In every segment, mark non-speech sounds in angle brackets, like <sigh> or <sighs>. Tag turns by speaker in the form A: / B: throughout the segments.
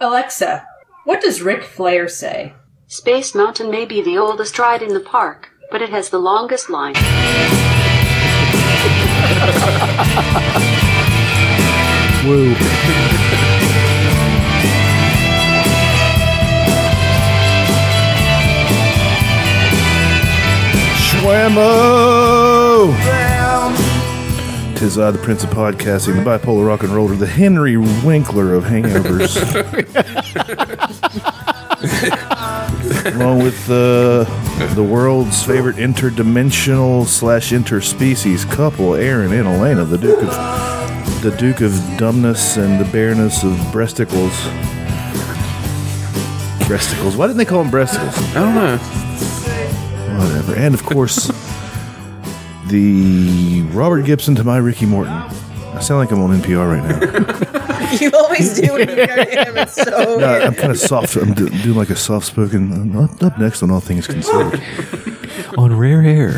A: Alexa, what does Ric Flair say?
B: Space Mountain may be the oldest ride in the park, but it has the longest line.
C: Woo. Schwammo! Tis I, the Prince of Podcasting, the bipolar rock and roller, the Henry Winkler of hangovers. Along with uh, the world's favorite interdimensional slash interspecies couple, Aaron and Elena, the Duke of the Duke of Dumbness and the Baroness of Breasticles. Breasticles. Why didn't they call them breasticles?
D: I don't know.
C: Whatever. And of course, the Robert Gibson to my Ricky Morton. I sound like I'm on NPR right now.
E: <laughs> You always do when you go to him. It's so
C: No, I'm kind of soft. I'm do- doing like a soft spoken. Up, up next on All Things Considered.
D: On rare air.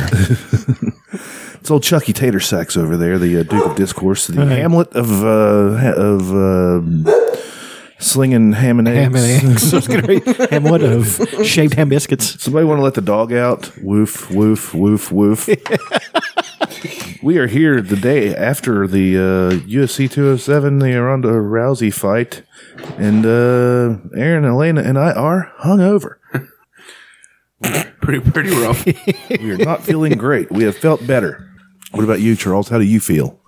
C: It's old Chucky Tater Sacks over there, the uh, Duke of Discourse, the Hamlet of uh, ha- of uh, slinging ham and eggs.
F: Ham and <laughs> eggs. I was gonna read ham what of shaved ham biscuits.
C: Somebody want to let the dog out? Woof, woof, woof,
F: <laughs>
C: woof. we are here the day after the uh, UFC 207, the Ronda Rousey fight, and uh, Aaron, Elena, and I are hungover.
D: <laughs> Pretty pretty rough.
C: We are not feeling great. We have felt better. What about you, Charles? How do you feel?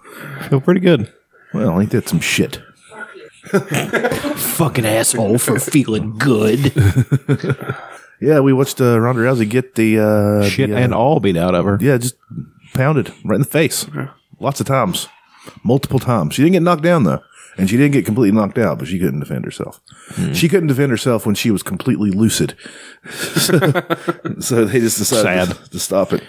F: Feel pretty good.
C: Well, ain't that some shit?
F: Fucking asshole <laughs> for feeling good.
C: Yeah, we watched uh, Ronda Rousey get the uh,
F: Shit
C: the, uh,
F: and all beat out of her.
C: Yeah, just pounded right in the face. Lots of times. Multiple times. She didn't get knocked down though. And she didn't get completely knocked out, but she couldn't defend herself.
F: Hmm.
C: She couldn't defend herself when she was completely lucid. <laughs> so they just decided to, to stop it.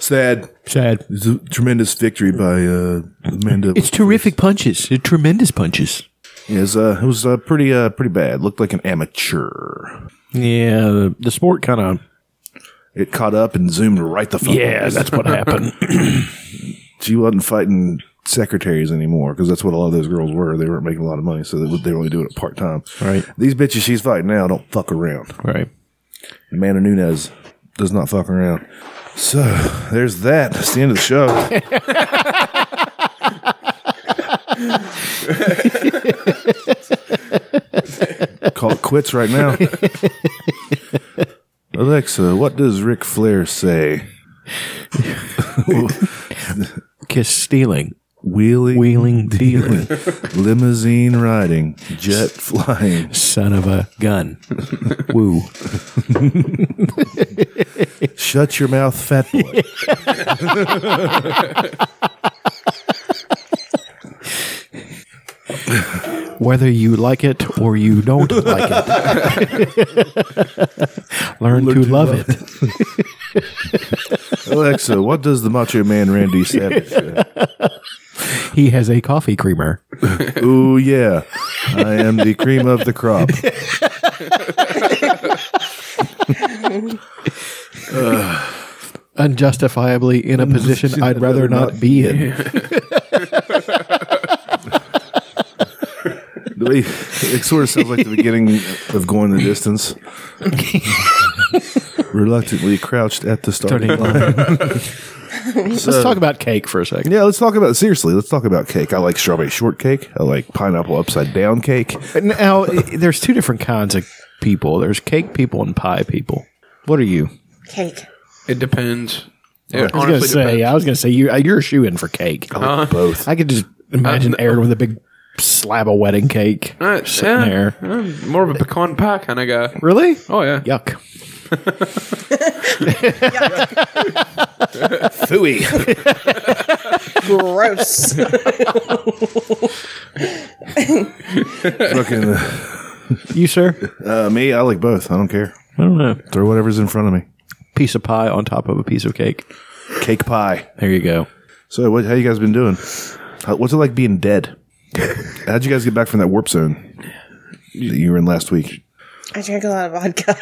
C: Sad.
F: Sad.
C: It's a tremendous victory by uh, Amanda.
D: It's terrific punches. They're tremendous punches.
C: It was, uh, it was uh, pretty uh, pretty bad. Looked like an amateur.
F: Yeah, the, the sport kind of.
C: It caught up and zoomed right the fuck.
F: Yeah, that's what happened.
C: she wasn't fighting secretaries anymore because that's what a lot of those girls were. They weren't making a lot of money, so they, would- they were only doing it part time.
F: Right.
C: These bitches she's fighting now don't fuck around.
F: <laughs> right.
C: Amanda Nunes does not fuck around. So there's that. That's the end of the show. <laughs> Call it quits right now. Alexa, what does Ric Flair say?
F: Kiss stealing,
C: Wheelie,
F: <laughs> wheeling, dealing,
C: <laughs> limousine riding, jet flying.
F: son of a gun. Woo.
C: Shut your mouth, fat boy.
F: Whether you like it or you don't like it, <laughs> learn, to, love, it.
C: Alexa, what does the Macho Man Randy Savage say?
F: He has a coffee creamer.
C: Ooh, yeah. I am the cream of the crop.
F: Unjustifiably in <laughs> a position I'd rather not be in.
C: The way- It sort of sounds like the beginning of Going the Distance. Reluctantly crouched at the starting
F: Starting
C: line.
F: Let's talk about cake for a second.
C: Yeah, let's talk about seriously. Let's talk about cake. I like strawberry shortcake. I like pineapple upside down cake.
F: Now, i- there's two different kinds of people. There's cake people and pie people. What are you?
E: cake.
D: It depends. It
F: I was gonna
D: honestly
F: say.
D: depends.
F: I was gonna say you. uh, You're a shoe in for cake.
C: Both.
F: I could just imagine Aaron with a big slab of wedding cake
D: Uh,
F: sitting
D: yeah,
F: there.
D: I'm more of a pecan pie kind of guy.
F: Really?
D: Oh yeah.
F: Yuck.
C: Fooey.
E: Gross.
C: Fucking uh,
F: You sir?
C: uh, me. I like both. I don't care.
F: I don't know.
C: Throw whatever's in front of me.
F: Piece of pie on top of a piece of cake.
C: Cake pie.
F: There you go.
C: So, what, how you guys been doing? How, what's it like being dead? How'd you guys get back from that warp zone that you were in last week?
E: I drank a lot of vodka.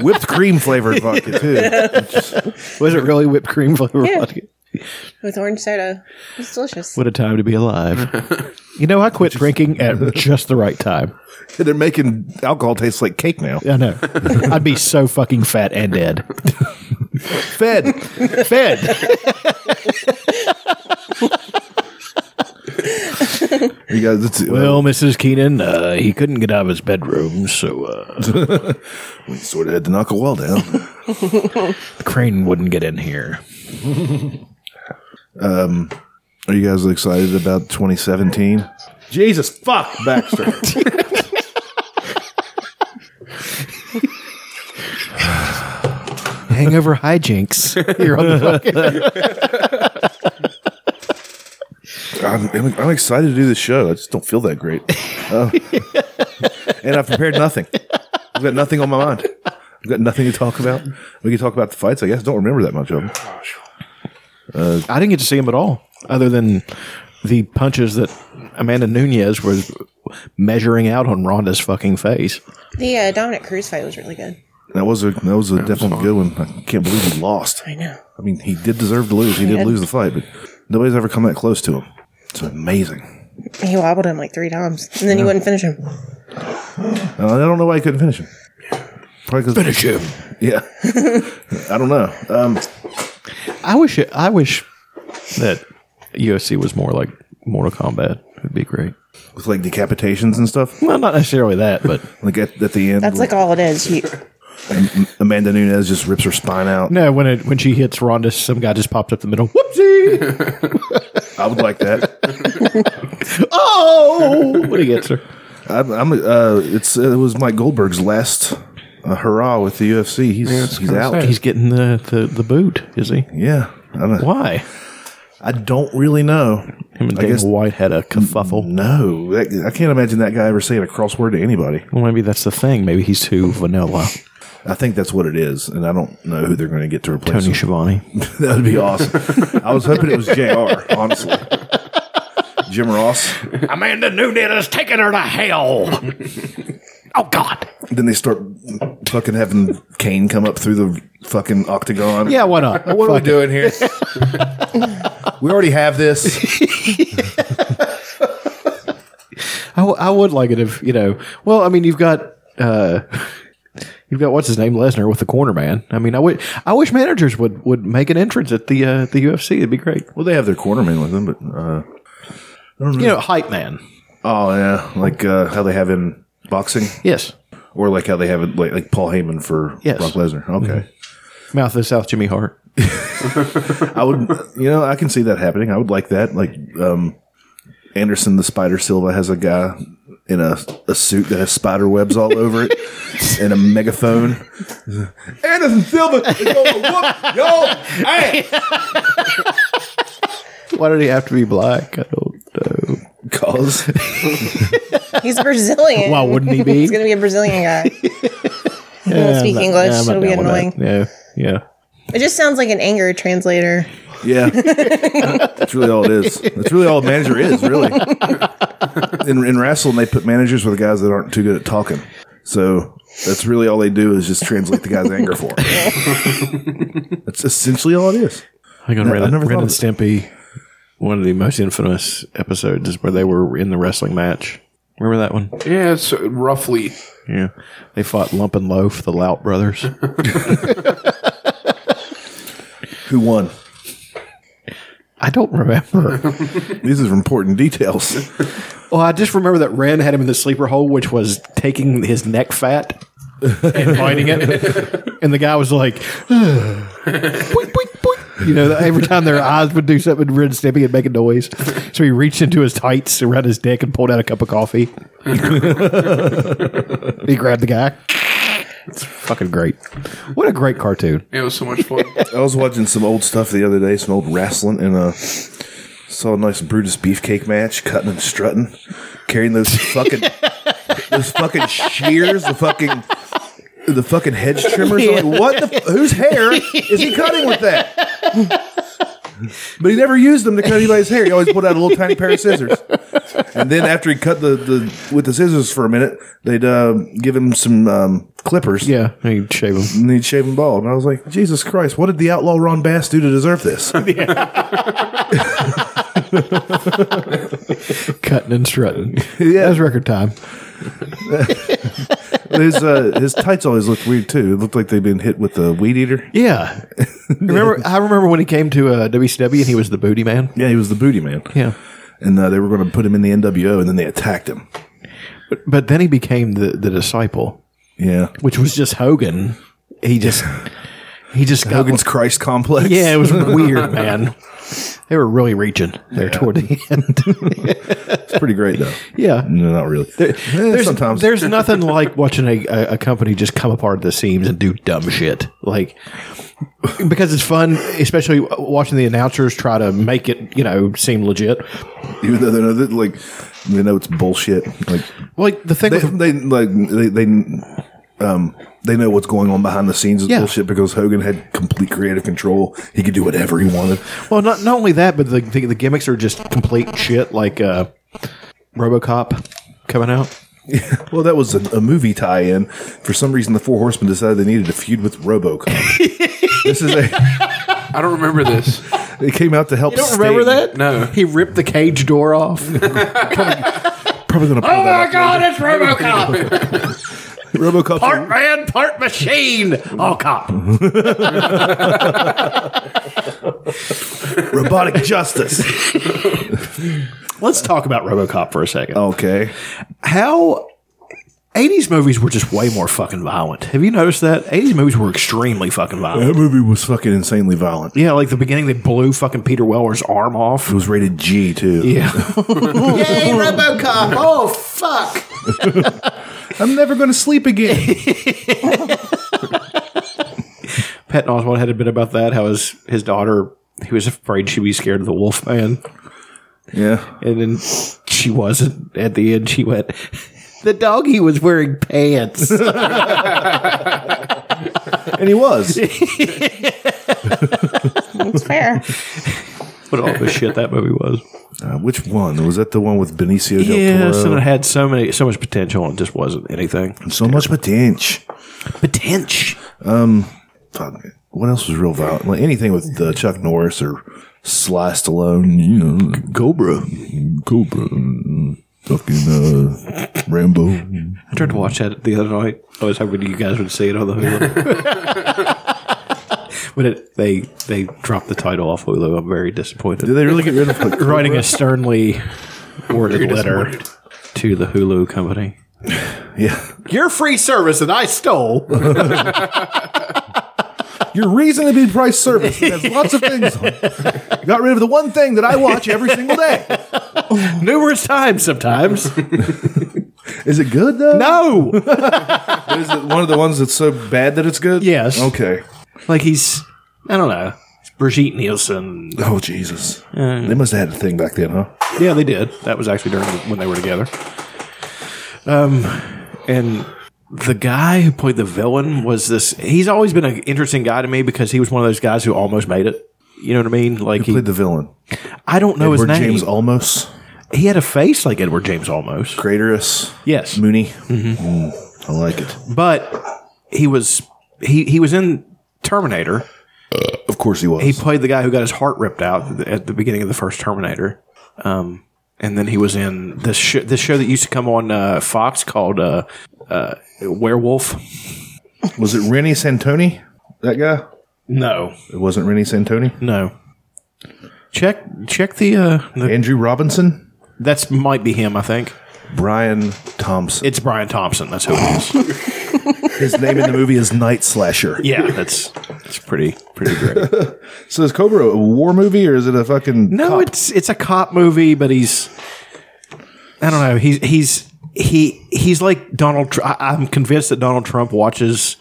E: <laughs>
C: Whipped cream flavored vodka too. <laughs>
F: Was it really whipped cream flavor
E: Yeah.
F: vodka?
E: with orange soda. It's delicious.
F: What a time to be alive. <laughs> you know, I quit drinking <laughs> at just the right time.
C: They're making alcohol taste like cake now.
F: I know. I'd be so fucking fat and dead.
C: Fed.
F: Fed.
C: You guys, it's, uh,
F: Well, Mrs. Keenan, uh, he couldn't get out of his bedroom, so uh,
C: we sort of had to knock a wall down.
F: Crane wouldn't get in here.
C: Are you guys excited about 2017? Jesus fuck, Baxter.
F: Hangover hijinks. Here on the
C: I'm, I'm, I'm excited to do this show. I just don't feel that great. Uh, and I've prepared nothing. I've got nothing on my mind. I've got nothing to talk about. We can talk about the fights, I guess. Don't remember that much of them.
F: <laughs> I didn't get to see him at all, other than the punches that Amanda Nunez was measuring out on Rhonda's fucking face.
E: The uh, Dominic Cruz fight was really good.
C: That was a that was a definitely good one. I can't believe he lost.
E: I know.
C: I mean, he did deserve to lose. He did lose the fight, but nobody's ever come that close to him. It's amazing.
E: He wobbled him like three times, and then he wouldn't finish him.
C: And I don't know why he couldn't finish him. Probably because
F: Finish him.
C: yeah. <laughs> I don't know. Um,
F: I wish. It, I wish that UFC was more like Mortal Kombat. It'd be great.
C: with like decapitations and stuff,
F: Well, not necessarily that, but
C: like at, at the end,
E: That's like all it is.
F: <laughs>
E: You,
C: Amanda Nunes just rips her spine out.
F: no. When it when she hits Rhonda, some guy just popped up the middle. Whoopsie! <laughs>
C: I would like that.
F: Oh, what he gets her.
C: I'm, I'm uh, it's it was Mike Goldberg's last uh, hurrah with the UFC. He's he's out.
F: Oh, He's getting the, the the boot. Is he?
C: Yeah, I don't,
F: Why?
C: I don't really know.
F: Him and
C: I
F: David
C: guess-
F: White had a kerfuffle.
C: No, that, I can't imagine that guy ever saying a crossword to anybody.
F: Well, maybe that's the thing. Maybe he's too vanilla.
C: I think that's what it is, and I don't know who they're going to get to replace
F: Tony
C: him.
F: Schiavone.
C: <laughs> that would be awesome. I was hoping it was Jr. Honestly, Jim Ross.
F: Amanda Noonan is taking her to <laughs> hell. oh God.
C: Then they start fucking having Kane come up through the fucking octagon.
F: Yeah, why not?
C: What are we doing here? we already have this.
F: I, w- I would like it if you know. Well, I mean, you've got uh, you've got what's his name Lesnar with the corner man. I mean, I would I wish managers would would make an entrance at the uh, the UFC. It'd be great.
C: Well, they have their cornerman with them, but uh,
F: You know, hype man.
C: oh yeah, like uh, how they have in boxing,
F: Yes,
C: or like how they have it like, like Paul Heyman for
F: Yes.
C: Brock Lesnar. Okay.
F: mouth of the South, Jimmy Hart.
C: I would, you know, I can see that happening. I would like that. Like, um, Anderson the Spider Silva has a guy in a, a suit that has spider webs all over it <laughs> and a megaphone. Anderson Silva is going to whoop <laughs> yo ass
F: Why did he have to be black? I don't know.
C: because
E: he's Brazilian.
F: Why
E: <laughs>
F: wouldn't he be?
E: He's gonna be a Brazilian
F: <laughs>
E: guy. He won't speak
F: I'm not-
E: English.
F: yeah, I'm not
E: It'll be
F: down with
E: annoying.
F: that. Yeah, yeah.
E: It just sounds like an anger translator.
C: yeah, that's really all it is. That's really all a manager is, really. In in wrestling, they put managers with guys that aren't too good at talking, so that's really all they do is just translate the guy's anger for him. that's essentially all it is.
F: I think on
C: No,
F: Ren,
C: I never
F: Ren
C: thought
F: and
C: of
F: Stimpy, one of the most infamous episodes is where they were in the wrestling match. Remember that one?
D: Yeah, it's uh, roughly.
F: Yeah. They fought Lump and Loaf, the Lout brothers.
C: Who won?
F: <laughs> I don't <laughs> remember.
C: These are important details.
F: well, I just remember that Ren had him in the sleeper hole, which was taking his neck fat and biting it. and the guy was like, boink, boink, boink. You know, every time their eyes would do something, Ren and Stimpy would make a noise. So he reached into his tights around his dick and pulled out a cup of coffee. he grabbed the guy. It's fucking great. What a great cartoon.
D: It was so
F: <laughs>
D: much fun.
C: <laughs> I was watching some old stuff the other day, some old wrestling, and uh, saw a nice Brutus beefcake match, cutting and strutting, carrying those fucking those fucking shears, the fucking the fucking hedge trimmers. I'm like, what the? f- Whose hair is he cutting with that? But he never used them to cut anybody's hair. He always pulled out a little tiny pair of scissors. and then after he cut the, the with the scissors for a minute, they'd uh, give him some um, clippers.
F: Yeah, I shave him.
C: And he'd shave him bald. And I was like, Jesus Christ, what did the outlaw Ron Bass do to deserve this? <laughs>
F: Cutting and strutting. yeah, that was record time.
C: his uh, his tights always looked weird too. It looked like they'd been hit with a weed eater.
F: Yeah, <laughs> remember? I remember when he came to uh, WCW and he was the booty man.
C: Yeah, he was the booty man.
F: Yeah,
C: And uh, they were going to put him in the NWO, and then they attacked him.
F: but then he became the the disciple,
C: Yeah.
F: which was just Hogan. He just he just got
C: Hogan's Christ complex. <laughs>
F: Yeah, it was weird, man. They were really reaching there
C: <laughs>
F: toward the end.
C: It's pretty great, though.
F: <laughs> yeah.
C: No, not really. Eh,
F: There's,
C: sometimes.
F: there's nothing like watching a, a, a company just come apart at the seams and do dumb shit. Like, because it's fun, especially watching the announcers try to make it, you know, seem legit.
C: even though they know that, like they know it's bullshit. Like
F: Like, the thing
C: they,
F: with.
C: they like they, they um they know what's going on behind the scenes is
F: Yeah.
C: bullshit because Hogan had complete creative control. He could do whatever he wanted.
F: Well, Oh, not, not only that, but the, the, the gimmicks are just complete shit, like uh, Robocop coming out.
C: Well, that was a, a movie tie-in. For some reason, the Four Horsemen decided they needed a feud with <laughs> RoboCop. this is a.
D: I don't remember this.
C: It came out to help. You
D: No.
F: <laughs> He ripped the cage door <laughs> off.
C: Probably gonna. Oh my god!
D: it's <laughs> Robocop.
C: RoboCop.
F: man, part machine, all cop.
C: robotic <laughs> justice.
F: Let's talk about RoboCop for a second.
C: okay.
F: How 80s movies were just way more fucking violent. Have you noticed that? 80s movies were extremely fucking violent.
C: That movie was fucking insanely violent.
F: Yeah, like the beginning, they blew fucking Peter Weller's arm off.
C: It was rated G too.
F: Yeah. <laughs> Yay, RoboCop! Oh fuck!
C: I'm never gonna sleep <laughs> again.
F: Patton Oswald had a bit about that. How his his daughter, he was afraid she'd be scared of the Wolf Man,
C: yeah.
F: and then she wasn't. At the end, she went. The doggy was wearing <laughs> pants.
C: And he <laughs> was.
E: It's fair.
F: what all the shit that movie was.
C: Uh, which one? Was that the one with Benicio del
F: Yes, and
C: Toro?
F: it had so many, so much potential, and it just wasn't anything.
C: so much potential.
F: Potential.
C: Fuck. What else was real violent? Like anything with uh, Chuck Norris or Sliced Alone, you know, Cobra, Cobra, fucking uh, Rambo.
F: I tried to watch that the other night. I was hoping you guys would see it on the Hulu. <laughs> but it, they they dropped the title off Hulu. I'm very disappointed.
C: Did they really get rid of like,
F: Writing a sternly worded
D: Very
F: letter to the Hulu company.
C: Yeah,
F: Your free service that I stole. <laughs>
C: your reasonably priced service has lots of things. on it. Got rid of the one thing that I watch every single day.
F: Numerous times <laughs> sometimes.
C: Is it good though?
F: no.
C: Is it one of the ones that's so bad that it's good?
F: Yes.
C: Okay.
F: Like he's I don't know. It's Brigitte Nielsen.
C: Oh Jesus! they must have had a thing back then, huh?
F: Yeah, they did. That was actually during when they were together. Um, and the guy who played the villain was this. He's always been an interesting guy to me because he was one of those guys who almost made it. You know what I mean? Like he,
C: Played the villain.
F: I don't know
C: Edward
F: his name.
C: James Olmos,
F: he had a face like Edward James almost.
C: Craterus,
F: Yes, Mm-hmm.
C: Mooney. Mm, I like it.
F: but he was he he was in Terminator.
C: Of course he was.
F: He played the guy who got his heart ripped out at the- at the beginning of the first Terminator. Um, and then he was in this sh- this show that used to come on uh, Fox called uh, uh, Werewolf.
C: was it Rennie Santoni? That guy?
F: No,
C: It wasn't Rennie Santoni.
F: no. Check check the, uh, the
C: Andrew Robinson,
F: that's might be him. I think
C: Brian Thompson.
F: it's Brian Thompson. That's who it is.
C: His name in the movie is Night Slasher.
F: <laughs> yeah, that's that's pretty pretty great.
C: So is Cobra a war movie or is it a fucking?
F: No,
C: cop?
F: it's it's a cop movie, but he's I don't know. He's he's he he's like Donald. Tr- I, I'm convinced that Donald Trump watches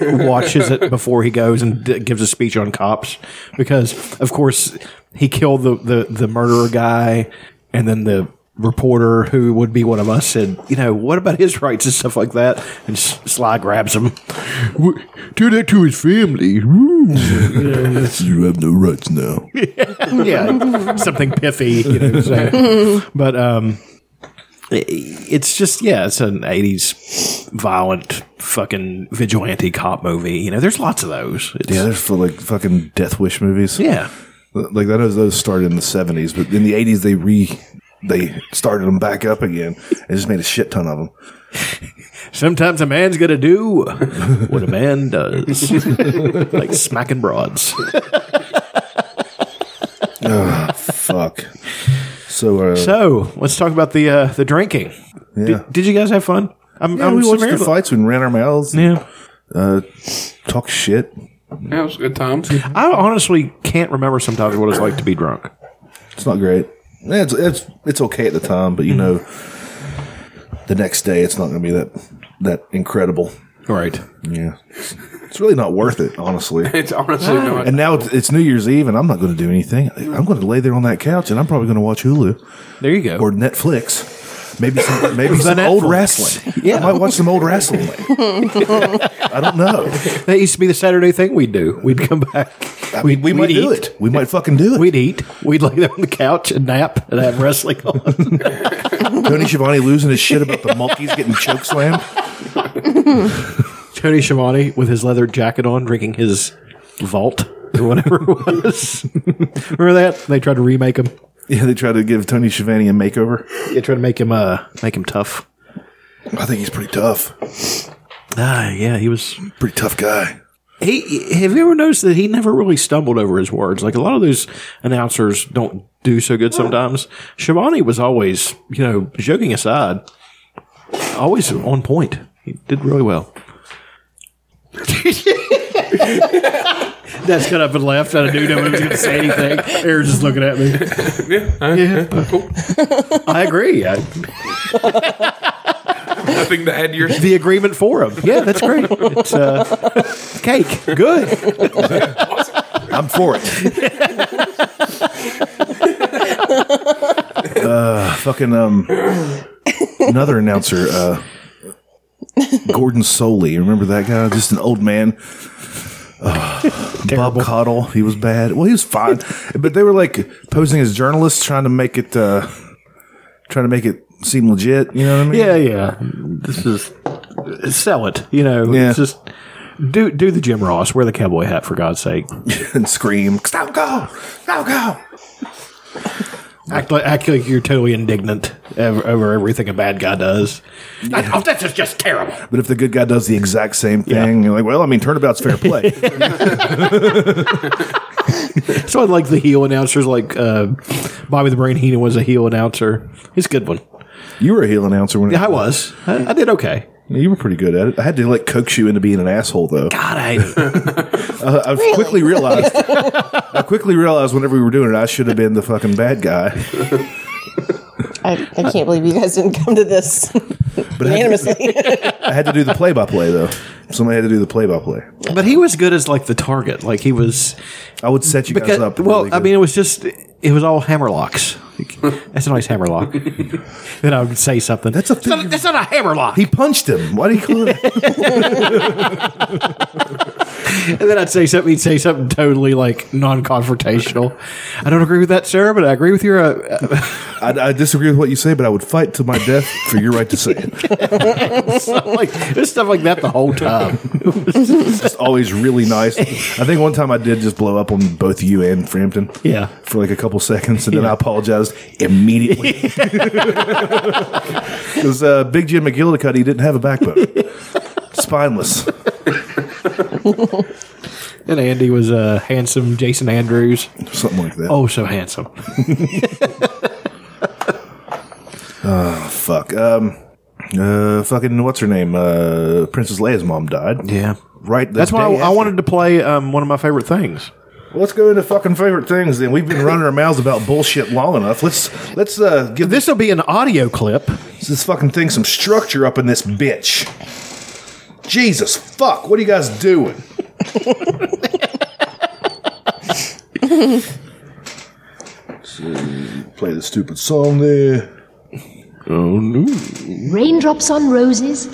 F: watches it before he goes and d- gives a speech on cops because, of course, he killed the the the murderer guy, and then the reporter who would be one of us said, you know, what about his rights and stuff like that? And S- Sly grabs him. "W- Do that to
C: <laughs>
F: his family.
C: you have no rights now.
F: <laughs>
C: <laughs> Mm-hmm.
F: yeah, something pithy, you know. what I'm saying? but um, it's just yeah, it's an '80s violent fucking vigilante cop movie. You know, there's lots of those. It's,
C: Yeah, there's for like fucking Death Wish movies.
F: yeah.
C: like that. Those started in the '70s, but in the '80s they re they started them back up again and just made a shit ton of them.
F: Sometimes a man's gonna do what a
C: <laughs>
F: man does, like smacking broads.
C: Fuck. So, uh,
F: So let's talk about the uh, the drinking.
C: yeah,
F: Did, did you guys have fun? I'm,
C: yeah we
F: so
C: watched
F: very-
C: the fights and ran our mouths. and,
F: Yeah,
C: Uh, talk shit.
D: Yeah, it was a good time.
F: I honestly can't remember sometimes what it's like to be drunk.
C: It's not great. Yeah, It's it's it's okay at the time, but you know, the next day it's not going to be that that incredible.
F: Right.
C: Yeah, it's, it's really not worth it, honestly. <laughs>
D: It's honestly
F: Ah.
D: not.
C: And now it's, it's New Year's Eve, and I'm not going to do anything. I'm going to lay there on that couch, and I'm probably going to watch Hulu
F: There you go.
C: or Netflix. Maybe some, <laughs> maybe some old
F: Netflix.
C: wrestling.
F: Yeah.
C: I might watch some old <laughs> wrestling. I don't know.
F: that used to be the Saturday thing we'd do. We'd come back.
C: I mean, we might do it. We might fucking do it.
F: We'd eat. We'd lay there on the couch and nap and have wrestling on.
C: Tony Schiavone losing his shit about the monkeys getting choke slammed.
F: <laughs> Tony Schiavone with his leather jacket on, drinking his vault or whatever it was. <laughs> Remember that? They tried to remake him.
C: Yeah, they tried to give Tony Schiavone a makeover.
F: They tried to make him uh make him tough.
C: I think he's pretty tough.
F: Ah, yeah, he was.
C: Pretty tough guy.
F: He have you ever noticed that he never really stumbled over his words? Like a lot of those announcers don't do so good sometimes. Shivani was always, you know, joking aside, always on point. He did really well. That's got up and left. I knew no one was going to say anything. Aaron's just looking at me. I agree. I,
D: Nothing to add to your.
F: the agreement for him. Yeah, that's great. It's uh, cake. Good.
C: I'm for it. <laughs> uh, fucking um, another announcer, uh, Gordon Soley. Remember that guy? Just an old man. Uh, Bob Cottle. He was bad. Well, he was fine, but they were like posing as journalists, trying to make it, uh, trying to make it seem legit. You know what I mean?
F: Yeah, yeah. This is sell it. You know,
C: Yeah.
F: it's just do do the Jim Ross. Wear the cowboy hat for God's sake.
C: <laughs> and scream, "Stop! Go! Stop! Go!"
F: Act like, act like you're totally indignant over, over everything a bad guy does. That- oh, this is just terrible.
C: But if the good guy does the exact same thing, you're like, well, I mean, turnabout's fair play.
F: <laughs> So I like the heel announcers. Like uh, Bobby the Brain Heenan was a heel announcer. He's a good one.
C: you were a heel announcer when it
F: Yeah, I was. I, I did okay.
C: You were pretty good at it. I had to like coax you into being an asshole, though.
F: God, I hate it.
C: I, I quickly realized. I quickly realized whenever we were doing it, I should have been the fucking bad guy.
G: I, I can't believe you guys didn't come to this unanimously.
C: I had to do the play-by-play, though. Somebody had to do the play-by-play.
F: but he was good as like the target. Like he was.
C: I would set you guys
F: Because,
C: up.
F: well,
C: really
F: I
C: good.
F: mean, it was just it was all hammerlocks. <laughs> That's a nice <laughs> hammerlock. then I would say something.
C: That's a
F: That's not,
C: thing-
F: that's not a hammerlock.
C: he punched him. Why do you call it?
F: <laughs> and <laughs> then I'd say something. He'd say something totally like non-confrontational. I don't agree with that, Sarah, but I agree with your. Uh, uh, <laughs>
C: I, I disagree with what you say, but I would fight to my death for your right to say it.
F: stuff like there's stuff like that the whole time.
C: It's always really nice. I think one time I did just blow up on both you and Frampton.
F: Yeah.
C: For like a couple seconds, and then I apologized immediately.
F: <laughs>
C: <laughs> Because uh, Big Jim McGillicuddy didn't have a backbone, spineless.
F: And Andy was uh, handsome. Jason Andrews,
C: Something like that.
F: oh so handsome.
C: fuck. Um, uh, fucking what's her name? Uh, Princess Leia's mom died.
F: Yeah.
C: Right. the
F: That's why I,
C: day
F: I
C: after.
F: wanted to play um, one of my favorite things.
C: Let's go into fucking favorite things. Then we've been running our mouths about bullshit long enough. Let's let's uh, give
F: This will be an audio clip.
C: this fucking thing some structure up in this bitch. Jesus fuck, what are you guys doing? So, <laughs> play the stupid song there.
H: Raindrops on roses,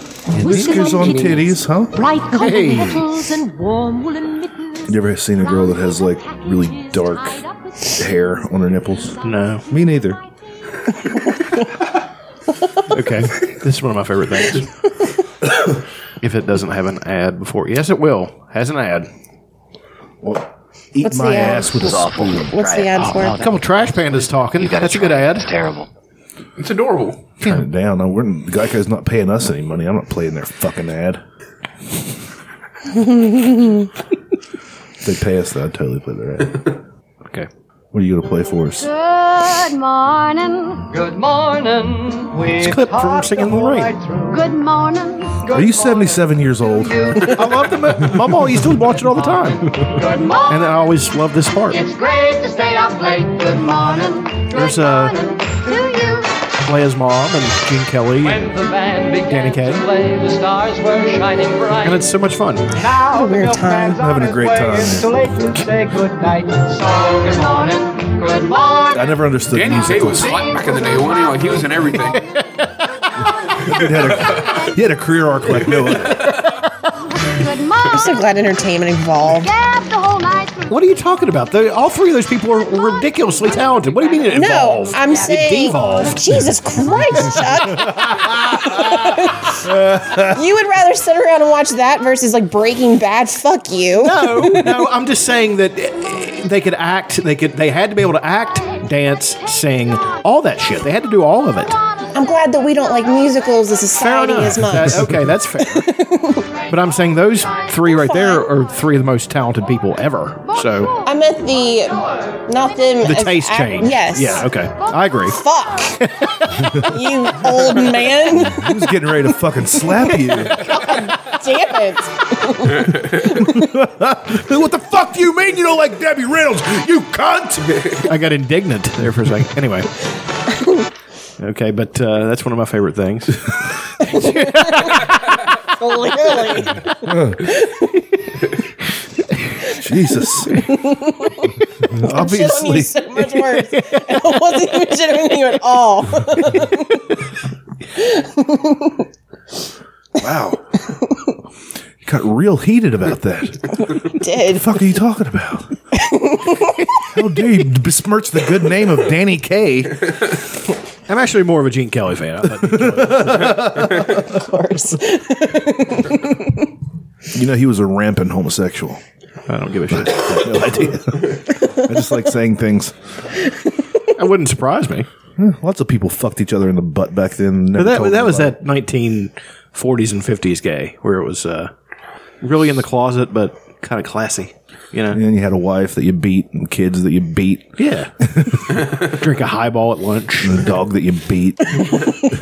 C: Whiskers on titties, huh?
H: bright cotton
F: Hey.
H: petals, and warm woolen mittens.
C: You ever seen a girl that has like really dark hair on her nipples?
F: No.
C: Me neither.
F: Okay. <laughs> this is one of my
I: <coughs>
F: favorite things. if it doesn't have an ad before, yes, it will. Has an ad.
C: Well, eat
G: What's
C: my
G: the ad?
C: ass with a
I: awful.
C: spoon.
G: What's the ad for?
F: A couple trash pandas talking.
I: Oh, You gotta
F: That's a
I: try
F: good
I: it.
F: ad.
I: It's terrible.
D: It's adorable.
C: Turn it down. No, we're, Geico's not paying us any money. I'm not playing their fucking ad. if they pay us, then I'd totally play their ad.
F: Okay.
C: What are you going to play for us?
J: Good morning.
K: Good morning.
F: It's a clip from Singing in the Rain.
J: Good morning.
C: Are you 77 years old?
F: I love the mo- My mom used to watch it all the time. And I always love this part.
J: It's great to stay up late. Good morning.
F: There's uh,
J: To you.
F: Leia's mom and Gene Kelly. And
K: The band began
F: Danny Kaye.
K: to play. The stars were shining bright.
F: it's so much fun.
K: now
G: What a weird time.
C: Having a great time.
K: It's too late to say good night. So good morning. Good morning.
C: I never understood
D: Danny
C: music.
D: Kaye was hot back in the day, wasn't he? Like, he was in <laughs> everything.
C: He had, a, he had a career arc like no other.
J: Good
G: I'm so
J: morning.
G: glad entertainment evolved.
J: Gabbed the whole night through.
F: What are you talking about? They- all three of those people are ridiculously talented. What do you mean it
G: No,
F: evolved?
G: I'm
F: It
G: saying
F: devolved.
G: Jesus Christ, Chuck. you would rather sit around and watch that versus like Breaking Bad? Fuck you.
F: No, no. I'm just saying that eh, they could act. They could. They had to be able to act, dance, sing, all that shit. They had to do all of it.
G: I'm glad that we don't like musicals as a society as much.
F: That- okay, that's fair.
G: <laughs>
F: but I'm saying those three right there are three of the most talented people ever. So
G: I meant the not them.
F: the
G: as
F: taste
G: act-
F: change.
G: Yes.
F: Yeah. Okay. I agree.
G: Fuck. you old man.
C: He was getting ready to fucking slap you.
G: Damn it.
C: what the fuck do you mean you don't like Debbie Reynolds, you cunt?
F: I got indignant there for a
G: <laughs>
F: second. Anyway. Okay, but uh, that's one of my favorite
G: <laughs>
F: things.
G: Clearly.
C: Jesus.
G: Showing
C: Obviously.
G: you so much worse. I wasn't even showing you at
F: <laughs>
G: all.
C: <laughs> Wow. You got real heated about that.
G: Did.
C: fuck are you talking about? How dare you besmirch the good name of Danny Kaye?
F: I'm actually more of a Gene Kelly fan. I thought Gene Kelly-
G: Of course.
C: You know, he was a rampant homosexual.
F: I don't give a shit.
C: No idea. I just like saying things.
F: That wouldn't surprise me.
C: Lots of people fucked each other in the butt back then.
F: But that that was that 1940s and 50s gay, where it was uh, really in the closet, but kind of classy. You know?
C: And you had a wife that you beat, and kids that you beat,
F: <laughs> Yeah. Drink a highball at lunch.
C: and a dog that you beat.
F: <laughs>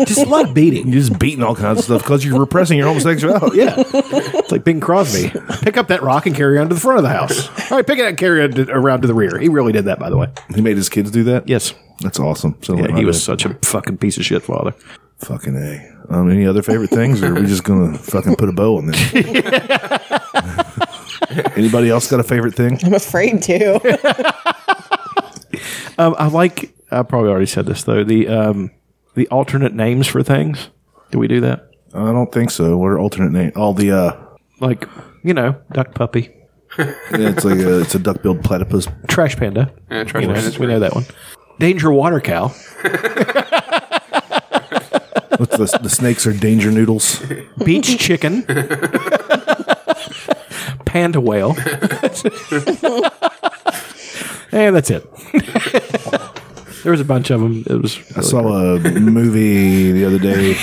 F: Just a lot of beating.
C: You're just beating all kinds of stuff because you're repressing your
F: <laughs>
C: homosexuality.
F: Yeah. It's like Bing Crosby. Pick up that rock and carry on to the front of the house. All right, pick it up and carry it around to the rear. He really did that, by the way.
C: He made his kids do that?
F: Yes.
C: That's awesome. So like
F: Yeah,
C: my
F: he was
C: dad.
F: such a fucking piece of shit father.
C: Fucking A. Um, any other favorite things, or are we just
F: <laughs>
C: gonna fucking put a bow on this? Anybody else got a favorite thing?
G: I'm afraid to.
F: Um, I like. I probably already said this though. The um, the alternate names for things. Do we do that?
C: I don't think so. What are alternate name? All the uh,
F: Like you know, duck puppy,
C: it's like a, it's a duck-billed platypus.
F: trash panda.
D: Yeah, trash
F: You know,
D: pandas.
F: we know that one. Danger water cow.
C: What's the, the snakes are danger noodles.
F: <laughs> Beach chicken. Panda whale. and that's it. there was a bunch of them. It was.
C: I saw a movie the other day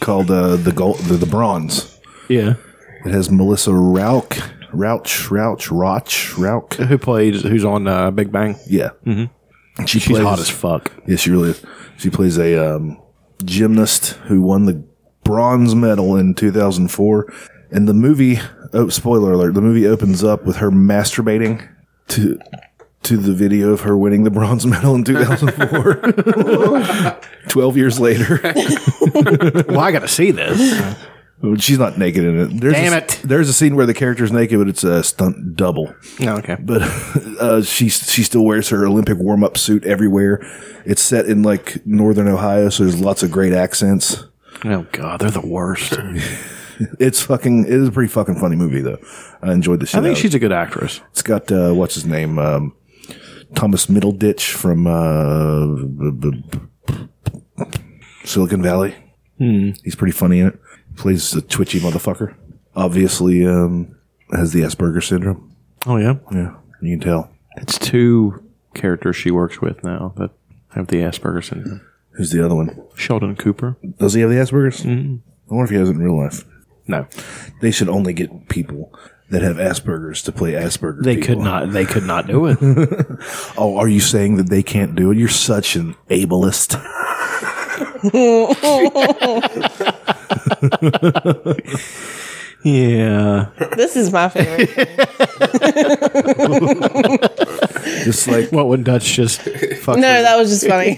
C: called uh, the gold the, the bronze.
F: yeah.
C: It has Melissa Rauch, Rauch, Rauch, Rauch, Rauch.
F: Who plays? Who's on uh, Big Bang?
C: Yeah, mm-hmm. she
F: She's
C: plays,
F: hot as fuck.
C: Yeah, she really is. She plays a um, gymnast who won the bronze medal in 2004. And the movie, oh, spoiler alert, the movie opens up with her masturbating to to the video of her winning the bronze <laughs> medal in <laughs> 2004. 12 years
F: <laughs>
C: later.
F: Well, I got to see <laughs> this.
C: She's not naked in it. There's
F: Damn
C: a,
F: it.
C: There's a scene where the character's naked, but it's a stunt double.
F: Oh, okay.
C: but uh, she she still wears her Olympic warm up suit everywhere. It's set in like northern Ohio, so there's lots of great accents.
F: Oh God, they're the worst.
C: It's fucking. It is a pretty fucking funny movie though. I enjoyed the shit.
F: I think
C: out of
F: she's a good actress.
C: it. It's got uh, what's his name, um, Thomas Middleditch from uh, b- b- b- Silicon Valley.
F: Hmm.
C: He's pretty funny in it. Plays a twitchy motherfucker. Obviously, um, has the Asperger syndrome.
I: Oh yeah,
C: yeah. You can tell.
I: It's two characters she works with now that have the Asperger's syndrome.
C: Who's the other one?
I: Sheldon Cooper.
C: Does he have the Asperger's?
F: Mm-hmm.
C: mm I wonder if he has it in real life.
I: No.
C: They should only get people that have Asperger's to play Asperger.
F: They
C: people.
F: could not. They could not do it. <laughs>
C: Oh, are you saying that they can't do it? You're such an ableist. <laughs>
I: yeah.
G: This is my favorite.
F: <laughs>
C: Just like
F: what would Dutch just fuck?
G: no, that was just funny.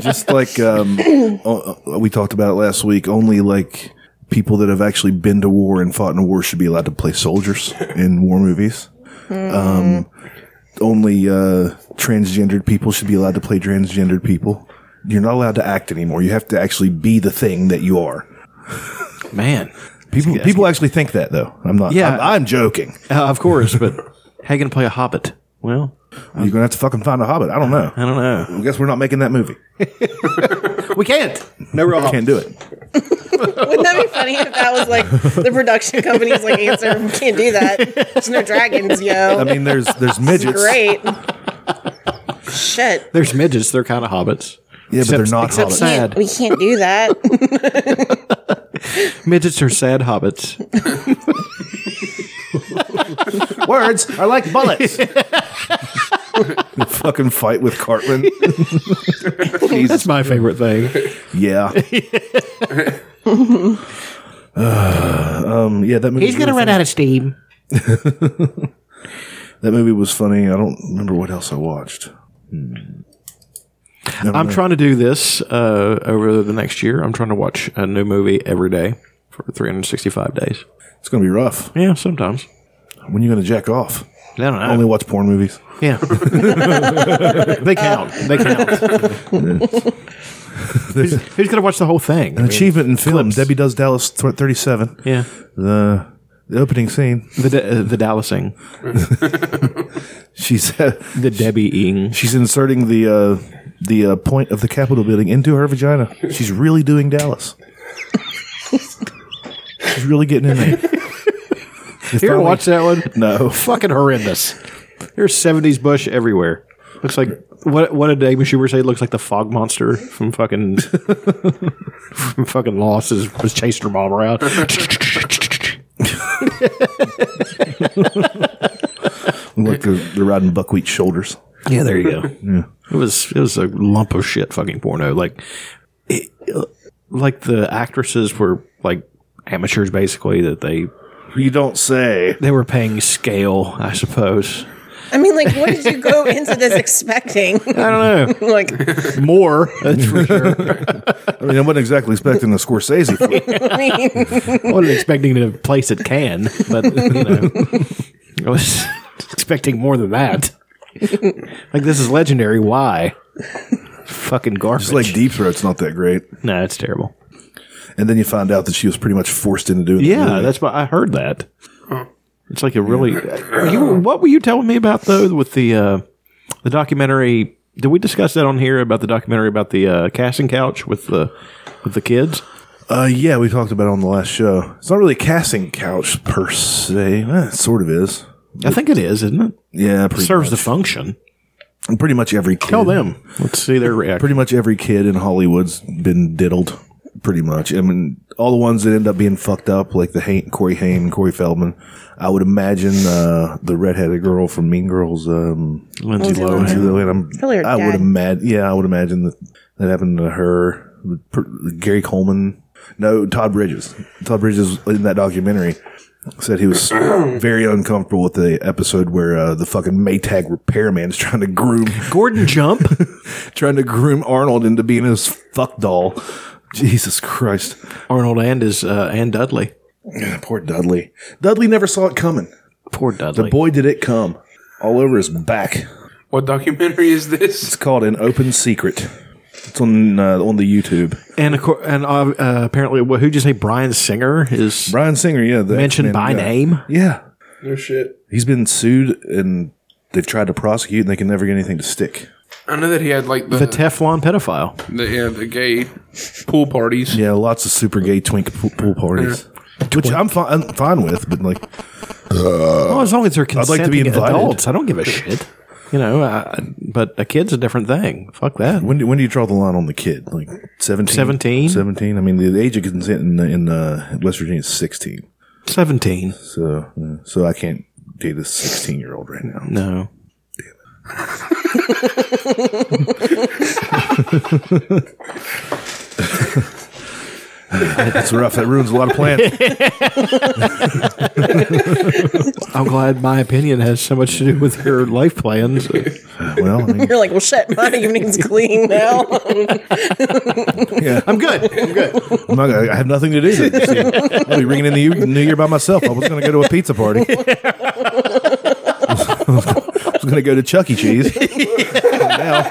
C: just like
F: <laughs>
C: um, o- o- we talked about it last week, only like people that have actually been to war and fought in a war should be allowed to play soldiers in war movies.
F: Hmm.
C: Um, only uh, transgendered people should be allowed to play transgendered people. You're not allowed to act anymore. You have to actually be the thing that you are.
I: Man.
C: People people actually think that though. I'm not.
I: Yeah.
C: I'm, I'm joking.
I: Uh, of course, but how you gonna play a hobbit? Well,
C: You're gonna have to fucking find a hobbit. I don't know.
I: I don't know.
C: I guess we're not making that movie.
F: We can't. No real.
C: Can't do it.
G: Wouldn't that be funny if that was like the production company's like answer? We can't do that. There's no dragons, yo.
C: I mean, there's there's
G: This is
C: midgets.
G: Great. Shit.
F: There's midgets. They're kind of hobbits.
C: Yeah, but they're not
F: except
C: hobbits.
F: sad.
G: We can't do that.
F: Midgets are sad hobbits.
C: Words are like bullets. fucking fight with
I: <laughs>
C: Cartman.
F: That's my favorite thing.
I: <laughs>
C: Yeah. Uh, um, yeah, that movie.
F: out of steam.
C: <laughs> That movie was funny. I don't remember what else I watched.
I: Hmm. I'm trying to do this uh, over the next year. I'm trying to watch a new movie every day for 365 days.
C: It's gonna be rough.
I: Yeah, sometimes.
C: When you gonna jack off?
I: I don't know.
C: Only watch porn movies.
I: yeah. they count.
C: Uh,
I: They count. who's who's going to watch the whole thing? I
C: An
I: mean,
C: <laughs> achievement in film.
I: clips.
C: Debbie does Dallas th- 37.
I: Yeah.
C: The the opening scene. <laughs>
I: The, da- the Dallasing.
C: She's <laughs>
I: The Debbie-ing.
C: she's inserting the uh, the uh, point of the Capitol building into her vagina. She's really doing Dallas. she's really getting
F: <laughs>
C: in there.
F: You ever watch that one?
C: No. <laughs>
F: Fucking horrendous. There's 70s bush everywhere. Looks like what what did Amy Schumer say? It looks like the fog monster from fucking from fucking Lost is, was chasing her mom around.
C: Like they're, they're riding buckwheat shoulders.
I: <laughs> Yeah, there you go. It was it was a lump of shit fucking porno. Like it, like the actresses were like amateurs basically that they
C: You don't say.
I: they were paying scale, I suppose.
G: I mean, like, what did you go into this expecting?
I: I don't know.
G: <laughs> like,
I: More. That's for sure.
C: I mean, I wasn't exactly expecting the Scorsese. flick.
G: I mean,
F: wasn't expecting a place it can, but you know, I was <laughs> expecting more than that. like this is legendary. Why? Fucking garbage.
I: <laughs>
C: It's like Deep Throat's not that great.
I: no, it's terrible.
C: And then you find out that she was pretty much forced into doing
I: Yeah,
C: that movie.
I: that's why I heard that. It's like a really. uh, You, what were you telling me about though with the uh, the documentary? Did we discuss that on here about the documentary about the uh, casting couch with the with the kids?
C: Uh, yeah, we talked about it on the last show. It's not really a casting couch per se. Eh, it sort of is.
I: I think it is, isn't it?
C: Yeah, pretty
I: Serves the
C: much.
I: function.
C: pretty much every kid.
I: Tell them. Let's see their reaction.
C: Pretty much every kid in Hollywood's been diddled. Pretty much. I mean, all the ones that end up being fucked up, like the Hay- Corey Haim and Corey Feldman. I would imagine uh, the redheaded girl from Mean Girls, um,
I: Lindsay Lohan.
G: Lindsay Lohan.
C: Lindsay Lohan. I'm-
G: Probably her
C: I would
G: dad.
C: imagine. Yeah, I would imagine that that happened to her. Pr- Gary Coleman. No, Todd Bridges. Todd Bridges in that documentary said he <clears throat> was very uncomfortable with the episode where uh, the fucking Maytag repairman is trying to groom
I: Gordon Jump.
C: trying to groom Arnold into being his fuck doll. Jesus Christ.
I: Arnold and his uh, and Dudley.
C: Poor Dudley. Dudley never saw it coming.
I: Poor
C: The
I: Dudley.
C: boy did it come. All over his back.
D: What documentary is this?
C: It's called An Open Secret. It's on uh, on the YouTube.
I: and of course, and uh, uh, apparently, what, who'd you say? Brian Singer is
C: Brian Singer, yeah. The
I: mentioned
C: X-Men
I: by
C: guy.
I: name.
C: Yeah.
D: No shit.
C: He's been sued and they've tried to prosecute and they can never get anything to stick.
D: I know that he had like the
I: The Teflon pedophile.
D: the, yeah, the gay pool parties.
C: Yeah, lots of super gay twink pool, pool parties, which I'm, fi- I'm fine with, but like,
I: well, as long as they're
C: I'd like to be
I: consenting
C: invited.
I: adults, I don't give a shit. You know, I, but a kid's a different thing. Fuck that.
C: When do, when do you draw the line on the kid? Like 17?
I: 17?
C: 17. I mean, the age of consent in, in uh, West Virginia is 16.
I: 17.
C: So, yeah, so I can't date a 16 year old right now.
I: No.
C: That's rough. That ruins a lot
I: <laughs>
C: of plans.
I: I'm glad my opinion has so much to do with your life plans.
C: well, I mean,
G: You're like, well, shit, my evening's clean now.
C: yeah,
I: I'm good. I'm good.
C: I'm not, gonna- I have nothing to do. See, I'll be ringing in the new- new year by myself. I was going to go to a pizza party. I was going to go to Chuck E. Cheese. now,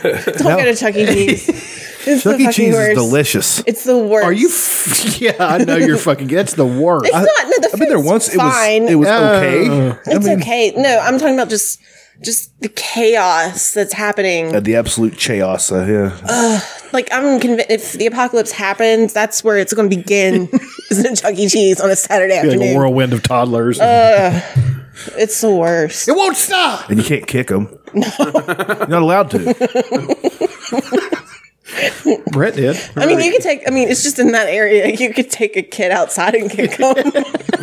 G: Don't go to Chuck E. Cheese. It's
C: Chuck
G: the
C: E.
G: fucking
C: Cheese
G: worst.
C: is delicious.
G: It's the worst.
F: Are you? F- yeah, I know you're fucking. That's the worst.
G: It's not. No, the
C: I've been there
G: food's
C: once. It was
G: Fine.
C: it was
F: Uh,
C: okay.
G: it's okay. No, I'm talking about just just the chaos that's happening.
C: Uh, the absolute chaos. Uh, yeah,
G: like I'm convinced if the apocalypse happens, that's where it's going to
F: <laughs>
G: begin. is in Chuck E. Cheese on a Saturday
F: like a
G: afternoon.
F: whirlwind of toddlers.
G: Uh, it's the worst.
F: it won't stop.
C: and you can't kick
G: <laughs>
C: them. You're not allowed to.
F: Brett did.
G: I mean, you could take. I mean, it's just in that area. <laughs> You could take a kid outside and
F: <laughs>
G: kick him.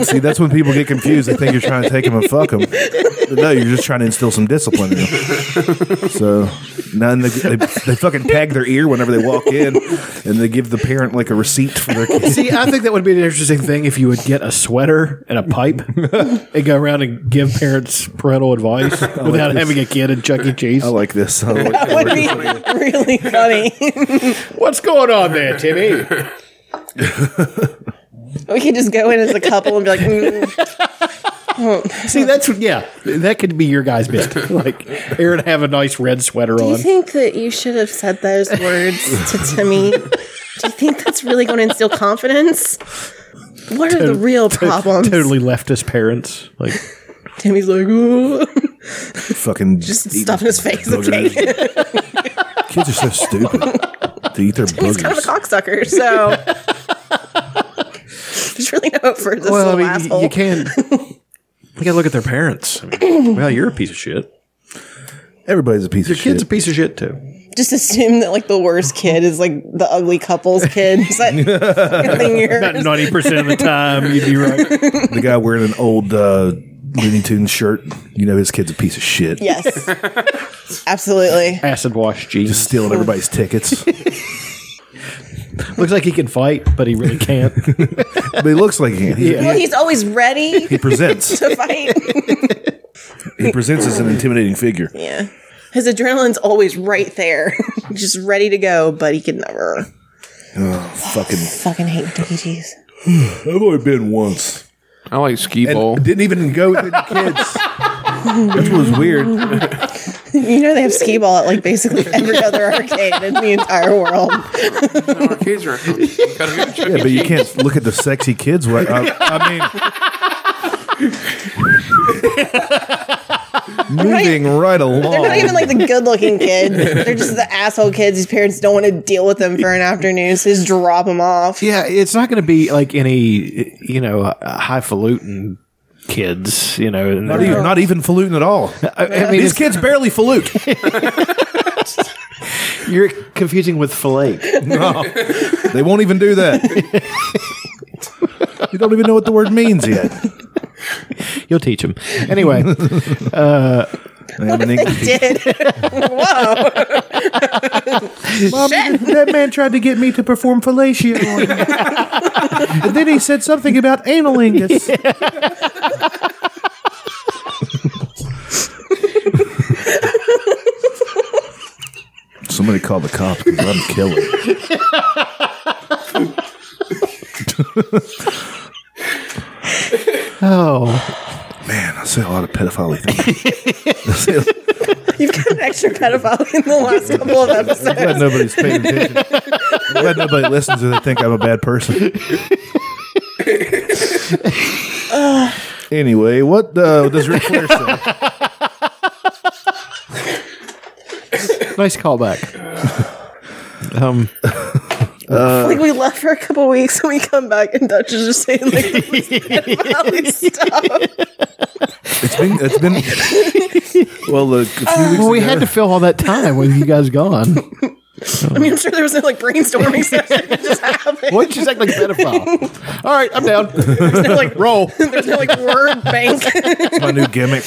C: See, that's when people get confused. They think you're trying to take them and fuck them. No, you're just trying to instill some discipline. In them. So, none they, they, they fucking tag their ear whenever they walk in, and they give the parent like a receipt for their
F: <laughs>
C: kid.
F: See, I think that would be an interesting thing if you would get a sweater and a <laughs> pipe and go around and give parents parental advice without having a kid in <laughs> Chuck E. Cheese.
C: I like this. I like
G: that would be really funny. <laughs>
F: What's going on there, Timmy? <laughs>
G: we could just go in as a couple and be like, mm,
F: See, that's what- yeah, that could be your guy's <laughs> bit. Like Aaron have a nice red sweater
G: "Do you
F: on.
G: think that you should have said those words to Timmy? Do you think that's really going to instill confidence?" What are the real problems?
F: Totally leftist parents.
G: <laughs>
F: Like
G: Timmy's like, "Ooh." <laughs>
C: fucking just
G: stuff in his face with
C: Kids are so stupid. They eat their
G: <laughs> he's kind of a
C: boogers.
G: cocksucker, so <laughs> there's really no hope for this
I: Well, I
G: little
I: mean, y-
G: asshole.
I: you can't. You gotta look at their parents. I
G: <coughs>
I: mean, well, you're a piece of shit.
C: Everybody's a piece
I: Your
C: of
I: kid's a
C: shit.
I: piece of shit too.
G: Just assume that like the worst kid is like the ugly couple's
I: <laughs>
G: kid. Is that the thing you're-
F: about ninety percent of the time, you'd be right.
C: the guy wearing an old uh, Looney Tunes shirt. You know his kid's a piece of shit.
G: Yes, absolutely.
I: <laughs>
F: Acid wash jeans.
C: Stealing everybody's
G: <laughs>
C: tickets.
F: Looks like he can fight, but he really <laughs> can't.
C: But he looks like he, he,
G: Well, he's always ready
C: he presents.
G: to fight.
C: He presents
G: <laughs>
C: as an intimidating figure.
G: yeah, <laughs> his adrenaline's always right there, <laughs> just ready to go, but he can never.
C: Oh, Fucking,
G: Fucking hate Chuck E. Cheese.
C: I've only been once.
D: I like skee
C: And
F: <laughs>
D: ball.
C: didn't even go with any <laughs> kids. That's what was weird.
G: You know they have skee ball at like basically
I: <laughs>
G: every other arcade in the entire world.
D: Our kids are- gotta go check
C: Yeah,
D: it.
C: but you can't look at the sexy kids. Right? I, I mean, moving right along.
G: They're not even like the good looking
F: <laughs>
G: kids. They're just the asshole kids. His parents don't want to deal with them for an afternoon, so just drop them off. <laughs>
I: Yeah, it's not gonna be like any you know uh, highfalutin kids. You know, and
C: Not
I: they're-
C: even, not even faluting at all.
I: I, I mean,
C: These
I: it's,
C: kids barely falute.
I: you're confusing with fillet.
F: <laughs>
C: No, they won't even do <laughs> that. You don't even know what the word means yet.
I: You'll teach them
C: <laughs>
I: anyway.
C: I am an English teacher.
G: Did. Whoa.
C: that man tried to get me to perform fellatio on him.
F: <laughs>
C: and then he said something about analingus. Somebody call the cops because I'm killing.
I: Oh,
C: Man, I say a lot of pedophile things. I say a-
G: You've got an extra pedophile in the last couple of episodes.
C: I'm glad nobody's paying attention. I'm glad nobody listens or they think I'm a bad person. anyway, what uh, does Ric Flair say?
F: nice callback. um,
G: like we left for a couple weeks and we come back and Dutch is just saying like the Pleasant
F: <laughs>
G: Valley stuff.
C: It's been it's been well. Look, a few weeks
F: well, we
C: ago-
F: had to fill all that time when you
C: <laughs>
F: guys gone.
G: I mean, I'm sure there was no like brainstorming session that just happened.
F: What you like pedophile? <laughs> all right, I'm down.
G: There's no like
F: roll.
G: There's no like word
F: <laughs>
G: bank.
C: It's my new gimmick.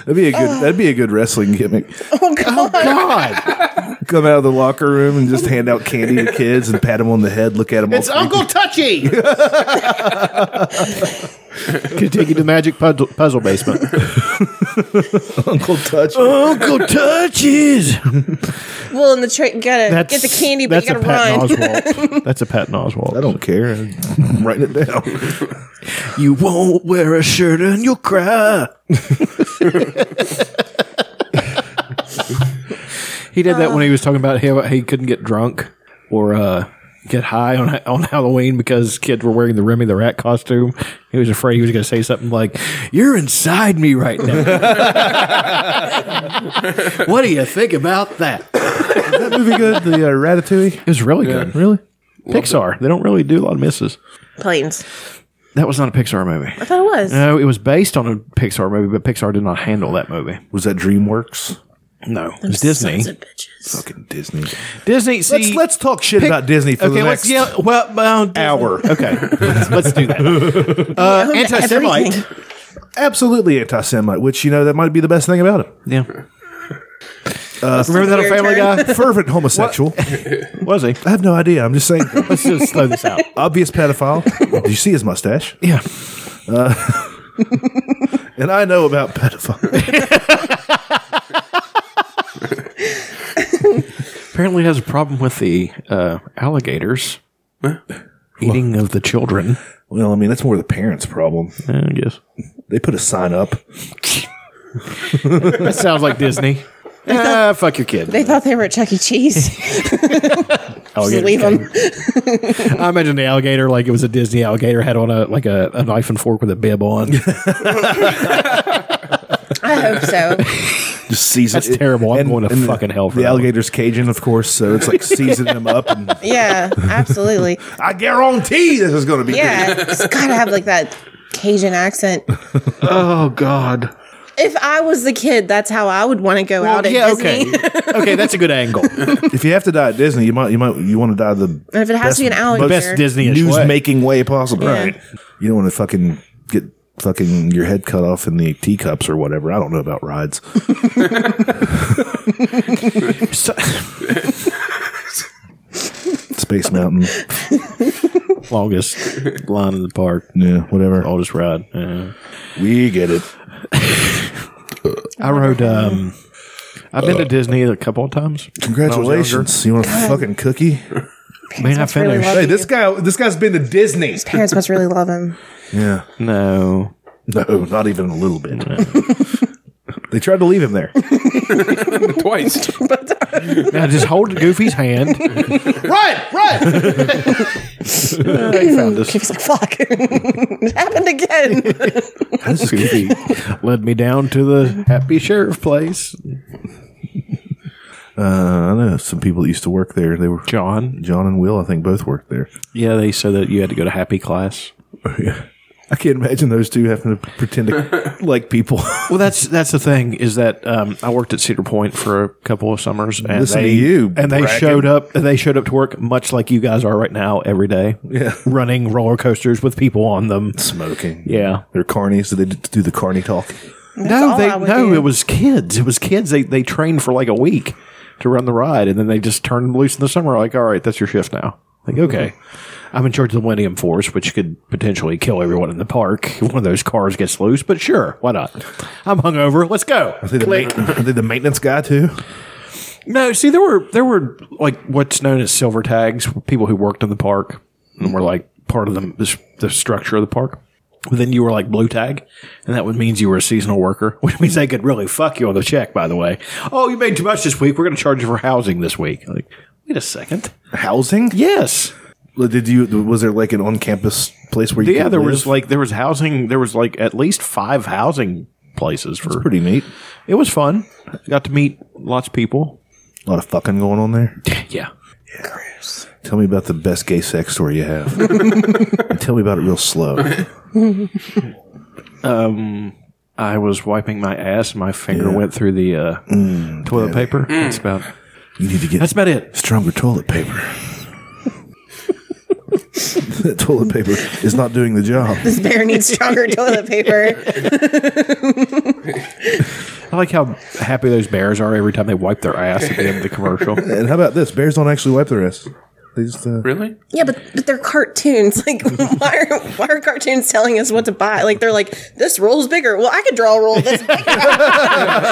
C: that'd be a good. That'd be a good wrestling gimmick.
G: Oh god.
C: <laughs>
F: God,
C: Come out of the locker room and just hand out candy to kids and pat them on the head. Look at them.
F: it's
C: all
F: Uncle <laughs> Touchy. Could take you to the magic puzzle, puzzle basement.
C: <laughs> Uncle Touch.
F: Uncle Touches.
G: Well, and the tra- you gotta get the candy, but you gotta
F: <laughs> that's a Patton
G: run.
F: Oswalt. That's a Patton Oswalt.
C: I don't care. I'm writing it down.
F: You won't wear a shirt and you'll cry. <laughs> he did that when he was talking about how he couldn't get drunk or uh, get high on on Halloween because kids were wearing the Remy the Rat costume. He was afraid he was going to say something like, "You're inside me right <laughs> now." what do you think about that?
C: Is that movie good? The uh, Ratatouille.
F: It was really good, really. Pixar. They don't really do a lot of misses.
G: <laughs> Planes.
F: That was not a Pixar movie.
G: I thought it was.
F: No, it was based on a Pixar movie, but Pixar did not handle that movie.
C: Was that DreamWorks?
F: No, it was Disney.
G: Sons of bitches.
C: Fucking Disney.
F: Disney. See,
C: let's let's talk shit
F: pick-
C: about Disney for
F: okay,
C: the
F: let's
C: next
F: yeah. Well, well Disney-
C: hour.
F: Okay, <laughs> let's, let's
C: <laughs>
F: do that. Uh,
G: owned
F: Anti-Semite.
G: everything.
C: Absolutely anti-Semite, which you know that might be the best thing about him. Uh,
F: Yeah. Remember that on
G: Weird
F: Family
G: turn.
F: Guy?
C: Fervent homosexual.
F: <laughs> Was he?
C: I have no idea. I'm just saying.
F: Let's just slow
C: <laughs>
F: this out.
C: Obvious pedophile. Do you see his mustache?
F: Yeah.
C: And I know about pedophile.
F: Apparently, has a problem with the uh, alligators eating of
C: <laughs>
F: the children.
C: well, I mean that's more the parents' problem.
F: I guess
C: They put a sign up.
F: that sounds like Disney. ah, fuck your kid.
G: They thought they were at Chuck E.
F: <laughs>
G: Cheese. Just leave them.
F: <laughs> I imagine the alligator like it was a Disney alligator had on a like a, a knife and fork with a bib <laughs> on.
G: I hope so.
C: Just season.
F: That's terrible. I'm going to fucking hell for
C: the
F: that
C: alligator's Cajun, of course. So it's like seasoning him up. And
G: Yeah,
F: <laughs>
G: absolutely.
C: <laughs> I guarantee this is going to be.
G: Yeah, it's gotta have like that Cajun accent.
F: oh God.
G: If I was the kid, that's how I would want to go out at
F: yeah,
G: Disney.
F: <laughs> okay, okay, that's a good angle.
C: good. If you have to die at Disney, you might you might you want to die the
G: And <laughs> if it has to be an alligator,
F: Best Disney
C: news
F: way.
C: making way possible.
G: Yeah.
C: Right. You don't want to fucking get fucking your head cut off in the teacups or whatever. I don't know about rides.
F: So-
C: Space Mountain.
F: longest line in the park.
C: Yeah, whatever.
F: I'll just ride. Yeah.
C: We get it.
F: I rode. Um, I've been to Disney a couple of times.
C: Congratulations. You want a fucking cookie?
F: Man, I
G: really
F: finished.
G: love
C: Hey, this guy this guy's been to Disney.
G: parents must really love
F: <laughs>
G: him.
C: Yeah.
F: No,
C: No, not even a little bit. <laughs> they tried to leave him there.
D: <laughs> Twice.
F: I just hold Goofy's hand. right, right. they
G: <laughs>
F: found us.
G: He's like, fuck. it happened again.
F: Goofy led me down to the Happy Sheriff place.
C: Uh, I know some people that used to work there. They were
F: John.
C: John and Will, I think, both worked there.
F: Yeah, they said that you had to go to Happy class.
C: I can't imagine those two having to pretend to like people.
F: Well, that's that's the thing is that um, I worked at Cedar Point for a couple of summers, and
C: Listen
F: they
C: to you,
F: and they
C: Bracken.
F: showed up. They showed up to work much like you guys are right now every day.
C: Yeah.
F: running roller coasters with people on them.
C: Smoking.
F: Yeah,
C: They're carnies. So they d- do the carny talk.
F: no,
G: all
F: they
G: I would
F: no,
G: do.
F: it was kids. It was kids. They they trained for like a week to run the ride, and then they just turned them loose in the summer. Like, all right, that's your shift now.
C: Mm-hmm.
F: Like, okay, I'm in charge of the Millennium Force, which could potentially kill everyone in the park if one of those cars gets loose. But sure, why not? I'm hungover. Let's go.
C: Are they, the
F: Click.
C: ma- are they the maintenance guy too?
F: No, see, there were there were like what's known as silver tags, people who worked in the park and were like part of the the, the structure of the park. But then you were like blue tag, and that would means you were a seasonal worker, <laughs> which means they could really fuck you on the check. By the way, oh, you made too much this week. We're going to charge you for housing this week. Like, wait a second.
C: Housing?
F: Yes,
C: Well, Did you? Was there like an on-campus place where you?
F: yeah.
C: could
F: There
C: live?
F: was like there was housing. There was like at least five housing
I: places for
C: pretty neat.
I: It was fun. Got to meet lots of people.
C: A lot of fucking going on there.
I: Yeah.
C: Tell me about the best gay sex story you have. and tell me about it real slow.
I: Um, I was wiping my ass. and My finger went through the uh,
C: Mm,
I: toilet paper.
G: Mm.
I: That's about.
C: You need to get
I: That's about it.
C: stronger toilet paper. <laughs> that toilet paper is not doing the job.
G: This bear needs
F: <laughs>
G: stronger toilet paper.
I: I like how happy those bears are every time they wipe their ass at the end of the
C: <laughs>
I: commercial.
C: And how about this? Bears don't actually wipe their ass. They just uh,
D: Really?
G: Yeah, but but they're cartoons. <laughs> Like, why are, why are cartoons telling us what to buy? Like, they're like, this roll's bigger. Well, I could draw a roll that's bigger. <laughs>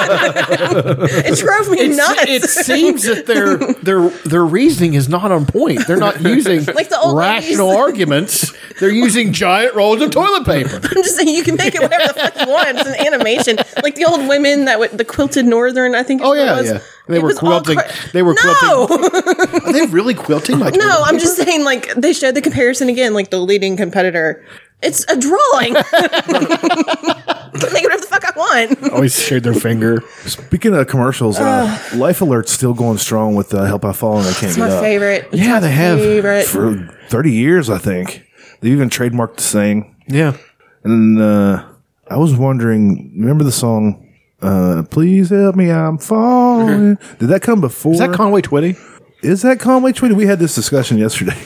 G: it drove me nuts.
F: It seems that
I: <laughs>
F: their their their reasoning is not on point. They're not using
G: <laughs> Like the old
F: rational
G: ladies.
F: arguments. They're using giant rolls of toilet paper.
G: I'm just saying you can make it whatever the fuck you want. It's an animation, like the old women that would the quilted northern. I think. is
F: Oh
G: what it
F: yeah,
G: was.
F: yeah. They
G: It
F: were
G: was all
F: quilting.
G: cra-
F: they were
G: no,
F: quilting. Are they really quilting? My
G: <laughs> no. I'm just saying, like they showed the comparison again, like the leading competitor. It's a drawing. <laughs> I can make whatever the fuck I want.
F: always showed their finger.
C: speaking of commercials, uh, Life Alert's still going strong with uh, "Help I Fall and I Can't
G: It's
C: Get
G: my
C: Up."
G: favorite. It's
F: Yeah,
G: my
F: they have.
G: favorite.
C: for thirty years, I think. They even trademarked the saying.
I: Yeah.
C: And uh, I was wondering, remember the song uh, "Please Help Me, I'm Falling"? Did that come before?
F: Mm-hmm. Is that Conway Twitty?
C: Is that Conway Twitty? We had this discussion yesterday.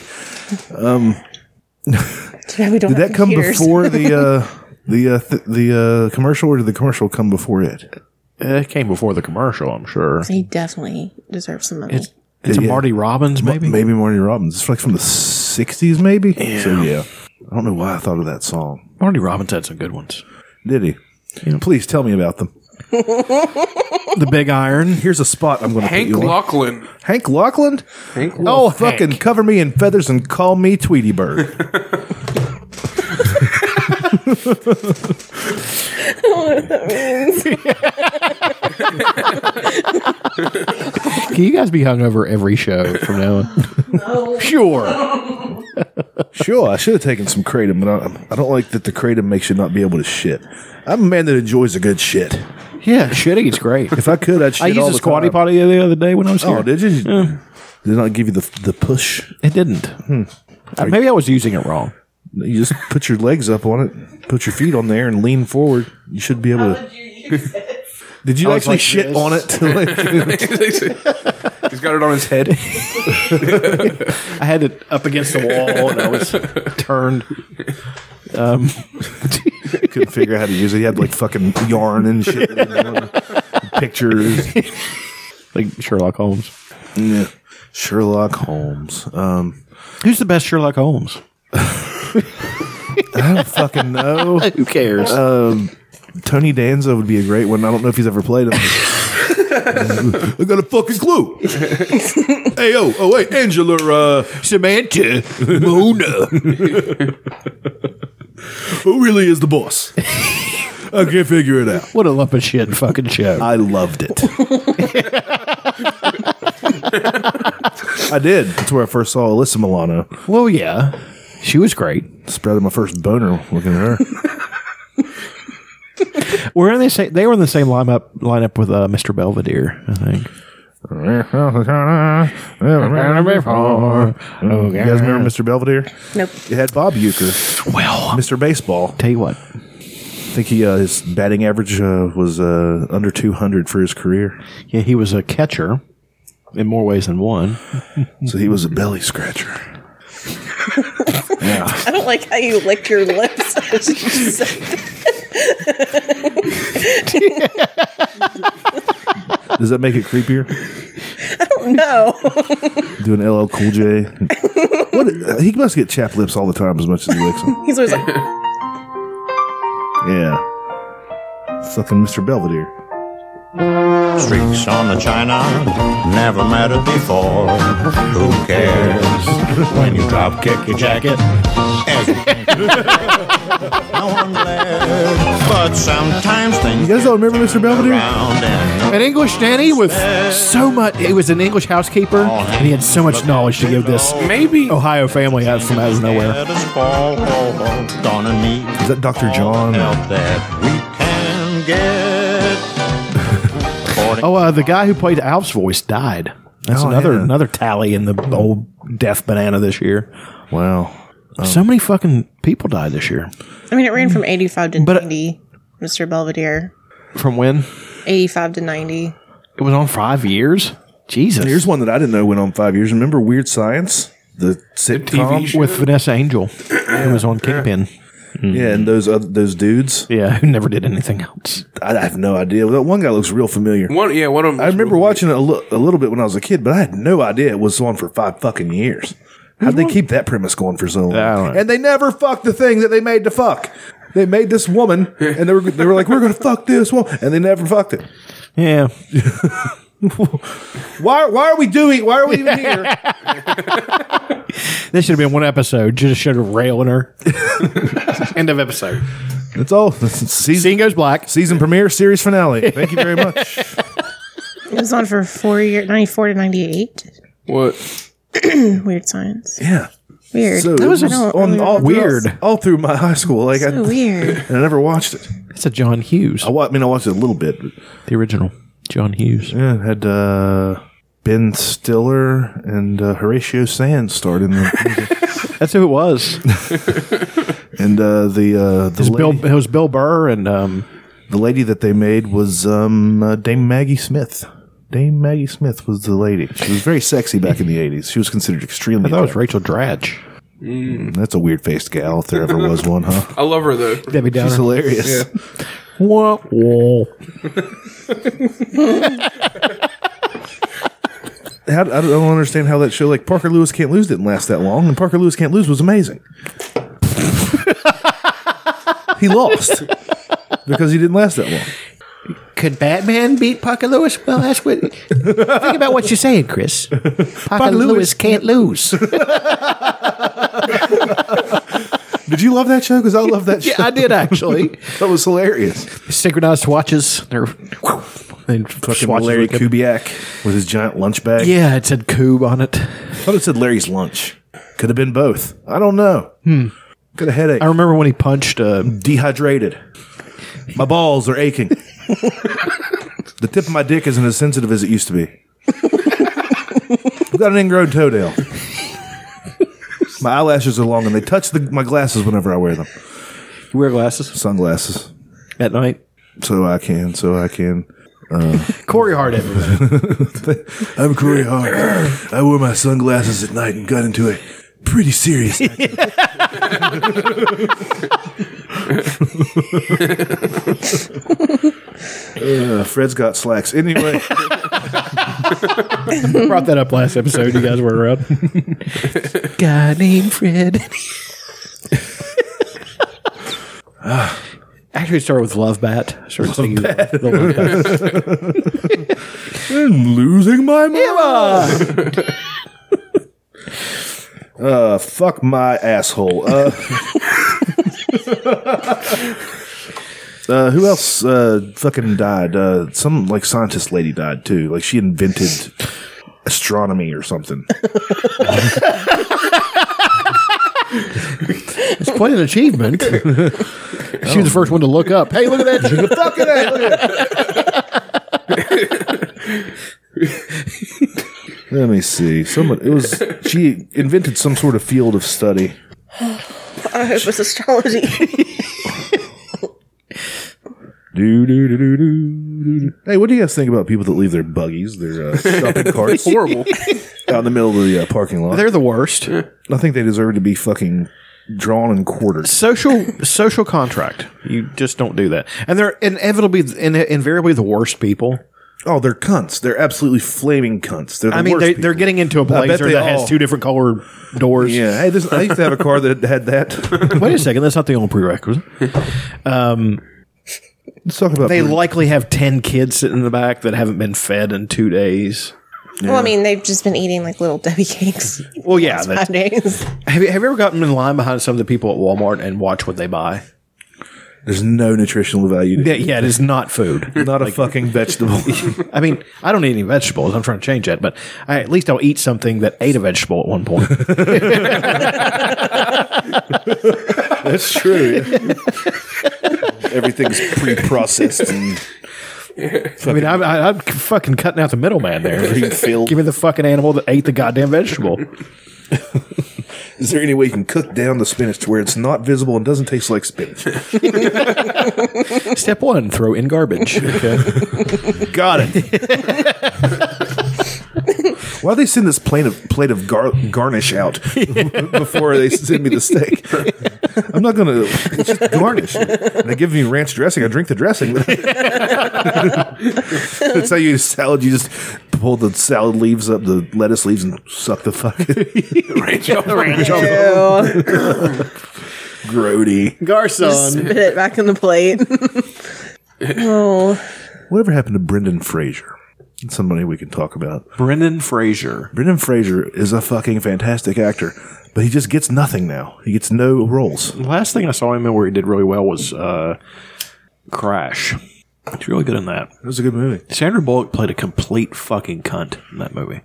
G: Too bad we don't
C: Did
G: have
C: that come
G: computers.
C: before the uh, the uh, th- the uh, commercial, or did the commercial come before it?
I: Eh, It came before the commercial, I'm sure.
G: He definitely deserves some <laughs> money.
I: It's a
C: Yeah.
I: Marty Robbins, maybe?
C: Maybe Marty Robbins. It's like from the '60s, maybe. So yeah, I don't know why I thought of that song.
I: Marty Robbins had some good ones.
C: Did he? Please tell me about them.
I: <laughs> The Big Iron.
C: Here's a spot I'm going to put
D: Hank
C: you on.
D: Lachlan.
C: Hank Lachlan.
D: Hank
C: Oh, fucking cover me in feathers and call me Tweety
D: <laughs>
C: Bird.
F: Can you guys be hung over every show from now on? Sure.
C: sure, I should have taken some kratom, but I, I don't like that the kratom makes you not be able to shit. I'm a man that enjoys a good shit.
F: Yeah, shitting is great.
C: If I could, I'd shit
I: I used
C: all
I: a
C: the
I: squatty
C: time.
I: potty the other day when I was here.
C: Oh, did you? Did it not give you the the push?
I: It didn't.
F: Hmm.
I: Uh, maybe I was using it wrong.
C: You just put your legs up on it, put your feet on there, and lean forward. You should be able to. <laughs> Did you
F: I was
C: actually
F: like
C: shit
F: this.
C: on
F: <laughs>
C: it?
D: <laughs> He's got it on
I: <laughs>
D: his head.
I: I had it up against the wall and I was turned.
C: <laughs> Couldn't figure out how to use it. He had like fucking yarn and shit, <laughs> pictures.
F: <laughs>
I: Like Sherlock Holmes.
C: Yeah. Sherlock Holmes. Um,
I: Who's the best Sherlock Holmes?
C: I don't fucking know.
I: Who cares?
C: Tony Danza would be a great one. I don't know if he's ever played him. I got a fucking clue. hey, oh, oh, wait, Angela, uh, Samantha, Mona. Who really is the boss? I can't figure it out.
F: What a lump of shit fucking show.
C: I loved <laughs> it. I did. That's where I first saw Alyssa Milano.
F: Well, yeah. She was great.
C: Sprouted my first boner looking at her.
I: Were in the same, they were in the same lineup lineup with uh, Mr. Belvedere, I think.
F: <laughs>
C: You guys remember Mr. Belvedere?
G: Nope.
C: It had Bob Euchre,
I: Well,
C: Mr. Baseball.
I: tell you what,
C: I think he uh, his batting average uh, was uh, under 200 for his career,
I: yeah, he was a catcher in more ways than one.
C: so he was a belly scratcher.
G: I don't like how you licked your lips. <laughs> as you said that.
C: Does that make it creepier?
G: no.
C: Doing LL Cool J. What, uh, he must get chap lips all the time as much as he licks them.
G: <laughs> He's always like,
C: Yeah, fucking Mr. Belvedere.
L: Streaks on the china, never mattered before. Who cares when you drop kick your jacket? as
F: <laughs>
L: you think you did. no one cares, but sometimes things.
C: You guys don't remember Mr. Belvedere?
L: Around and
F: An English nanny with so much. He was an English housekeeper, and he had so much knowledge to give this
D: Maybe.
F: Ohio family out from out of nowhere.
L: let us fall, Dawn and me
C: Is that Dr. John?
L: help that we
F: <laughs>
L: can jacket.
F: Oh, uh, the guy who played Alf's voice died. That's
I: Oh,
F: another
I: yeah.
F: another tally in the old death banana this year.
C: Wow.
F: so many fucking people died this year.
G: I mean, it ran from 85
C: uh,
G: to 90, Mr. Belvedere.
F: From when?
G: 85 to 90.
F: It was on five years. Jesus.
C: Here's one that I didn't know went on five years. Remember Weird Science, the sitcom
F: with Vanessa Angel. It was on Kingpin.
C: Yeah, and those other, those dudes.
F: Yeah, who never did anything else.
C: I, I have no idea. That one guy looks real familiar.
D: One, yeah, one of them.
C: I remember watching it a, li- a little bit when I was a kid, but I had no idea it was on for five fucking years. How'd they keep that premise going for so long? And they never fucked the thing that they made to fuck. They made this woman, and they were they were like, "We're gonna fuck this woman," and they never fucked it.
F: Yeah.
C: Why? Why are we doing? Why are we even here?
F: This should have been one episode. Just should have railing her. <laughs> End of episode.
C: That's all. Season,
F: goes black.
C: Season premiere, series finale. Thank you very much.
G: It was on for four years, 94 to 98.
D: What?
G: Weird science.
C: Yeah.
G: Weird.
C: So
G: I
C: it was
G: don't
C: on
G: really
C: all
G: remember.
C: weird all through my high school. Like I,
G: So weird.
C: and I never watched it.
F: It's a John Hughes.
C: I, wa- I mean, I watched it a little bit.
F: Oh, The original. John Hughes.
C: Yeah, it had uh, Ben Stiller and uh, Horatio Sands starred in
F: <laughs>
C: the
F: That's who it was.
C: and uh, the uh,
F: It
C: the
F: was, Bill,
C: lady,
F: it was Bill Burr and um,
C: the lady that they made was um, uh, Dame Maggie Smith. Dame Maggie Smith was the lady. She was very sexy back in the eighties. She was considered
F: I
C: extremely.
F: thought it was Rachel Dratch.
C: attractive. That's a weird faced gal if there ever was one,
F: <laughs>
C: huh?
D: I love her though.
F: Debbie Downer.
C: She's hilarious.
F: Wah, wah.
C: How, I don't understand how that show like Parker Lewis Can't Lose didn't last that long, and Parker Lewis Can't Lose was
F: <laughs>
C: amazing. he lost because he didn't last that long.
F: Could Batman beat Parker Lewis? Well, that's <laughs> what. think about what you're saying, Chris. Parker, Lewis. can't lose.
C: Did you love that show? Because I love that show.
F: <laughs> <laughs> yeah, I did actually.
C: That was hilarious.
F: Synchronized watches. They're <laughs> and
C: Fucking
F: swatches
C: Larry
F: look good.
C: Kubiak with his giant lunch bag.
F: Yeah, it said Coob on it.
C: I thought it said Larry's lunch. Could have been both. I don't know. Hmm. Got a headache.
F: I remember when he punched. Uh,
C: Dehydrated. My balls are
F: <laughs>
C: aching. the tip of my dick isn't as sensitive as it used to be. I've got an ingrown toenail. My eyelashes are long and they touch the, my glasses whenever I wear them.
F: you wear glasses
C: Sunglasses.
F: at night.
C: So I can, so I can.
F: Corey Hart, everybody.
C: I'm Corey Hart. <clears throat> I wore my sunglasses at night and got into a pretty serious. <laughs> accident. uh, Fred's got slacks. Anyway,
F: <laughs> brought that up last episode. You guys weren't <laughs> around. Guy named <laughs> Fred. Actually, it started with Love Bat. Started singing the Love Bat.
C: I'm losing my mind. <laughs> uh, fuck my asshole. Uh, <laughs> uh, who else uh, fucking died? Uh, some like scientist lady died too. Like she invented astronomy or something.
F: It's quite an <laughs> achievement. she was the first one to look up. Hey, look at that.
C: Fucking A, look at that. Let me see. Someone it was she invented some sort of field of study.
G: <laughs> I hope it's astrology.
C: Do, do, do, do, do, do. Hey, what do you guys think about people that leave their buggies, their uh,
F: <laughs>
C: shopping carts,
D: Horrible.
C: out in the middle of the uh, parking lot?
F: They're the worst.
C: I think they deserve to be fucking drawn and quartered.
F: Social social contract. You just don't do that. And they're inevitably in, invariably the worst people.
C: Oh, they're cunts. They're absolutely flaming cunts. They're the
F: I mean,
C: worst
F: they,
C: people.
F: they're getting into a
C: bet
F: blazer
C: they
F: that has
C: all-
F: two different color doors.
C: Yeah. Hey, this, I used to have a car that had that.
F: Wait a second. That's not the only prerequisite.
C: Let's talk about
F: <laughs> They
C: pre-
F: likely have 10 kids sitting in the back that haven't been fed in two days.
G: <laughs> Well, I mean, they've just been eating like little
C: <laughs>
G: Debbie cakes. <laughs>
F: Well, yeah.
G: Five
F: that-
G: days.
F: have, you, have you ever gotten in line behind some of the people at Walmart and watch what they buy?
C: There's no nutritional value. To
F: Yeah, yeah it is not food.
C: Not a fucking vegetable.
F: <laughs> I mean, I don't eat any vegetables. I'm trying to change that, but I, at least I'll eat something that ate a vegetable at one <laughs> point.
C: That's true. <laughs> Everything's pre-processed and
F: I mean, I'm, I- I'm fucking cutting out the middleman there. <laughs>
C: Greenfield.
F: Give me the fucking animal that ate the goddamn vegetable.
C: Is there any way you can cook down the spinach to where it's not visible and doesn't taste like spinach?
F: Step one: throw in garbage. <laughs>
C: Got <laughs> it. Why do they send this plate of plate of gar- garnish out <laughs> before they send me the steak? I'm not gonna it's just garnish. And they give me ranch dressing. I drink the dressing. <laughs> That's how you eat salad. You just pull the salad leaves up, the lettuce leaves, and suck the <laughs> fucking ranch
F: <laughs>
C: off. Ranch off. Grody.
G: Just <laughs> spit it back in the plate. oh.
C: Whatever happened to Brendan Fraser? It's somebody we can talk about.
I: Brendan Fraser.
C: Brendan Fraser is a fucking fantastic actor, but he just gets nothing now. He gets no roles.
I: The last thing I saw him in where he did really well was uh, Crash. He's really good in that. It
C: was a good movie.
I: Sandra Bullock played a complete fucking cunt in that movie.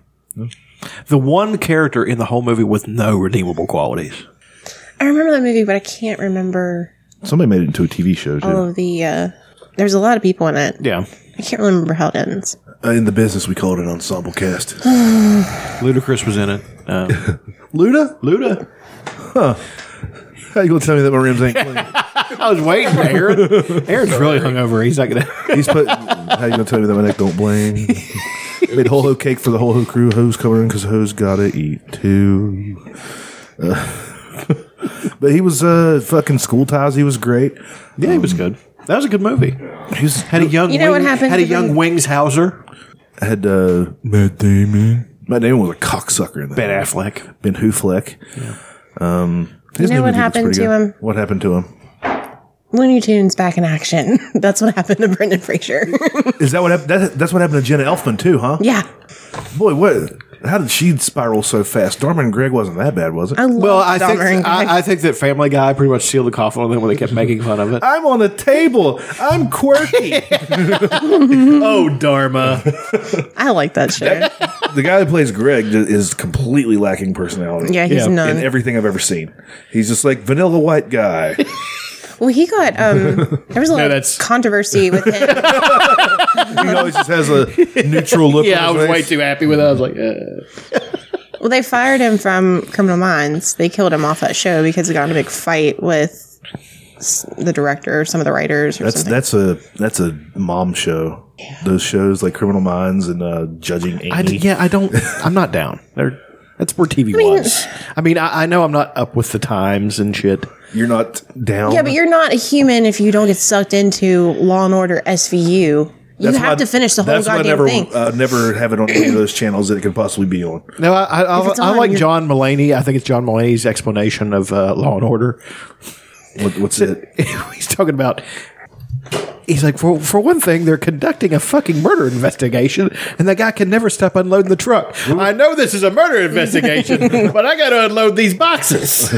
I: The one character in the whole movie with no redeemable qualities.
G: I remember that movie, <laughs> but I can't remember
C: Somebody made it into a TV show too.
G: all of the. Uh, there's a lot of people in it.
I: Yeah.
G: I can't really remember how it ends.
C: Uh, in the business, we called it ensemble cast.
I: Ludacris was in it. Um,
C: <gasps> Luda?
I: Luda.
C: Huh. How you gonna tell me that my rims ain't clean?
I: I was waiting for Aaron. <laughs> Aaron's really hungover. He's not gonna. <laughs>
C: He's <laughs> put. How you gonna tell me that my neck don't blame? Made whole hoe cake for the whole hoe crew. Hoes covering because hoes gotta eat too. Uh, <laughs> but he was uh, fucking school ties. He was great.
I: Yeah, he was good. That was a good movie.
C: He was,
I: had a young.
G: You know what
I: wing-
G: happened
I: Had a
G: to
I: young
G: the-
I: Wings Hauser.
C: had uh, Matt Damon. Matt Damon was a cocksucker in that.
I: Ben Affleck.
C: Ben Hufleck. Um, his new
G: You know what
C: movie was
G: happened
C: pretty
G: to
C: good.
G: him?
C: What happened to him?
G: Looney Tunes back in action. <laughs> That's what happened to Brendan Fraser.
C: Is that what happened? That, that's what happened to Jenna Elfman too, huh?
G: <laughs> yeah.
C: Boy, what? How did she spiral so fast? Dharma and Greg wasn't that bad, was it?
G: I love
I: Well, I think
G: Dahmer and Greg.
I: I, I think that Family Guy pretty much sealed the coffin on them when they kept making fun of it.
C: I'm on the table. I'm
G: <laughs>
C: quirky.
F: oh, Dharma.
G: I like that show.
C: the guy that plays Greg ju- is completely lacking personality.
G: Yeah, he's Yeah. none.
C: In everything I've ever seen, he's just like vanilla white <laughs> guy.
G: Well, he got
F: <laughs>
G: um. There was a lot
F: that's-
G: of controversy with him.
F: <laughs>
C: he always just has a neutral look.
F: Yeah, I
C: on
F: was
C: his
F: way
C: face.
F: too happy with that. I was like, uh.
G: Well, they fired him from Criminal Minds. They killed him off that show because he got in a big fight with s- the director or some of the writers or
C: That's
G: something.
C: that's a that's a mom show. Those shows like Criminal Minds and uh, Judging Amy.
F: I d- yeah, I don't. I'm not down. They're, that's where TV
G: mean-
F: was. I mean, I, I know I'm not up with the times and shit.
C: You're not down.
G: yeah, but you're not a human if you don't get sucked into Law and Order SVU. You
C: That's why
G: have to finish the whole
C: that's why I
G: goddamn
C: never,
G: thing.
C: Uh, never have it on any of those channels that it could possibly be on.
F: No, I I, I,
G: If it's
F: I
G: on,
F: like
G: you're-
F: John Mulaney. I think it's John Mulaney's explanation of uh, Law and Order. <laughs>
C: What, what's it?
F: he's talking about. He's like, for for one thing, they're conducting a fucking murder investigation, and that guy can never stop unloading the truck. I know this is a murder investigation, but I got to unload these boxes.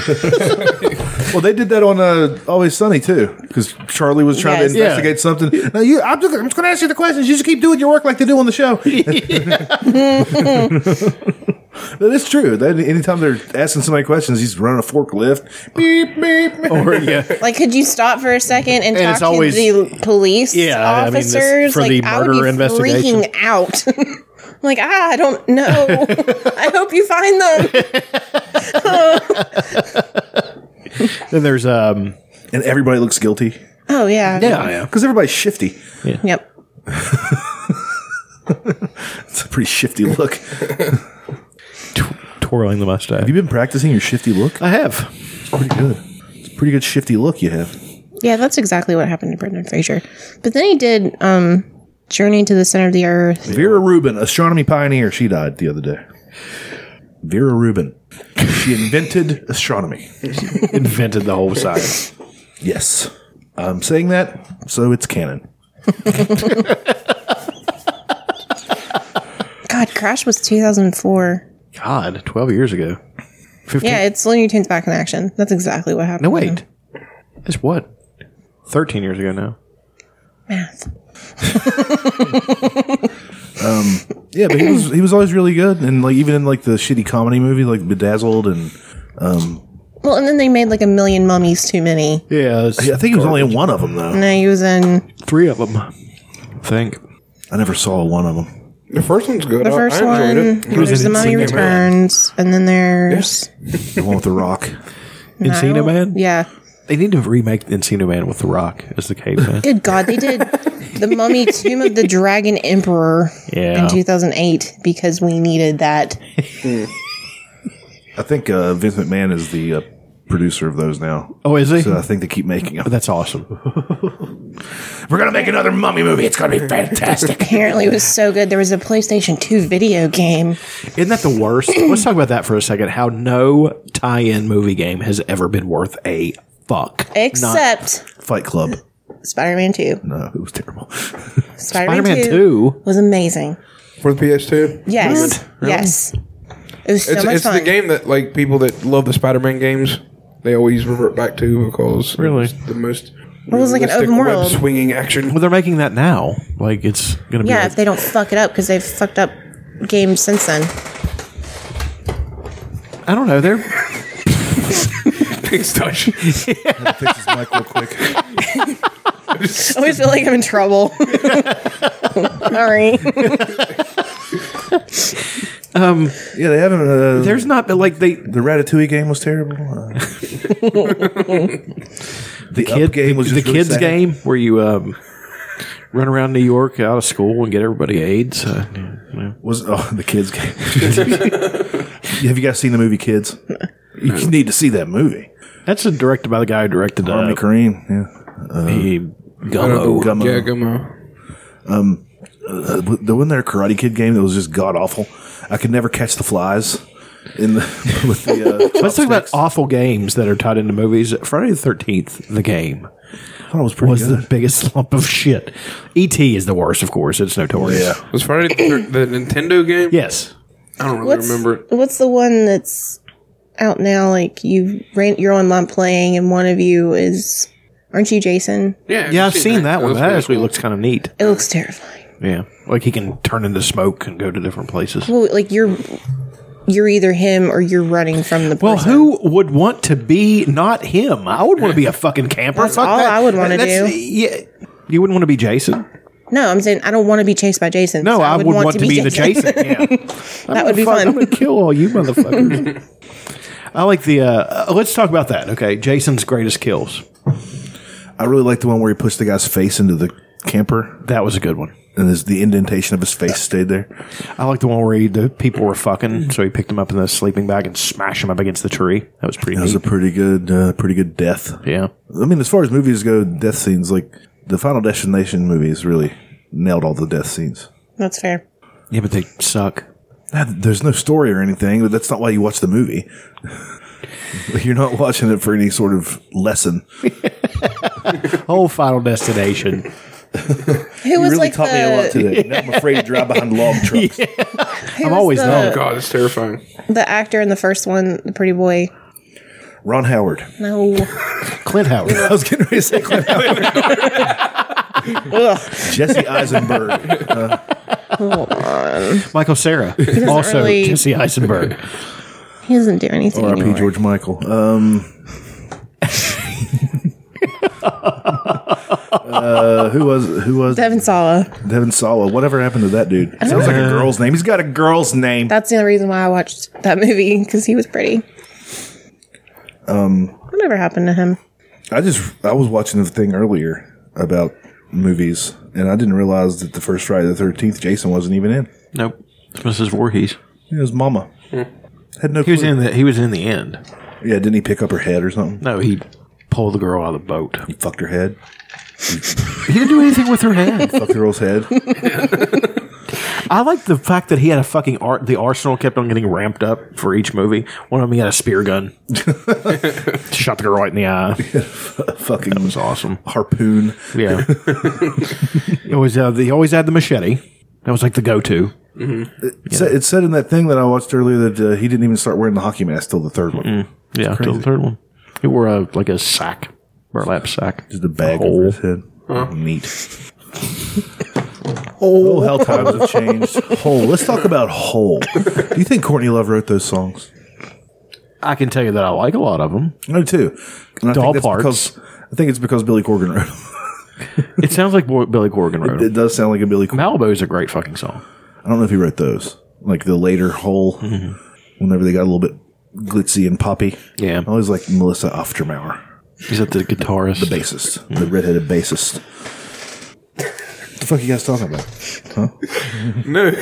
C: Well, they did that on uh, Always Sunny too, because Charlie was trying
G: Yes.
C: to investigate something. Now you, I'm just, I'm just going to ask you the questions. You just keep doing your work like they do on the
G: <laughs>
C: show. That is true. That anytime they're asking somebody questions, he's running a forklift. Beep beep.
F: or yeah,
G: like, could you stop for a second and,
F: And
G: talk
F: it's always-
G: to the police
F: Yeah, I mean, this-
G: officers?
F: for
G: like,
F: the
G: I would
F: murder
G: be
F: investigation.
G: freaking out. <laughs> I'm like, ah, I don't know.
F: <laughs>
G: I hope you find them.
F: then there's um
C: <laughs> and everybody looks guilty
G: Oh yeah.
F: yeah
C: because everybody's shifty.
G: Yep.
C: It's a pretty <laughs> shifty look. have
F: twirling the mustache.
C: you been practicing your shifty look?
F: I have.
C: It's pretty good. It's a pretty good shifty look you have.
G: Yeah, that's exactly what happened to Brendan Fraser. But then he did um Journey to the Center of the Earth.
C: Vera Rubin, astronomy pioneer, she died the other day. Vera Rubin. She <laughs> invented astronomy.
F: Invented the whole science.
C: Yes. I'm saying that, so it's canon.
G: God, Crash was 2004.
F: God, twelve years ago. Fifteen.
G: Yeah, it's Looney Tunes Back in Action. That's exactly what happened.
F: no,
G: to
F: wait.
G: him.
F: It's what? Thirteen years ago now.
G: Math.
C: Yeah, but he was he was always really good and like even in like the shitty comedy movie like Bedazzled and
G: Well, and then they made like a million mummies too many.
M: Yeah,
C: I think he was only in one of them though.
G: No, he was in.
M: Three of them.
C: I think I never saw one of them.
D: The first one's good.
G: The
D: I-
G: first
D: uh, I
G: one,
D: enjoyed it.
G: there's the Mummy Returns, and then there's
C: the one with the rock.
G: No, I
F: Encino
G: don't-
F: Man?
G: Yeah,
F: They need to remake Encino Man with The Rock as
G: <laughs>
F: the caveman.
G: good God, they
F: <laughs>
G: did the Mummy Tomb of the Dragon Emperor
F: Yeah.
G: in 2008 because we needed that.
C: I think uh, Vince McMahon is the uh, producer of those now.
F: Oh, is he? Oh,
C: So I think they keep making them.
F: That's awesome.
C: We're gonna make another mummy movie. It's gonna <laughs> be fantastic.
G: Apparently, it was so good. There was a PlayStation 2 video game.
F: Isn't that the worst? Let's talk about that for a second. How no tie in movie game has ever been worth a fuck.
G: Except
C: Fight Club.
G: Spider-Man 2.
C: No, it was terrible.
G: Spider-Man,
F: Spider-Man
G: 2,
F: 2?
G: was amazing.
D: For the PS2?
G: Yes, yes, it was so
D: It's,
G: much
D: it's
G: fun.
D: the game that like people that love the Spider-Man games, they always revert back to because really the most.
G: Well, it was like an
D: realistic
G: open
D: web
G: world.
D: swinging action.
F: Well, they're making that now. Like, it's going to be.
G: yeah,
F: like-
G: if they don't fuck it up because they've fucked up games since then. <laughs>
F: I don't know.
G: <laughs>
F: They're. <laughs>
D: Pigs touch.
C: fix his mic real quick.
G: I always feel like I'm in trouble. <laughs> Sorry.
F: Um,
C: <laughs> yeah, they haven't. Uh,
F: There's not, but like, they.
C: The Ratatouille game was <laughs> terrible. Uh, the
F: kid
C: Up game was
F: the
C: just really
F: kids
C: sad.
F: game where you um, run around New York out of school and get everybody AIDS. Uh, yeah.
C: Was oh the kids game? <laughs> Have you guys seen the movie Kids? You need to see that movie.
F: That's a directed by the guy who directed
C: Army
F: uh,
C: Kareem. Yeah. Uh,
F: the Gummo.
C: Gummo.
D: Yeah, Gummo.
C: Um, uh, the one there Karate Kid game that was just god awful. I could never catch the flies in the <laughs> with the. Uh,
F: Let's talk about awful games that are tied into movies. Friday the Thirteenth, the game,
C: I thought it was pretty
F: was
C: good.
F: the biggest <laughs> lump of shit. E.T. is the worst, of course. It's notorious.
C: yeah,
D: Was Friday the, thir- the Nintendo game?
F: Yes.
D: I don't really
G: What's,
D: remember it.
G: what's the one that's out now? Like you rent, you're online playing, and one of you is, aren't you Jason?
D: Yeah,
F: Yeah, I've seen that one.
D: was
F: That
D: pretty
F: actually
D: cool.
F: looks kind of neat.
G: It looks terrifying.
F: Yeah. Like he can turn into smoke and go to different places.
G: Well, like you're, you're either him or you're running from the.
F: Well,
G: person.
F: who would want to be not him? I would want to be a fucking camper.
G: That's
F: Fuck
G: all
F: that.
G: I would wanna
F: That's-
G: do.
F: Yeah. You wouldn't want to be Jason?
G: No, I'm saying I don't want to be chased by Jason.
F: No,
G: So
F: I, would want, to be, the Jason. Yeah.
G: that would be
F: I'm
G: fun.
F: going to kill all you motherfuckers. I like the. Uh, uh, let's talk about that. Okay, Jason's greatest kills.
C: I really like the one where he pushed the guy's face into the camper,
F: That was a good one.
C: and his, the indentation of his face stayed there.
F: I like the one where he, the people were fucking, so he picked him up in the sleeping bag and smashed him up against the tree. That was pretty.
C: That was
F: Neat.
C: a pretty good, uh, pretty good death.
F: yeah.
C: I mean, as far as movies go, death scenes like the Final Destination movies really nailed all the death scenes.
G: <laughs> That's fair.
F: Yeah, but they suck.
C: Now, There's no story or anything, but that's not why you watch the movie. <laughs> You're not watching it for any sort of lesson.
F: Whole Final Destination.
G: Who
C: You
G: was
C: really
G: like
C: taught me a lot
G: the,
C: today. Now I'm afraid to drive behind
G: <laughs>
C: log trucks.
G: who
F: I'm
G: was
F: always
G: the,
D: God, it's terrifying.
G: the actor in the first one, the pretty boy.
C: Ron
G: <laughs>
C: Howard.
G: No,
F: Clint Howard.
C: I was getting ready to say Clint Howard.
G: <laughs>
C: Jesse Eisenberg. Uh,
G: hold on.
F: Michael <laughs> Sarah. Also
G: really-
F: Jesse Eisenberg.
G: He doesn't do anything
C: R.I.P.
G: anymore.
C: George Michael. Um, uh, who was who was
G: Devin Sawa.
C: Devin Sawa. Whatever happened to that dude? Sounds like a girl's name. He's got a girl's name.
G: That's the only reason why I watched that movie because he was pretty.
C: Um,
G: Whatever happened to him?
C: I just I was watching the thing earlier about movies, and I didn't realize that the first Friday the Thirteenth Jason wasn't even in.
F: <laughs> Nope. It's Mrs. Voorhees.
C: It was Mama. Had no.
F: Hmm. He was
C: clue.
F: in the. He was in the end.
C: Yeah, didn't he pick up her head or something?
F: No, he pulled the girl out of the boat.
C: He fucked her head.
F: He didn't do anything with her hand.
C: Fucked the girl's
F: <laughs>
C: head.
F: I like the fact that he had a fucking art. The arsenal kept on getting ramped up for each movie. One of them he had a spear <laughs> gun. Shot the girl right in the eye.
C: Fucking
F: It was awesome.
C: harpoon.
F: <laughs> Yeah. it was. Uh, he always had the machete. That was like the go-to.
C: It sa- It said in that thing that I watched earlier that uh, he didn't even start wearing the hockey mask till the third one.
F: Yeah, till the third one. He wore a like a sack, burlap sack.
C: Just a bag
F: Hole.
C: over his head. Neat. Oh, hell times have changed. Hole. Let's talk about Hole. Do you think Courtney Love wrote those songs?
F: I can tell you that I like a lot of them.
C: I do too. And I think
F: Doll
C: that's
F: parts.
C: Because, I think it's because Billy Corgan wrote.
F: it sounds like Bo- Billy Corgan wrote.
C: It, it does sound like a Billy Corgan.
F: Malibu's a great fucking song.
C: I don't know if he wrote those, like the later whole,
F: Mm-hmm.
C: whenever they got a little bit glitzy and poppy.
F: Yeah,
C: I always like Melissa Oftermauer.
F: Is that the guitarist,
C: the bassist, the
F: Hmm.
C: redheaded bassist? the fuck you guys talking
F: <laughs>
C: about? Huh?
D: No.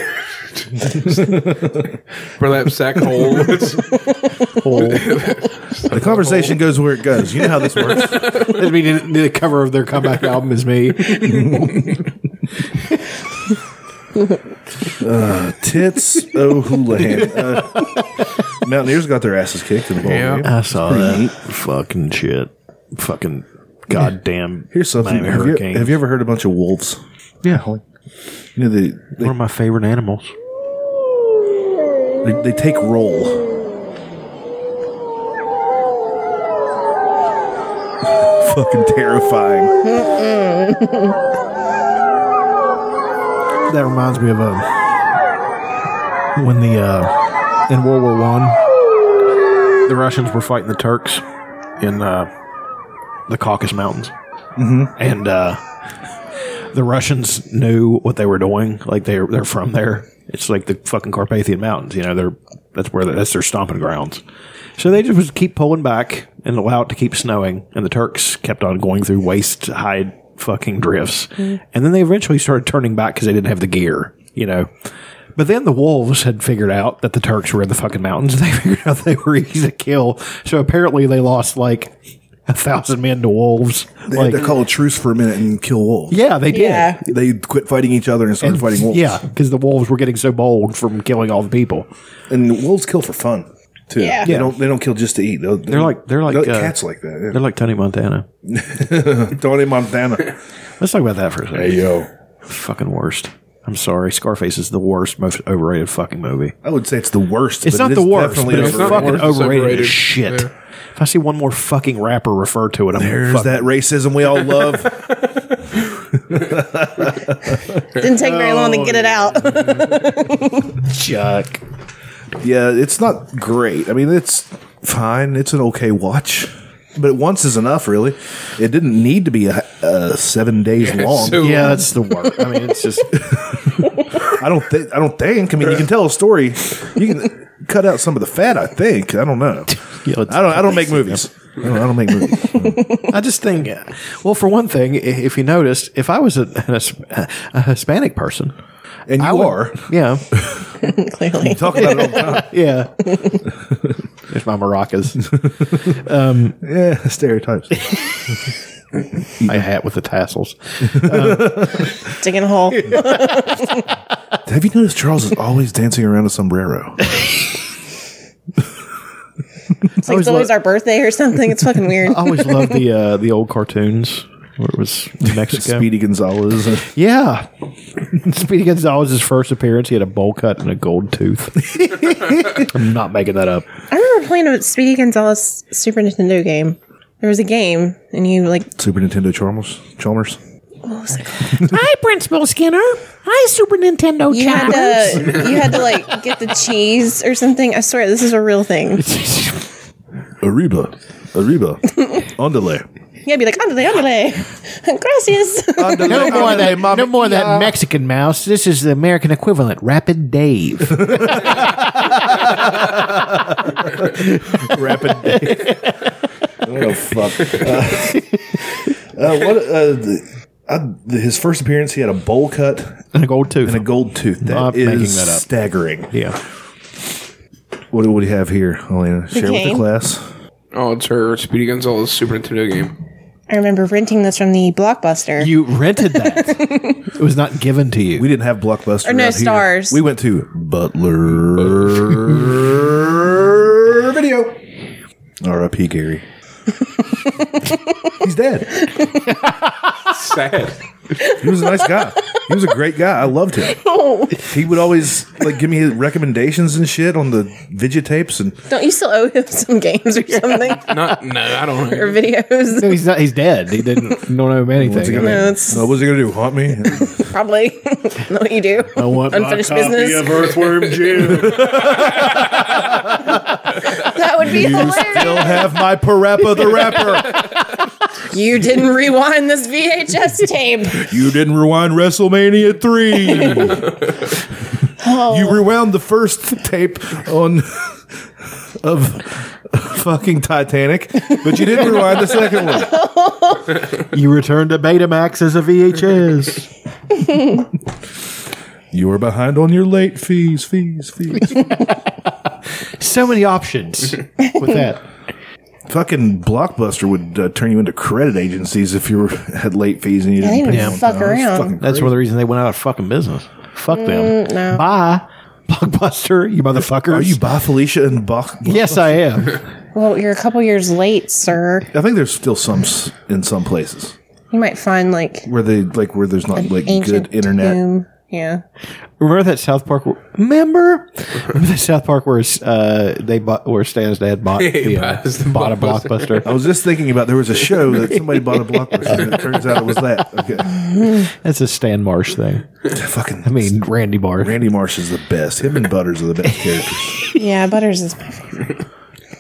D: <laughs> Burlap sack
F: <laughs>
D: hole.
C: the conversation goes where it goes. You know how this works.
N: I mean, the- the cover of their
F: <laughs>
N: comeback album is me.
C: Uh, <laughs> tits <laughs> O'Houlihan. Uh, Mountaineers got their asses kicked in the ball
F: Yeah.
C: game.
F: I saw
C: Pretty
F: that.
C: neat.
F: Fucking shit. Fucking goddamn.
C: Here's something.
F: Miami
C: Have you,
F: Hurricanes.
C: have you ever heard a bunch of wolves?
F: Yeah,
C: You know, they, they,
F: one of my favorite animals.
C: they, they take roll. <laughs> Fucking terrifying.
N: That reminds me of
F: um,
N: uh, when the uh, in World War One,
F: The Russians were fighting the Turks in uh, the Caucasus Mountains,
N: Mhm.
F: and uh, the Russians knew what they were doing. Like they they're from there. It's like the fucking Carpathian Mountains. You know, they're that's where that's their stomping grounds. So they just was keep pulling back and allow it to keep snowing, and the Turks kept on going through waist high fucking drifts, and then they eventually started turning back because they didn't have the gear. You know. But then the wolves had figured out that the Turks were in the fucking mountains. <laughs> They figured out they were easy to kill. So apparently they lost like a thousand men to wolves.
C: They
F: like,
C: had to call a truce for a minute and kill wolves.
F: Yeah, they did. Yeah.
C: They quit fighting each other and started fighting wolves.
F: Yeah, because the wolves were getting so bold from killing all the people.
C: And wolves kill for fun too.
F: Yeah.
C: They
F: Yeah.
C: don't they don't kill just to eat. They'll,
F: They're like they're like uh,
C: cats like that. yeah.
F: They're like Tony Montana.
C: Tony
F: <laughs>
C: Montana.
F: Let's talk about that for a second.
C: Hey, yo.
F: fucking worst. I'm sorry, Scarface is the worst, most overrated fucking movie.
C: I would say it's the worst.
F: It's
C: but
F: not
C: it
F: the
C: is
F: worst,
C: definitely
F: but it's
C: overrated.
F: fucking
C: It's
F: overrated,
C: overrated.
F: as shit.
C: Yeah.
F: If I see one more fucking rapper refer to it, I'm
C: There's
F: fucking-
C: that racism we all love. <laughs>
G: Didn't take very long to get it
F: Oh,
G: <laughs> out.
F: Chuck.
C: Yeah, it's not great. I mean, it's fine. It's an okay watch, but once is enough. Really, it didn't need to be a, a seven
F: <laughs>
C: days
F: Yeah,
C: long.
F: so- Yeah, that's the worst. I mean, it's <laughs> just.
C: I don't think. I don't think. I mean, you can tell a story. You can <laughs> cut out some of the fat. I think. I don't
F: <laughs>
C: know. I don't. I don't make movies. I don't, I don't make movies.
F: I just think, well, for one thing, i- if you noticed, if I was a, an His- a Hispanic person,
C: and
F: you
C: are,
F: yeah,
G: clearly,
C: talk about it all the time.
F: <laughs> yeah. There's my maracas. Um,
C: yeah, <laughs> stereotypes.
F: my hat with the tassels.
G: Digging a hole.
C: Have you noticed Charles is always dancing around a <laughs> sombrero?
G: It's like
F: Always
G: it's always
F: lo-
G: our birthday or something. It's fucking weird.
F: I always loved the uh, the old cartoons where it <laughs> was Mexico.
C: Speedy Gonzalez. uh,
F: <laughs> Yeah, Speedy Gonzalez's first appearance, he had a bowl cut and a gold <laughs> tooth. I'm not making that up.
G: I remember playing a Speedy Gonzalez Super Nintendo game. There was a game, and you like,
C: Super Nintendo Chalmers. Chalmers.
G: what was it called?
O: Hi, Principal Skinner. Hi, Super Nintendo
G: You had uh, to, you had to like get the cheese or something. I swear, this is a real thing.
C: Arriba. <laughs> Arriba. Andale.
G: Yeah, be like, andale, andale. <laughs> Gracias.
F: No more, of that, no more of that Mexican mouse. This is the American equivalent, Rapid Dave.
C: <laughs> Rapid Dave. oh fuck! Uh, uh, what? Uh, the, I, the, his first appearance, he had a bowl cut
F: <laughs> and a gold tooth.
C: And a gold tooth.
F: Not
C: That is
F: making that up.
C: staggering.
F: Yeah.
C: What do what do you have here, Elena? Share with the
G: cane.
C: class.
D: Oh, it's her Speedy Gonzalez Super Nintendo game.
G: I remember renting this from the Blockbuster.
F: You rented
G: <laughs>
F: that. it was not given to you.
C: We didn't have Blockbuster.
G: Or no,
C: out here.
G: Stars.
C: We went to Butler Video. R.I.P. Gary. He's dead.
D: Sad.
C: He was a nice guy. He was a great guy. I loved
G: <laughs>
C: him.
G: Oh,
C: He would always like give me his recommendations and shit on the videotapes and
G: don't you still owe him some <laughs> games or something
D: Not, no, I don't
G: <laughs> or videos?
F: No, he's not. He's dead. He didn't don't owe him
C: what's he
F: anything.
C: gonna,
G: No, it's-
C: no, what's he gonna do? Haunt me?
G: Probably. <laughs> know what you do.
F: I want
G: Unfinished business.
C: Earthworm Jim.
G: that would would be
C: you
G: hilarious.
C: still have my Parappa the Rapper.
G: You didn't rewind this VHS <laughs> tape.
C: You didn't rewind WrestleMania 3.
G: Oh.
C: You rewound the first tape on of fucking Titanic, but you didn't rewind the second one.
P: you returned to Betamax as a VHS.
C: You were behind on your late fees, fees, fees.
P: so many options with that.
C: Fucking Blockbuster would uh, turn you into credit agencies if you were, had late fees and you
G: Yeah,
C: didn't
G: they
C: pay
G: would
C: them.
G: fuck
C: It's
G: around.
C: fucking
F: That's
C: crazy.
F: one of the reasons they went out of fucking business. Fuck them.
G: Mm, no.
P: Bye, Blockbuster, you motherfuckers. Are
F: <laughs>
P: you
C: by Felicia and Bach?
P: Yes, I am.
G: Well, you're a couple years late, sir.
C: I think there's still some s- in some places
G: You might find like
C: where they like where there's not like
G: ancient
C: good internet.
G: tomb. Yeah.
F: Remember that South Park? Remember, remember that South Park where uh, they bought where Stan's dad bought
C: He
F: the, uh,
C: buys the
F: bought
C: Blockbuster.
F: a blockbuster.
C: I was just thinking about there was a show that somebody bought a blockbuster. and it turns out it was that. Okay,
F: That's a Stan Marsh thing.
C: Fucking,
F: I mean Randy Marsh.
C: Randy Marsh is the best. Him and Butters are the best characters.
G: Yeah, Butters is my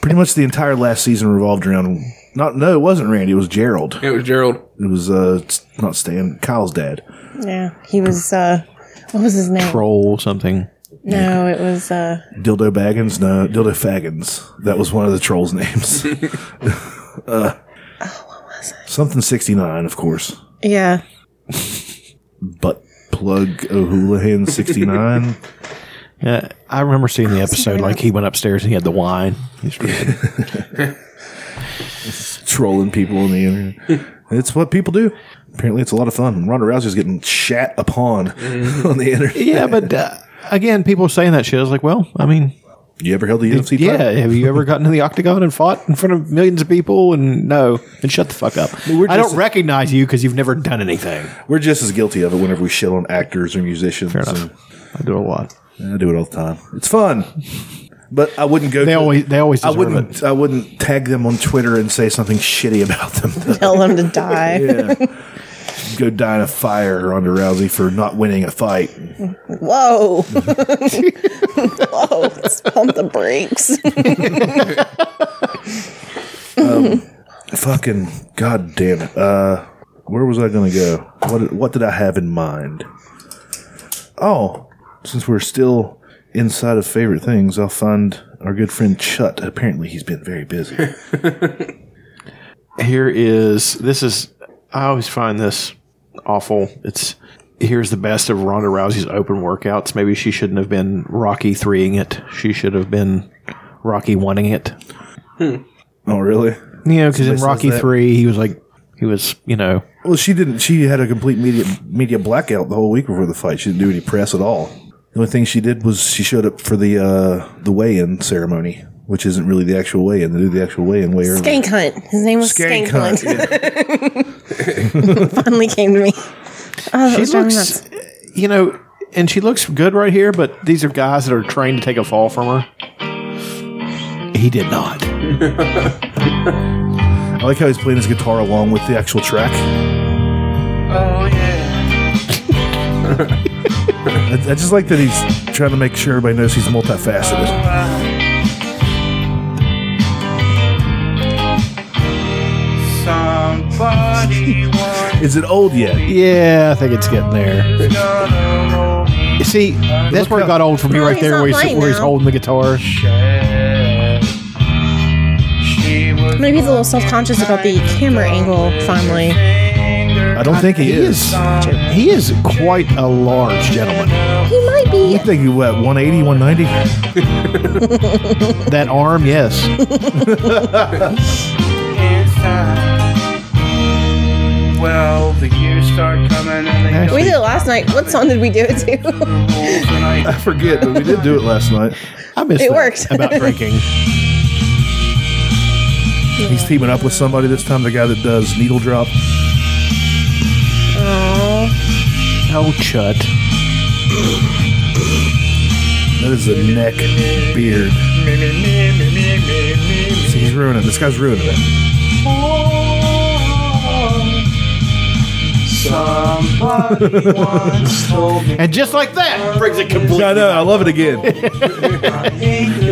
C: Pretty much the entire last season revolved around. Not no, it wasn't Randy. It was Gerald.
D: It was Gerald.
C: It was uh, s- not Stan. Kyle's dad.
G: Yeah. He was uh what was his name?
F: Troll something.
G: No, it was uh
C: Dildo Baggins. No, Dildo Faggins. That was one of the trolls' names. <laughs> uh, Something sixty nine, of course.
G: yeah.
C: Butt plug O'Houlihan sixty nine.
F: Yeah, I remember seeing the episode. Like he went upstairs and he had the wine. He's drinking.
C: trolling people on the internet. It's what people do. Apparently, it's a lot of fun. Ronda Rousey's getting shat upon <laughs> on the internet.
F: <laughs> yeah, but uh, again, people saying that shit. I was like, well, I mean,
C: you ever held the UFC?
F: yeah.
C: title?
F: Have you ever gotten to the octagon and fought in front of millions of people? And no, and shut the fuck up.
C: we're
F: I
C: just-
F: don't recognize you because you've never done anything.
C: We're just as guilty of it whenever we shit on actors or musicians. Fair enough.
F: I do a lot.
C: I do it all the time. It's fun, but I wouldn't go. They
P: always, they always.
C: I wouldn't. I wouldn't tag them on Twitter and say something shitty about them. <laughs>
G: Tell them to die.
C: Yeah. go die in a fire, Ronda Rousey, for not winning a fight. <laughs>
G: Whoa. Whoa. Let's pump the
C: <laughs>
G: brakes.
C: Um, fucking god damn it. Uh, where was I gonna go? What what did I have in mind? Oh, since we're still inside of favorite things, I'll find our good friend Chut. Apparently, he's been very busy.
F: Here is this is I always find this awful. It's here's the best of Ronda Rousey's open workouts. Maybe she shouldn't have been Rocky threeing it. She should have been Rocky wanting it.
C: Oh, really?
F: You know, because
C: Somebody
F: in
C: says
F: Rocky
C: that.
F: three, he was like he was you know
C: Well, she didn't. She had a complete media media blackout the whole week before the fight. She didn't do any press at all. The only thing she did was she showed up for the uh, the weigh-in ceremony, which isn't really the actual weigh-in. They do the actual weigh-in way earlier.
G: Skank Hunt. His name was
C: Skank
G: Skank,
C: Hunt,
G: Hunt. <laughs> Finally came to me. Oh, that
F: she
G: was driving me
F: looks uh,
G: nuts.
F: you know and she looks good right here. But these are guys that are trained to take a fall from her. He did not.
C: I like how he's playing his guitar along with the actual track.
Q: Oh, yeah.
C: <laughs> I, I just like that he's trying to make sure everybody knows he's multifaceted.
Q: Somebody once
C: Is it old yet?
F: Yeah, I think it's getting there.
Q: gonna roll me
F: You See, that's where it got old for me
Q: No,
F: right
Q: he's
F: there,
Q: not
F: where he's,
Q: playing
F: where he's
Q: now.
F: holding the guitar.
Q: dead. She was
G: Maybe he's a little self conscious about the camera angle finally.
C: I don't think he, is.
F: He is quite a large gentleman.
G: He might be.
C: You think he what 180, 190?
F: that arm, yes.
Q: inside. Well, the years start coming and they
G: We did it last night. What song did we do it to? <laughs>
C: I forget, but we did do it last night.
F: I
G: missed It that worked. about
Q: <laughs>
G: drinking.
C: He's teaming up with somebody this time. The guy that does needle drop.
F: Oh, chut.
C: That is a neck beard. See, he's ruining. This guy's ruining it.
K: Somebody once told me
F: And just like that, brings it completely.
C: I know. I love it again. do <laughs>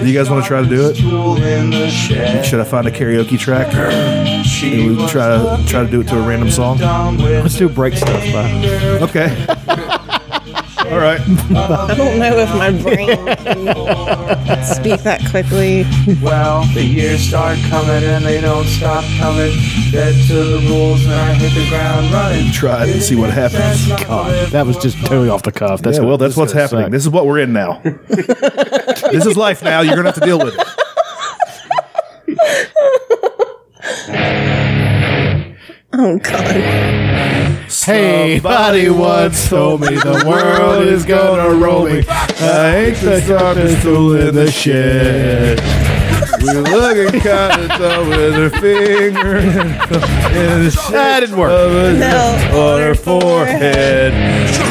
C: you guys want to try to do it? Should I find a karaoke track? And we try to try to do it to a random song. Let's do break stuff. Bye. Okay. <laughs> All right.
G: I don't know if my brain
C: <laughs>
G: can speak that quickly.
K: Well, the years start coming and they don't stop coming. Dead to the rules and I hit the ground running.
C: Try it and see what happens.
F: God, that was just totally off the cuff. That's
C: yeah,
F: what-
C: well, that's what's
F: this gonna
C: happening.
F: suck.
C: This is what we're in
F: <laughs>
C: now. this is life now. You're gonna have to deal with it.
G: <laughs> Oh God!
F: Somebody once told me the world is gonna roll me. I ain't the sharpest tool in the <laughs> shed.
C: We're looking kind of dumb with her finger in the that didn't work. on her forehead.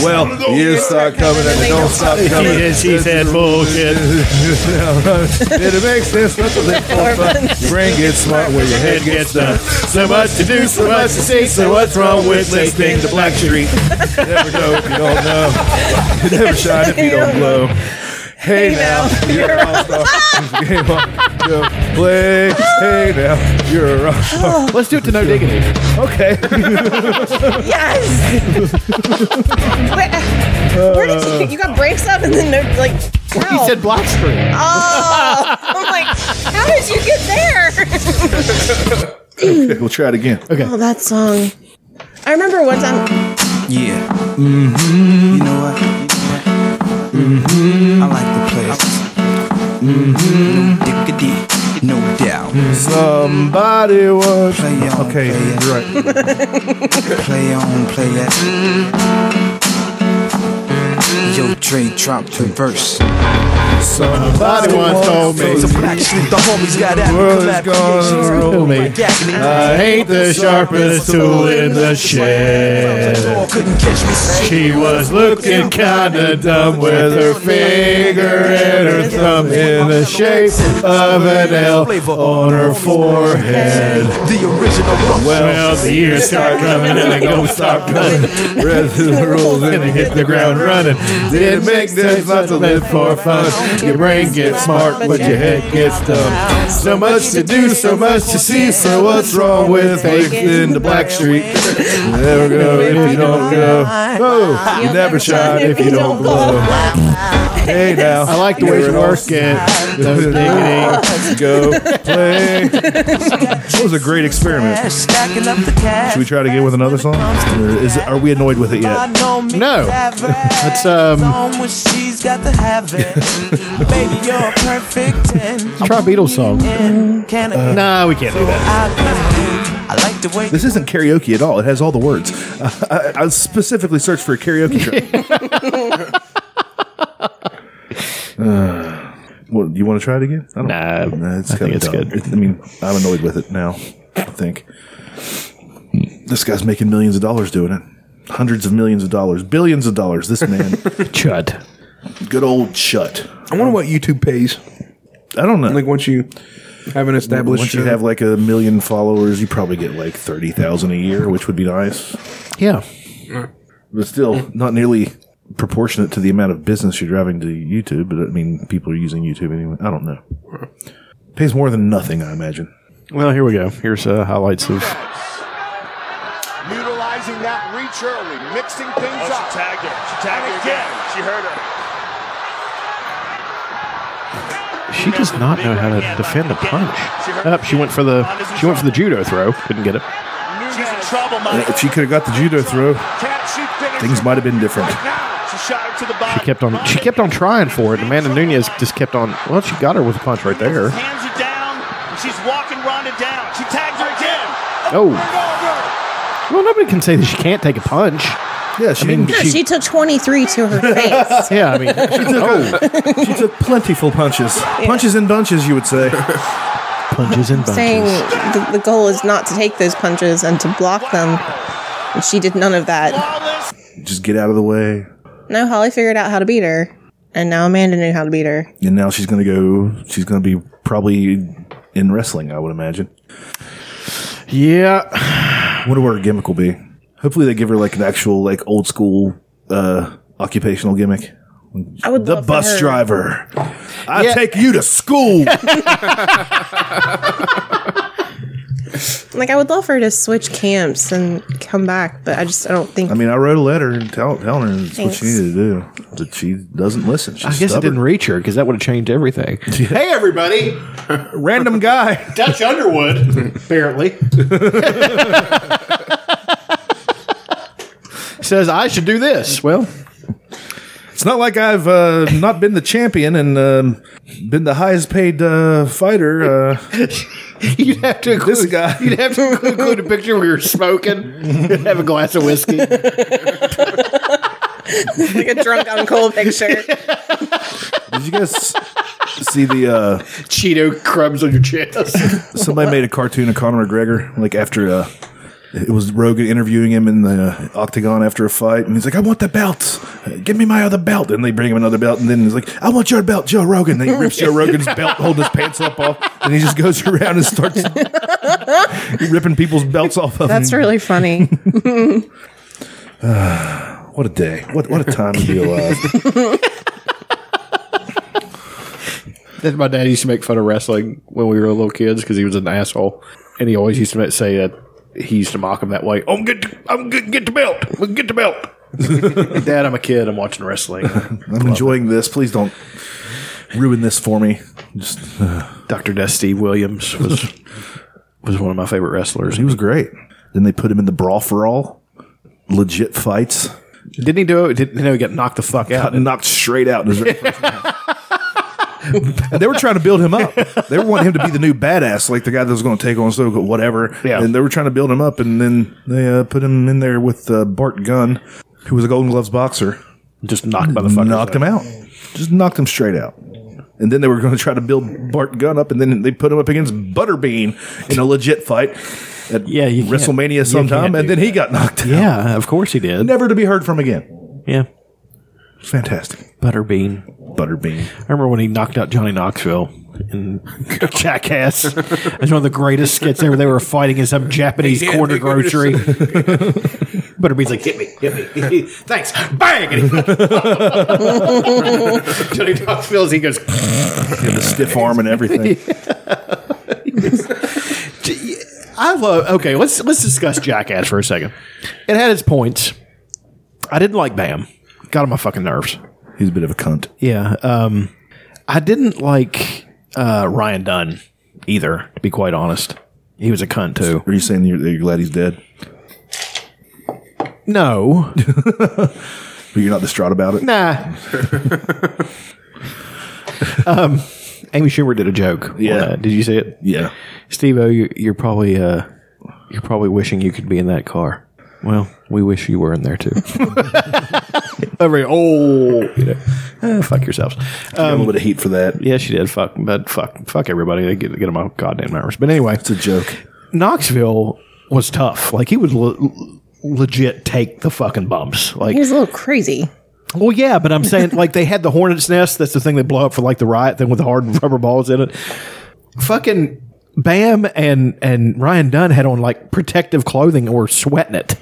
C: Well, years start coming and they don't stop coming.
F: Yes, he said bullshit.
C: it makes sense. That's what they for. but Brain gets smart where your head gets done. So much to do, so much to see. So what's wrong with listening to Black Street? Never know if you don't know. You never shine if you don't blow. Hey, now, you're a rock star. Game on, go play. Hey now, you're a rock star.
F: Let's do it to no diggity.
C: Okay.
G: Yes.
C: <laughs>
G: Where, where did you you got breaks up and then no, like? How?
F: He said black screen.
G: Oh, I'm like, how did you get there?
C: Okay, we'll try it again.
F: Okay.
G: oh, that song. I remember one time.
Q: Yeah. Mm-hmm. You know what? Mm-hmm. I like the place. Mm-hmm. Dickity, no doubt.
C: Somebody was. Okay, you're right.
Q: play on, play that. Yo, Dre dropped the verse.
C: Somebody
Q: once
C: told me.
Q: So black street, the homies got at me.
C: World is
Q: Collab
C: gonna
Q: creations.
C: roll me.
Q: I ain't the sharpest tool in the shed.
F: She was looking kinda dumb with her finger and her thumb in the shape of an L on her forehead.
Q: The original
F: Well, the years start coming and they don't stop coming. Read through the rules and they hit the ground running. It makes sense not to live for fun. Your brain gets smart, but your head gets dumb. So much to do, so much to see. So what's wrong with taking the black street? You never go if you don't go. Oh, you never shine if you don't blow.
C: Hey now.
F: I like the way you work it. No diggity.
C: Go play. That was a great experiment.
Q: Stacking up the cash.
C: Should we try it again with another song? Or is are we annoyed with it yet?
F: No. That's um.
Q: When she's got to have it. Baby, you're a perfect 10.
F: Try a Beatles song.
Q: Can
F: No, nah, we can't do that.
Q: I like the way
C: This isn't karaoke at all. It has all the words. Uh, I, I, I specifically searched for a karaoke track.
I: <laughs>
C: uh, well, you want to try it again? I don't, nah, it's
I: I think
C: kinda
I: it's
C: dumb.
I: good.
C: It- I mean, I'm annoyed with it now. I think this guy's making millions of dollars doing it. Hundreds of millions of dollars, billions of dollars. This
I: <laughs>
C: man,
I: Chud.
C: good old Chut.
D: I wonder what YouTube pays.
C: I don't know.
D: Like once you have an established,
C: Once you
D: channel.
C: have like a million followers, you probably get like thirty thousand a year, which would be nice.
F: Yeah.
C: but still not nearly proportionate to the amount of business you're driving to YouTube. But I mean, people are using YouTube anyway. I don't know. Pays more than nothing, I imagine.
I: Well, here we go. Here's uh, highlights of.
R: Utilizing that reach early, mixing things up. She tagged her. She tagged her again. She heard her.
I: She does not know how to defend a punch. Up, she went for the she went for the judo throw. Couldn't get it.
R: She's in trouble,
C: And
R: Mike.
C: If she could have got the judo throw,
R: Can't she finish?
C: things might have been different.
R: She shot her to the
I: She
R: body.
I: kept on she kept on trying for it. and Amanda Nunez just kept on. Well, she got her with a punch right there.
R: Hands her down. and She's walking Ronda down. She tagged her again.
I: Oh, well, nobody can say that she can't take a punch.
C: Yeah, she.
I: I mean,
G: No,
I: she,
G: she took 23
C: <laughs>
G: to her face.
I: yeah, I mean,
C: She took, a- <laughs> she took plentiful punches. Punches in bunches, you would say.
I: punches and
G: saying the, the goal is not to take those punches and to block them. And she did none of that.
C: <laughs> Just get out of the way.
G: No, Holly figured out how to beat her. And now Amanda knew how to beat her.
C: And now she's going to go, she's going to be probably in wrestling, I would imagine.
I: Yeah.
C: Wonder what her gimmick will be. Hopefully, they give her like an actual like old school uh, occupational gimmick. I would the
G: love for
C: bus
G: her-
C: driver. I take you to
G: <laughs>
C: school.
G: Like I would love for her to switch camps and come back, but I just I don't think
C: I mean, I wrote a letter and tell, telling her that's what
G: Thanks.
C: she needed to do. That she doesn't listen. She's
F: I guess it
C: stubborn.
F: didn't reach her because that would have changed everything.
S: Hey, everybody.
C: Random guy.
I: <laughs>
S: Dutch Underwood, apparently. Says, I should do this. Well,
C: It's not like I've uh, not been the champion and um, been the highest paid uh, fighter.
G: <laughs>
C: Uh,
S: <laughs> you'd have to include,
C: this guy.
S: You'd have to <laughs> include a picture where you're smoking and have a glass of <laughs> whiskey.
G: like a drunk uncle picture.
C: Did you guys see the uh,
S: Cheeto crumbs on your <laughs> chest?
G: <laughs>
C: Somebody made a cartoon of Conor McGregor, like after uh, it was Rogan interviewing him in the uh, octagon after a fight, and he's like, "I want the belt, give me my other belt," and they bring him another belt, and then he's like, "I want your belt, Joe Rogan." And he rips Joe Rogan's
G: <laughs>
C: belt, holding his pants up off, and he just goes <laughs> around and starts ripping people's belts off of
G: That's
C: him. <laughs>
G: really funny.
C: what a day! What what a time to be <laughs> alive!
S: That my dad used to make fun of wrestling when we were little kids because he was an asshole, and he always used to say that he used to mock him that way. Oh, <laughs> get the, I'm get, get the belt. We can Get the belt. <laughs> dad, I'm a kid. I'm watching wrestling. <laughs>
C: I'm enjoying this. Please don't ruin this for me. Just
S: Dr. Dusty Williams was was one of my favorite wrestlers.
C: He was great. Then they put him in the brawl for all, legit fights.
S: Didn't he do it? Didn't you know he got knocked the fuck out?
C: Got knocked straight out. in his very first match. and they were trying to build him up. They were wanting him to be the new badass, like the guy that was going to take on Soka, whatever. Yeah. And they were trying to build him up, and then they uh, put him in there with uh, Bart Gunn, who was a Golden Gloves boxer.
S: Just knocked
C: motherfucker. Knocked him out. Just knocked him straight out. And then they were going to try to build Bart Gunn up, and then they put him up against Butterbean in a legit fight at yeah, WrestleMania
F: can't- you
C: sometime,
F: can't
C: and
F: do
C: then he got knocked out.
F: Yeah, of course he did.
C: Never to be heard from again.
F: Yeah.
C: It's fantastic.
F: Butterbean.
C: Butterbean.
F: I remember when he knocked out Johnny Knoxville in <laughs> Jackass. It was one of the greatest skits ever. They were fighting in some Japanese
S: Yeah,
F: corner
S: they were just-
F: grocery. Butterbean's like, hit me, hit me. <laughs> Thanks. Bang! And he- <laughs>
S: Johnny Knoxville, he goes,
C: He had the
F: <laughs>
C: stiff arm and everything.
S: I love. Okay, let's let's discuss Jackass for a second. It had its points. I didn't like Bam. Got on my fucking nerves.
C: He's a bit of a cunt.
F: Yeah. Um, I didn't like uh, Ryan Dunn either, to be quite honest. He was a cunt, too.
C: Are you saying you're, you're glad he's dead?
F: No.
C: But you're not distraught about it?
F: Nah. <laughs> um, Amy Schumer did a joke. Yeah. Did you see it?
C: Yeah.
F: Steve O, you, you're probably uh, you're probably wishing you could be in that car. Well, we wish you were in there too. <laughs> Every oh, you know, eh, fuck yourselves. Uh,
C: a little bit of heat for that.
F: Um, Yeah, she did. Fuck, but fuck, fuck everybody. They get get them my goddamn nerves. But anyway, it's
C: a joke.
F: Knoxville was tough. Like he would le- legit take the fucking bumps. Like
G: He was a little crazy.
F: well, yeah, but I'm saying like they had the hornet's nest. That's the thing they blow up for like the riot thing with the hard <laughs> rubber balls in it. Fucking Bam and and Ryan Dunn had on like protective clothing or sweating it.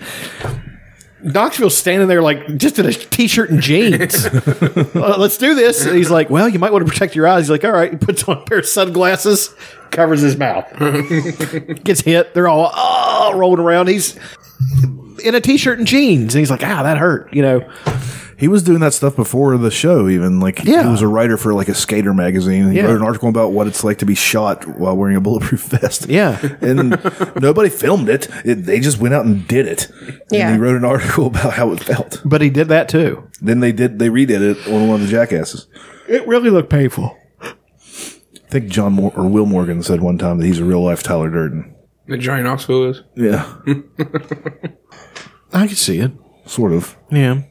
F: Knoxville's standing there like just in a t-shirt and jeans. Uh, let's do this. And he's like, well, you might want to protect your eyes. He's like, all right. He puts on a pair of sunglasses, covers his mouth, gets hit. They're all oh, rolling around. He's in a t-shirt and jeans, and he's like, ah, that hurt. You know.
C: He was doing that stuff before the show, even. Like, he was a writer for, like, a skater magazine. He
F: Yeah.
C: wrote an article about what it's like to be shot while wearing a bulletproof <laughs> vest.
F: Yeah. <laughs>
C: And nobody filmed it. It- They just went out and did it.
F: Yeah.
C: And he wrote an article <laughs> about how it felt.
F: But he did that, too.
C: Then they did, they redid it on one of the jackasses.
F: It really looked painful.
C: I think John Mor- or Will Morgan said one time that he's a real life Tyler Durden.
D: The Johnny Knoxville is.
C: Yeah.
F: I can see it.
C: Sort of.
F: Yeah.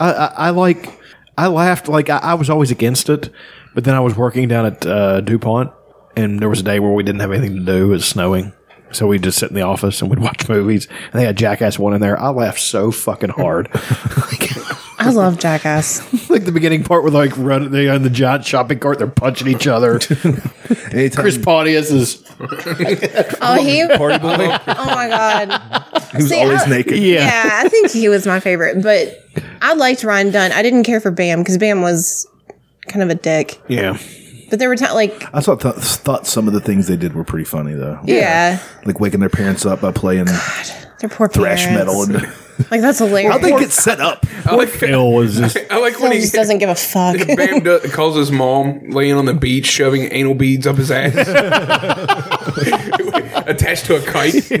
F: I, I, I like, I laughed. Like, I, I was always against it, but then I was working down at uh, DuPont, and there was a day where we didn't have anything to do. It was snowing. So we'd just sit in the <laughs> <laughs> office and we'd watch movies. And they had Jackass 1 in there. I laughed so fucking hard.
G: I love
C: <laughs>
G: Jackass.
F: <laughs> like the beginning part where like run they on the giant shopping cart, they're punching each <laughs> other. Chris Pontius is
G: Oh, he.
F: Party
C: <laughs>
F: boy.
G: Oh my god.
C: He was
G: See,
C: always
G: I-
C: naked.
G: Yeah. I think he was my favorite, but I liked Ryan Dunn. I didn't care for Bam because Bam was kind of a dick.
C: Yeah.
G: But there were times like
C: I thought, th- thought some of the things they did were pretty funny, though.
G: Yeah.
C: Like waking their parents up by playing
G: they're poor
C: thrash
G: parents.
C: metal. And <laughs>
G: Like that's hilarious.
C: I think it's set
F: <laughs>
C: up.
D: What
C: Phil was just.
D: <laughs> I like when
G: Phil
D: he
G: just
D: <laughs>
G: doesn't give a fuck.
D: Bam do- calls his mom laying on the beach, shoving anal beads up his ass, <laughs> attached to a kite.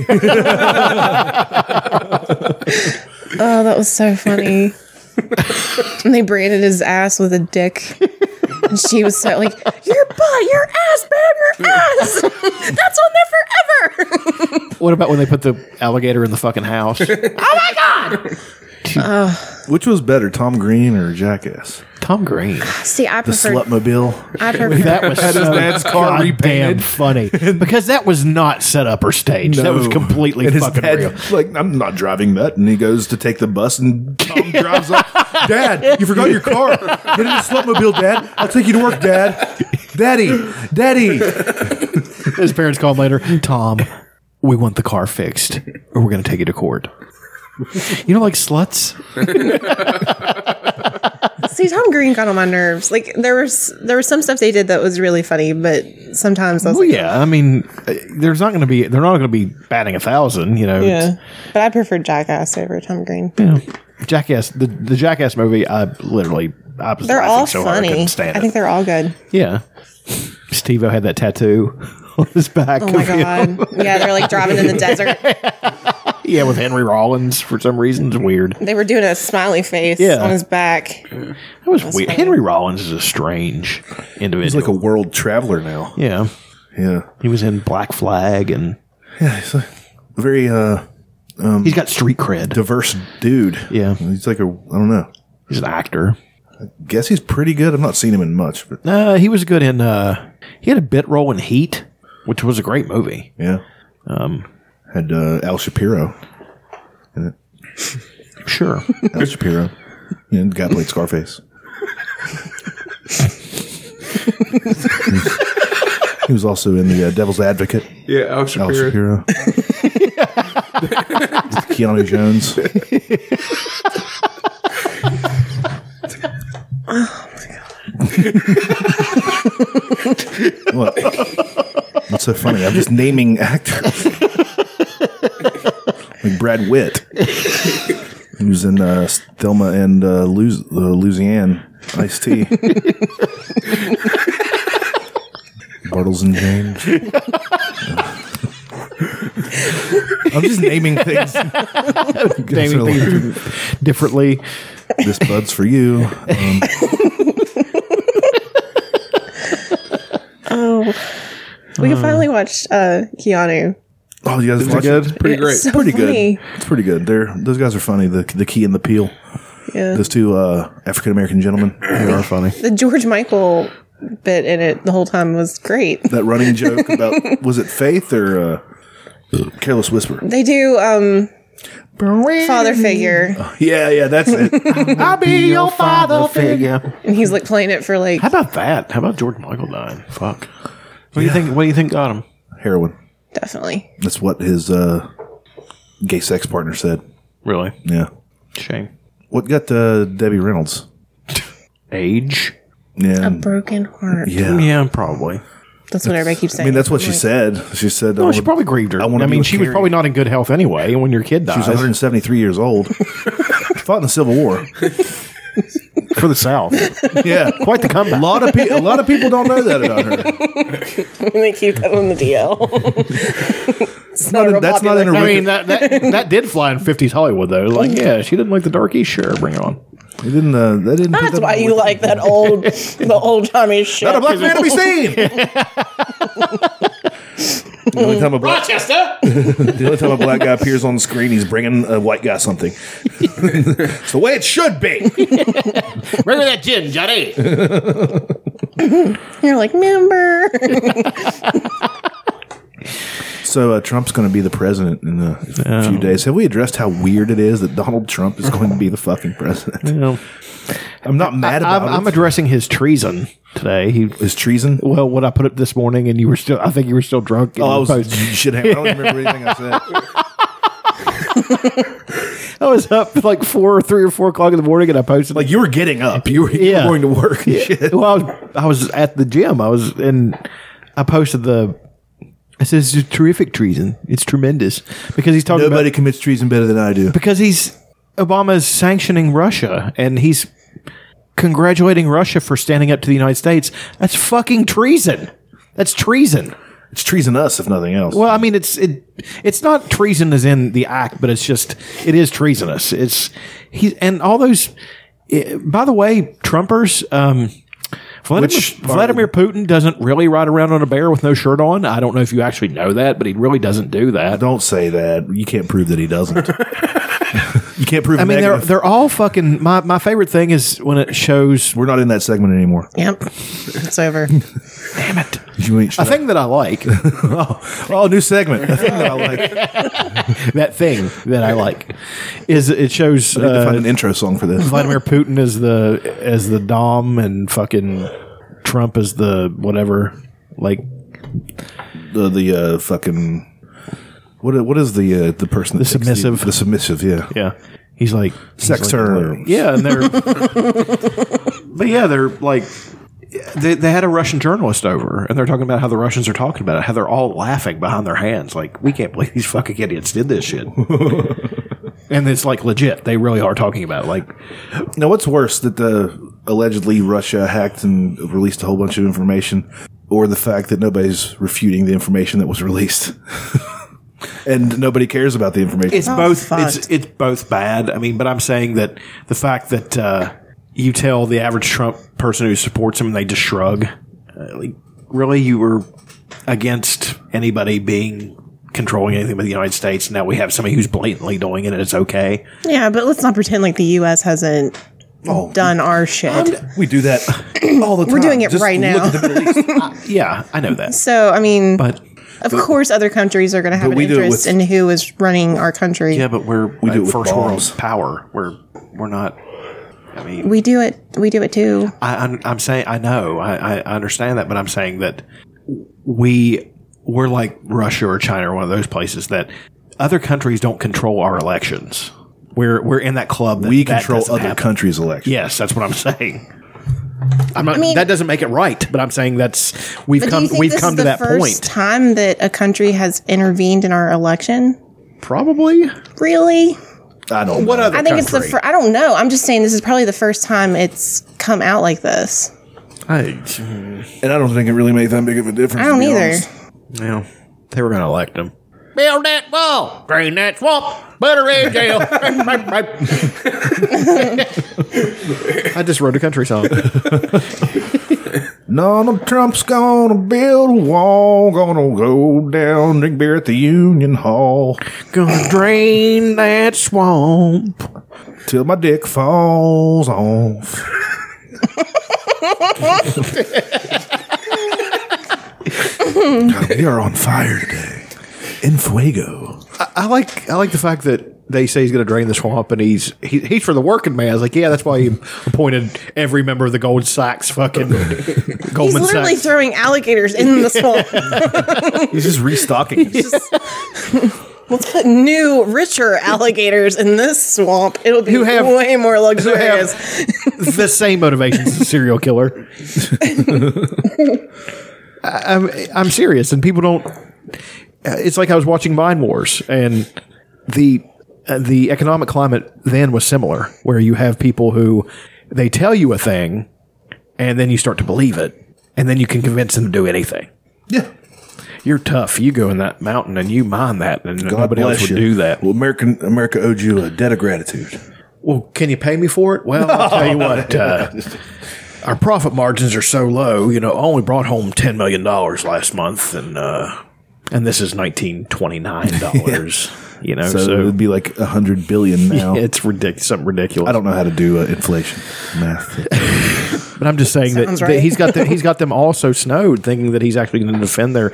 G: Oh, that was so
F: <laughs>
G: funny. and they branded his ass with a dick. And she was so like, your butt, your ass, Bam, your ass. That's on there forever.
F: What about when they put the alligator in the fucking house? <laughs>
C: Which was better, Tom Green or Jackass?
F: Tom Green.
G: See, I
C: The
G: prefer.
C: Slutmobile.
G: I prefer.
F: <laughs> that was so goddamn <laughs> funny because that was not set up or staged. That was
C: No.
F: completely
C: And his
F: fucking
C: dad,
F: real.
C: Like, I'm not driving that. And he goes to take the bus, and
G: <laughs>
C: Tom drives up. Dad, you forgot your car. Get in the slutmobile, Dad. I'll take you to work, Dad. Daddy, Daddy.
F: His parents called later. Tom, we want the car fixed, or we're going to take you to court. You know, like sluts.
G: See, Tom Green got on my nerves. Like there was there was some stuff they did that was really funny, but sometimes I was
F: Well,
G: like,
F: yeah. I mean, uh, there's not going to be. They're not going to be batting a thousand. You know.
G: yeah. But I prefer Jackass over Tom Green.
F: Jackass. The, the Jackass movie. I literally. I was
G: They're
F: laughing
G: all
F: so hard I
G: funny.
F: couldn't stand
G: I
F: it.
G: think they're all good.
F: Yeah. Steve O had that tattoo <laughs> on his back.
G: Oh my
F: <laughs> of him.
G: god. Yeah, they're like driving in the
F: <laughs>
G: desert.
F: yeah, with Henry Rollins for some reason. It's weird.
G: They were doing a smiley face
F: Yeah.
G: on his back.
F: That was weird. Henry Rollins is a strange individual. He's like a
C: world traveler now.
F: Yeah.
C: Yeah.
F: He was in Black Flag and
C: Yeah, he's a very. uh um,
F: He's got street cred.
C: Diverse dude.
F: Yeah.
C: He's like a. I don't know.
F: He's an actor.
C: I guess he's pretty good. I've not seen him in much, but
F: uh, he was good in uh he had a bit role in Heat, which was a great movie.
C: yeah.
F: Um
C: Had uh, Al Shapiro in it.
F: <laughs> Sure.
C: Al Shapiro. And the guy played Scarface.
F: <laughs>
C: he was also in the uh, Devil's Advocate.
D: Yeah, Al
C: Al
D: Shapiro.
C: Shapiro. <laughs> With Keanu Jones. What? What's so funny? I'm just naming actors. like Brad Witt. He was in uh, Thelma and uh, Luz- uh, Louisiana. Ice T. Bartles and James. I'm just <laughs> naming things.
F: Naming things differently.
C: This bud's for you. Um,
G: Oh. We
C: Uh.
G: can finally watch uh Keanu.
C: oh, you guys
G: Is it
C: watch
G: good? Pretty It's great. so
C: pretty
G: funny.
C: good. It's pretty good. They're, those guys are funny. The the key and the peel.
G: Yeah.
C: Those two uh, African American gentlemen. They are funny.
G: The George Michael bit in it the whole time was great.
C: That running joke about was it Faith or uh, Careless Whisper?
G: They do um father figure.
C: Yeah, yeah, that's it.
H: I'll be your father figure.
G: And he's like playing it for like
F: How about that? How about George Michael dying? Fuck. What do you think what do you think got him?
C: <laughs> Heroin.
G: definitely.
C: That's what his uh, gay sex partner said.
F: Really?
C: Yeah.
F: Shame.
C: What got uh, Debbie Reynolds?
F: Age.
C: Yeah.
G: A broken heart.
C: yeah.
F: Yeah, probably.
G: That's what everybody keeps
C: I
G: saying.
C: mean, that's what she
G: I'm like,
C: said. She said,
F: No,
C: I
F: she
C: wanna-
F: probably grieved her. I,
C: I wanna be
F: mean,
C: with
F: she was
C: Carrie.
F: probably not in good health anyway when your kid dies.
C: She was 173 years old. fought in the Civil War
F: <laughs> for the South.
C: Yeah,
F: quite the <laughs> comeback.
C: A lot of pe- a lot of people don't know that
F: <laughs>
C: about her.
G: they keep that on
C: <laughs>
G: the DL. It's not a real
C: that's not in
G: popular-
C: a
F: I mean,
C: <laughs>
F: that, that that did fly in '50s Hollywood though. Like, yeah, she didn't like the darkies. Sure, bring it on.
C: They didn't. Uh, they didn't.
G: That's why you like that old, the old
C: <laughs>
G: timey shit.
C: Not a black man to be seen.
F: <laughs>
C: the only time a black
H: Rochester!
C: the only time a black guy appears on the screen, he's bringing a white guy something. <laughs> it's the way it should be.
H: Bring me that gin, Johnny.
C: <laughs>
G: You're like member.
C: So uh, Trump's going to be the president in a few days. Have we addressed how weird it is that Donald Trump is going to be the fucking president? I'm not mad about
F: I'm,
C: it.
F: I'm addressing his treason today. He
C: is treason.
F: Well, what I put up this morning, and you were still. I think you were still drunk.
C: Oh, I was-
F: Shit,
C: <laughs> shit, I don't remember anything I
F: <laughs>
C: said.
F: I was up like four, three or four o'clock in the morning, and I posted. Like
C: you were getting up, you were,
F: yeah.
C: going to work.
F: Yeah. Well, I was, I was at the gym. I was, and I posted the. I said, "It's a terrific treason. It's tremendous because he's talking.
C: Nobody
F: about,
C: commits treason better than I do.
F: because he's Obama's sanctioning Russia, and he's congratulating Russia for standing up to the United States. That's fucking treason. That's treason.
C: It's treason us, if nothing else.
F: Well, I mean, it's it, it's not treason as in the act, but it's just it is treasonous. It's he and all those. eh, by the way, Trumpers. Um, Vladimir,
C: Which-
F: Vladimir Putin doesn't really ride around on a bear with no shirt on. I don't know if you actually know that, but he really doesn't do that.
C: Don't say that. You can't prove that he
F: <laughs>
C: doesn't. you can't prove.
F: I mean, they're
C: negative.
F: they're all fucking. My my favorite thing is when it shows.
C: We're not in that segment anymore.
G: Yep, it's over.
C: You ain't
F: A thing that I like.
C: <laughs> oh, oh, new
F: <laughs>
C: segment. A thing that I like.
F: that thing that I like is it shows.
C: I need to
F: uh,
C: find an intro song for this.
F: Vladimir Putin as the as the dom and fucking Trump as the whatever. Like
C: the the uh, fucking what what is the uh, the person that
F: The
C: takes
F: submissive.
C: the, submissive yeah
F: yeah he's like
C: sex term
F: yeah, and they're but yeah, they're like they they had a Russian journalist over, and they're talking about how the Russians are talking about it, how they're all laughing behind their hands, like we can't believe these fucking idiots did this shit. and it's like legit; they really are talking about it. like
C: now what's worse that the allegedly Russia hacked and released a whole bunch of information or the fact that nobody's refuting the information that was released <laughs> and nobody cares about the information
F: It's both. It's it's both bad. I mean, but I'm saying that the fact that uh, you tell the average Trump person who supports him, and they just shrug. Uh, like, really, you were against anybody being controlling anything but the United States. Now we have somebody who's blatantly doing it, and it's okay.
G: Yeah, but let's not pretend like the U.S. hasn't
C: Oh,
G: done our shit.
C: we do
G: <clears throat>
C: that all the time
G: We're doing it right now. <laughs>
F: yeah, I know that.
G: So, I mean,
F: But
G: of course, other countries are going to have
F: But
G: an
F: we do it
G: interest
F: with-
G: in who is running our country.
F: yeah, but we're we
C: do it with
F: first
C: bombs.
F: world power. We're we're not. I mean,
G: we do it. We do it too.
F: I, I'm, I'm saying I know I, I I understand that, but I'm saying that we we're like Russia or China or one of those places that other countries don't control our elections. We're we're in that club. That,
C: we
F: that
C: control
F: doesn't
C: other
F: happen.
C: countries elections
F: Yes, that's what I'm saying. I'm not.
G: I mean-
F: that doesn't make it right, but I'm saying that's we've
G: But do
F: come
G: you think
F: we've
G: this
F: come
G: is
F: to
G: the
F: that
G: first
F: point.
G: Time that a country has intervened in our election.
F: Probably.
G: Really.
C: I don't
F: What other
G: I think it's the.
F: country?
G: Fir- I don't know. I'm just saying this is probably the first time it's come out like this.
C: and I don't think it really made that big of a difference
G: I don't
C: to be
G: either.
C: honest.
F: Yeah, they were going to elect him.
L: Build that wall, drain that swamp, butter
F: <laughs>
L: in jail.
F: I just wrote a country <laughs> song.
C: Donald Trump's gonna build a wall, gonna go down, drink beer at the Union Hall.
F: Gonna drain that swamp
C: till my dick falls off. God, we are on fire today. In fuego.
F: I, I like I like the fact that they say he's going to drain the swamp, and he's he, he's for the working man. I was like, yeah, that's why he appointed every member of the Gold
G: <laughs>
F: Sachs fucking
G: He's
F: Goldman
G: literally
F: Sachs.
G: throwing alligators in the
F: <laughs>
G: swamp.
C: He's just restocking.
G: Let's put new, richer alligators in this swamp. It'll be way
F: <laughs>
G: more luxurious.
F: the same motivations as a serial killer. I, I'm I'm serious, and people don't. It's like I was watching Mind Wars, and the uh, the economic climate then was similar, where you have people who they tell you a thing, and then you start to believe it, and then you can convince them to do anything. Yeah, you're tough. You go in that mountain and you mine that, and
C: God
F: nobody else
C: bless
F: would
C: you.
F: do that.
C: Well, American America owed you a debt of gratitude.
F: Well, can you pay me for it? Well, I'll tell
C: <laughs>
F: you what. Uh, our profit margins are so low. You know, I only brought home ten million dollars last month, and uh, and this is nineteen twenty nine
C: <laughs>
F: dollars. You know,
C: So,
F: Oh, so,
C: it would be like a hundred billion now.
F: <laughs> Yeah, it's ridiculous. Something ridiculous.
C: I don't know how to do uh, inflation math.
F: but I'm just saying that,
G: Sounds
F: that
G: right. <laughs>
F: he's got them, he's got them all so snowed, thinking that he's actually going to defend their.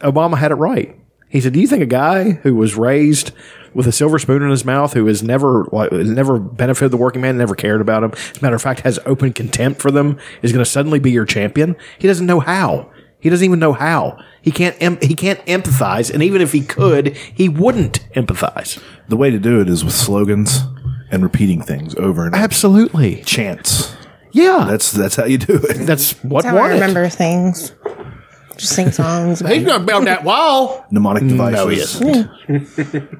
F: Obama had it right. He said, "Do you think a guy who was raised with a silver spoon in his mouth, who has never like, has never benefited the working man, never cared about him, as a matter of fact, has open contempt for them, is going to suddenly be your champion? He doesn't know how. He doesn't even know how. He can't. Em- he can't empathize. And even if he could, he wouldn't empathize.
C: The way to do it is with slogans and repeating things over and
F: absolutely
C: chants.
F: Yeah,
C: that's that's how you do <laughs> it.
F: That's
G: That's how I remember things. Just sing songs.
H: He's gonna build that wall.
C: mnemonic devices.
H: No, he
C: <laughs>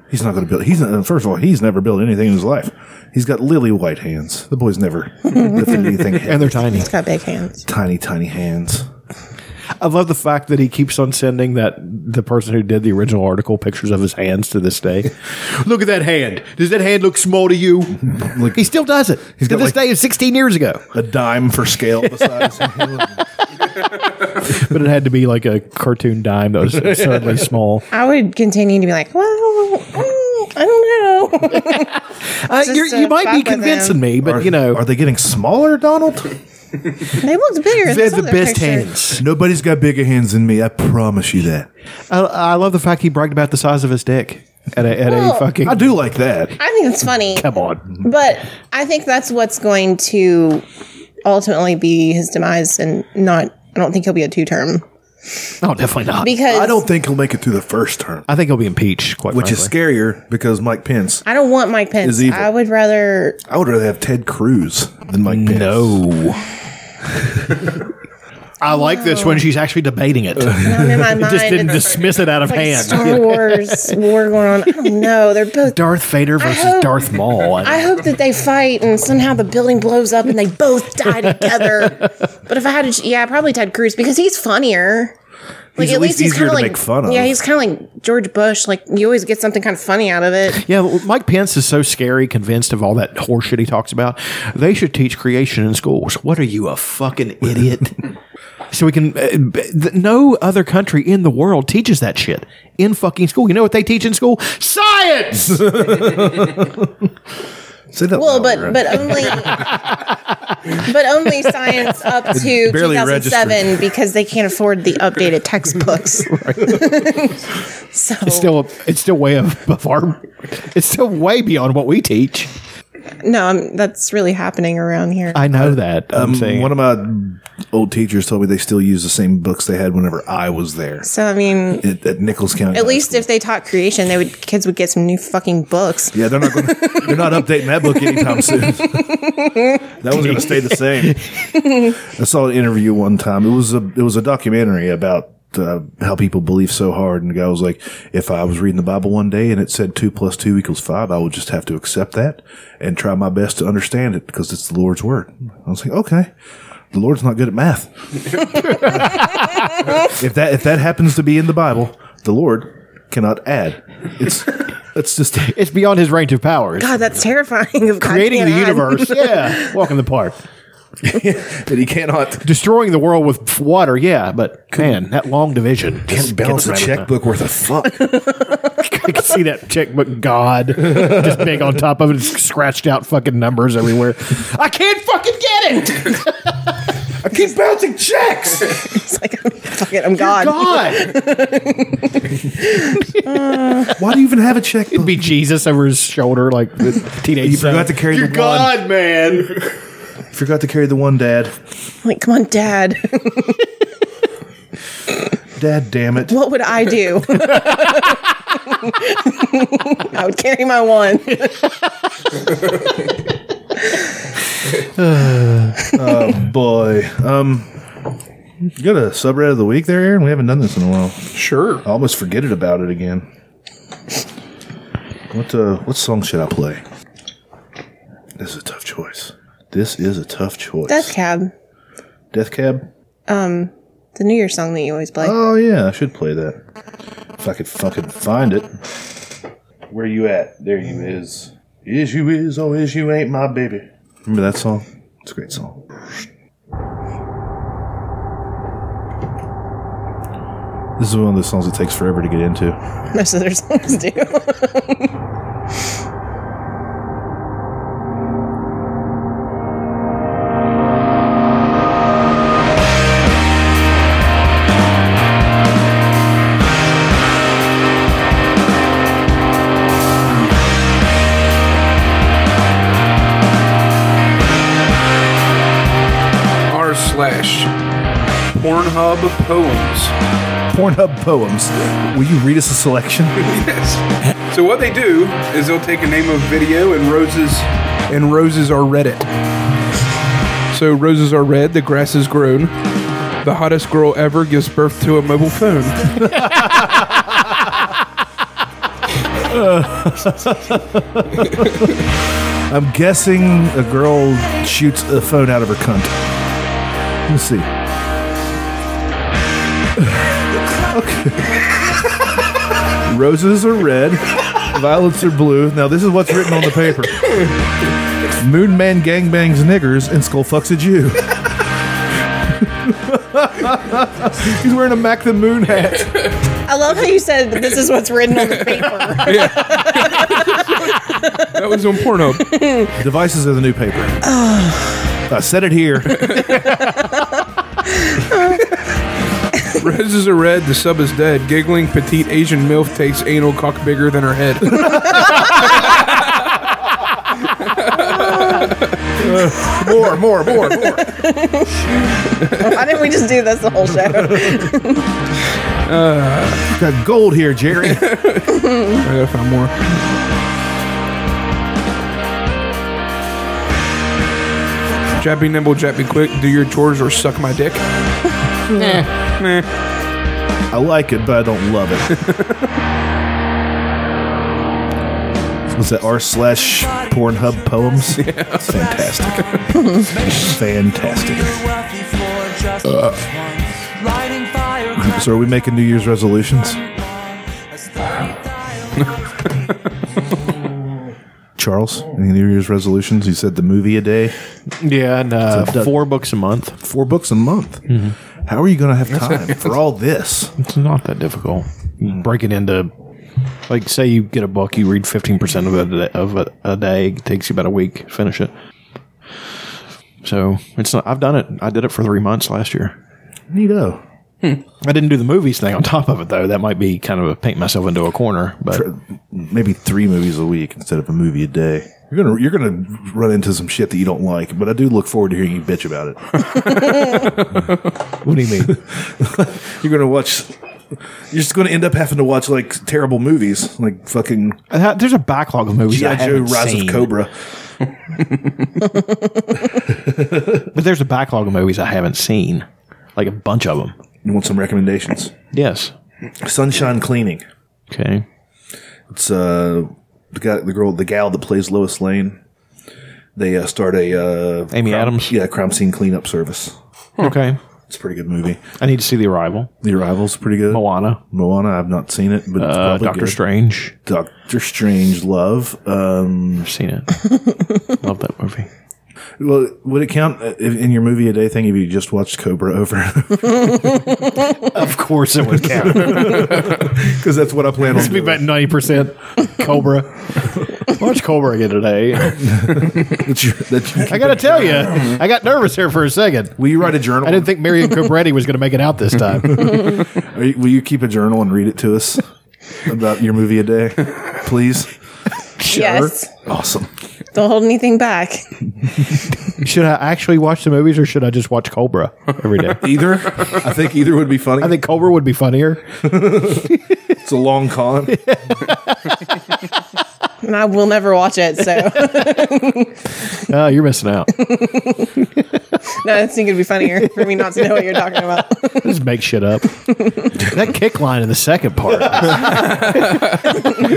C: he's not going to build. He's not, first of all, he's never built anything in his life. He's got lily white hands. The boy's never <laughs> lifted anything,
F: And they're tiny.
G: He's got big hands.
C: tiny, tiny hands.
F: I love the fact that he keeps on sending that the person who did the original article pictures of his hands to this day. <laughs> look at that hand. Does that hand look small
C: <laughs>
F: to you? he still does it. He's to
C: got
F: this
C: like-
F: day is 16 years ago.
C: A dime for scale beside <laughs> his hand.
F: <laughs> but it had to be like a cartoon dime
C: <laughs>
F: that was absurdly small.
G: I would continue to be like, well, mm, I don't know.
F: Uh, you're, you might be convincing me, but you know,
C: are they getting smaller, Donald?
G: They looked bigger. in this other picture.
C: Nobody's got bigger hands than me. I promise you that.
F: I, I love the fact he bragged about the size of his dick at a, at
G: Well-
F: a fucking.
C: I do like that.
G: I think it's funny,
F: <laughs> Come
C: <laughs>
F: on.
G: but I think that's what's going to ultimately be his demise, and not. I don't think he'll be a two-term.
F: No, definitely not.
G: Because-
C: I don't think he'll make it through the first term.
F: I think he'll be impeached, quite
C: which is scarier because Mike Pence.
G: I don't want Mike Pence.
C: Is evil.
G: I would rather.
C: I would rather have Ted Cruz than
F: Mm.
C: Mike Pence.
F: No. <laughs> I like this when she's actually debating <laughs> it.
G: in my mind,
F: just didn't
G: it's-
F: dismiss it out of
G: It's like
F: hand.
G: Star
F: <laughs>
G: Wars war going on. I don't know. They're both.
F: Darth Vader versus
G: hope- <laughs>
F: Darth Maul.
G: I hope that they fight and somehow the building blows up and they both die
F: <laughs>
G: together. but if I had to, yeah, probably Ted Cruz because he's funnier. Like
F: He's at least easier
G: kinda
F: to
G: like
F: make fun of.
G: Yeah, he's kind of like George Bush. Like you always get something kind of funny out of it.
F: yeah, well, Mike Pence is so scary, convinced of all that horseshit he talks about. They should teach creation in schools. What are you, a fucking <laughs> idiot? so we can. Uh, b- th- no other country in the world teaches that shit in fucking school. You know what they teach in school? Science!
C: Say that
G: Well, but but uh, only
F: <laughs>
G: but only science up
C: It's
G: to
C: barely
G: 2007 because they can't afford the updated
F: <laughs>
G: textbooks. <laughs> so
F: It's still it's still way above our. It's still way beyond what we teach.
G: no, I'm, that's really happening around here.
F: I know that.
C: Um, one of my old teachers told me they still use the same books they had whenever I was there
G: so I mean,
C: at, at Nichols County.
G: At least if they taught creation, they would kids would get some new fucking books.
C: yeah, they're not going. they're not updating that book anytime soon. <laughs> That one's going to stay the same. I saw an interview one time. It was a it was a documentary about uh, how people believe so hard, and the guy was like, "If I was reading the Bible one day and it said two plus two equals five, I would just have to accept that and try my best to understand it because it's the Lord's word." I was like, "Okay." The Lord's not good at math. <laughs> if that if that happens to be in the Bible, the Lord cannot add. It's it's just
F: it's beyond his range of powers.
G: God, that's terrifying. Of God
F: Creating the
G: can't add. <laughs>
F: universe, yeah. Walking the park,
C: that he cannot
F: destroying the world with water, yeah. But man, that long division
C: can't balance a checkbook worth a fuck.
F: <laughs> I can see that checkbook god <laughs> just big on top of it, scratched out fucking numbers everywhere. I can't fucking get it.
C: I keep bouncing checks.
G: it's like fuck it, I'm God.
F: God,
C: <laughs> Why do you even have a checkbook?
F: it'd be Jesus over his shoulder, like the teenage.
C: You forgot to carry the one.
F: man. <laughs>
C: Forgot to carry the one, Dad.
G: Like, come on, Dad. <laughs>
C: Dad, damn it.
G: what would I do? <laughs> I would carry my one.
C: Oh boy. Um, you got a subreddit of the week there, Aaron? We haven't done this in a while.
D: Sure.
C: I almost forget it about it again. What uh, what song should I play? This is a tough choice. This is a tough choice.
G: Death Cab,
C: Death Cab.
G: um, the New Year's song that you always play.
C: Oh yeah, I should play that. If I could fucking find it. Where you at? There you is. Is you is, oh is you ain't my baby. Remember that song? It's a great song. This is one of those songs that takes forever to get into.
G: Most of their songs do.
D: Pornhub poems.
C: Pornhub poems. Will you read us a selection?
D: yes. So what they do is they'll take a name of video and roses
Q: and roses are Reddit. So roses are red, the grass is grown. The hottest girl ever gives birth to a mobile phone.
C: I'm guessing a girl shoots a phone out of her cunt. Let's see. <sighs> okay. Roses are red, violets are blue. Now, this is what's written on the paper Moon Man gangbangs niggers and skull fucks a Jew. <laughs> He's wearing a Mac the Moon hat.
G: I love how you said that this is what's written on the paper.
C: That was on Pornhub. Devices are the new paper. I said it here.
Q: Roses are red, the sub is dead. Giggling petite Asian MILF takes anal cock bigger than her head.
C: <laughs> more, more, more, more.
G: Why didn't we just do this the whole show?
C: Uh, got gold here, Jerry. I
Q: gotta find more. Jab me nimble, jab me quick, do your chores or suck my dick.
C: I like it, but I don't love it. What's that? R slash Pornhub poems. Fantastic. Fantastic. Uh, so, are we making New Year's resolutions? Charles, any New Year's resolutions? You said the movie a day.
F: <laughs> Yeah, and uh, four books a month.
C: Four books a month. How are you going to have time for all this?
F: It's not that difficult. You Break it Mm-hmm. into, like, say you get a book, you read fifteen percent of it a day- of a, a day. It takes you about a week. to Finish it. So it's not. I've done it. I did it for three months last year.
C: Neato.
F: I didn't do the movies thing on top of it though. That might be kind of a paint myself into a corner. But
C: maybe three movies a week instead of a movie a day. You're gonna you're gonna run into some shit that you don't like, but I do look forward to hearing you bitch about <laughs> it.
F: what do you <laughs> mean?
C: you're gonna watch. You're just gonna end up having to watch like terrible movies, like fucking
F: there's a backlog of movies I
C: GI Joe
F: haven't
C: Rise
F: seen.
C: of Cobra.
F: but there's a backlog of movies I haven't seen, like a bunch of them.
C: You want some recommendations?
F: Yes.
C: Sunshine Cleaning.
F: Okay.
C: It's uh the guy, the girl, the gal that plays Lois Lane. They uh, start a uh,
F: Amy Adams.
C: Yeah, crime scene cleanup service.
F: Okay.
C: It's a pretty good movie.
F: I need to see The Arrival.
C: The Arrival's pretty good.
F: Moana.
C: Moana, I've not seen it, but it's
F: Uh,
C: probably
F: Doctor
C: good.
F: Strange.
C: Doctor Strange Love. Um, I've
F: seen
L: <laughs>
F: it. Love that movie.
C: Well, would it count uh, if- in your movie a day thing if you just watched Cobra over and over? <laughs>
L: of
F: course it would count.
C: Because that's what I plan on
L: It's be
C: doing.
L: about ninety percent Cobra.
F: Watch Cobra again today.
L: I gotta tell you, I got nervous here for a second.
C: Will you write a journal?
L: I didn't think Marion Cobretti was gonna make it out this time.
C: Are you, will you keep a journal and read it to
L: <laughs>
C: us about your movie a day, please?
G: Yes.
C: Awesome.
G: Don't hold anything back.
L: should I actually watch the movies or should I just watch Cobra every day?
C: Either. I think either would be funny.
L: I think Cobra would be <laughs> funnier.
C: It's a long con.
G: And I will never watch it, so <laughs>
F: Oh, you're missing
L: <laughs>
F: out.
G: no, it's going to be funnier for me not to know what you're talking about.
L: Just make shit up. that kick line in the second <laughs> part.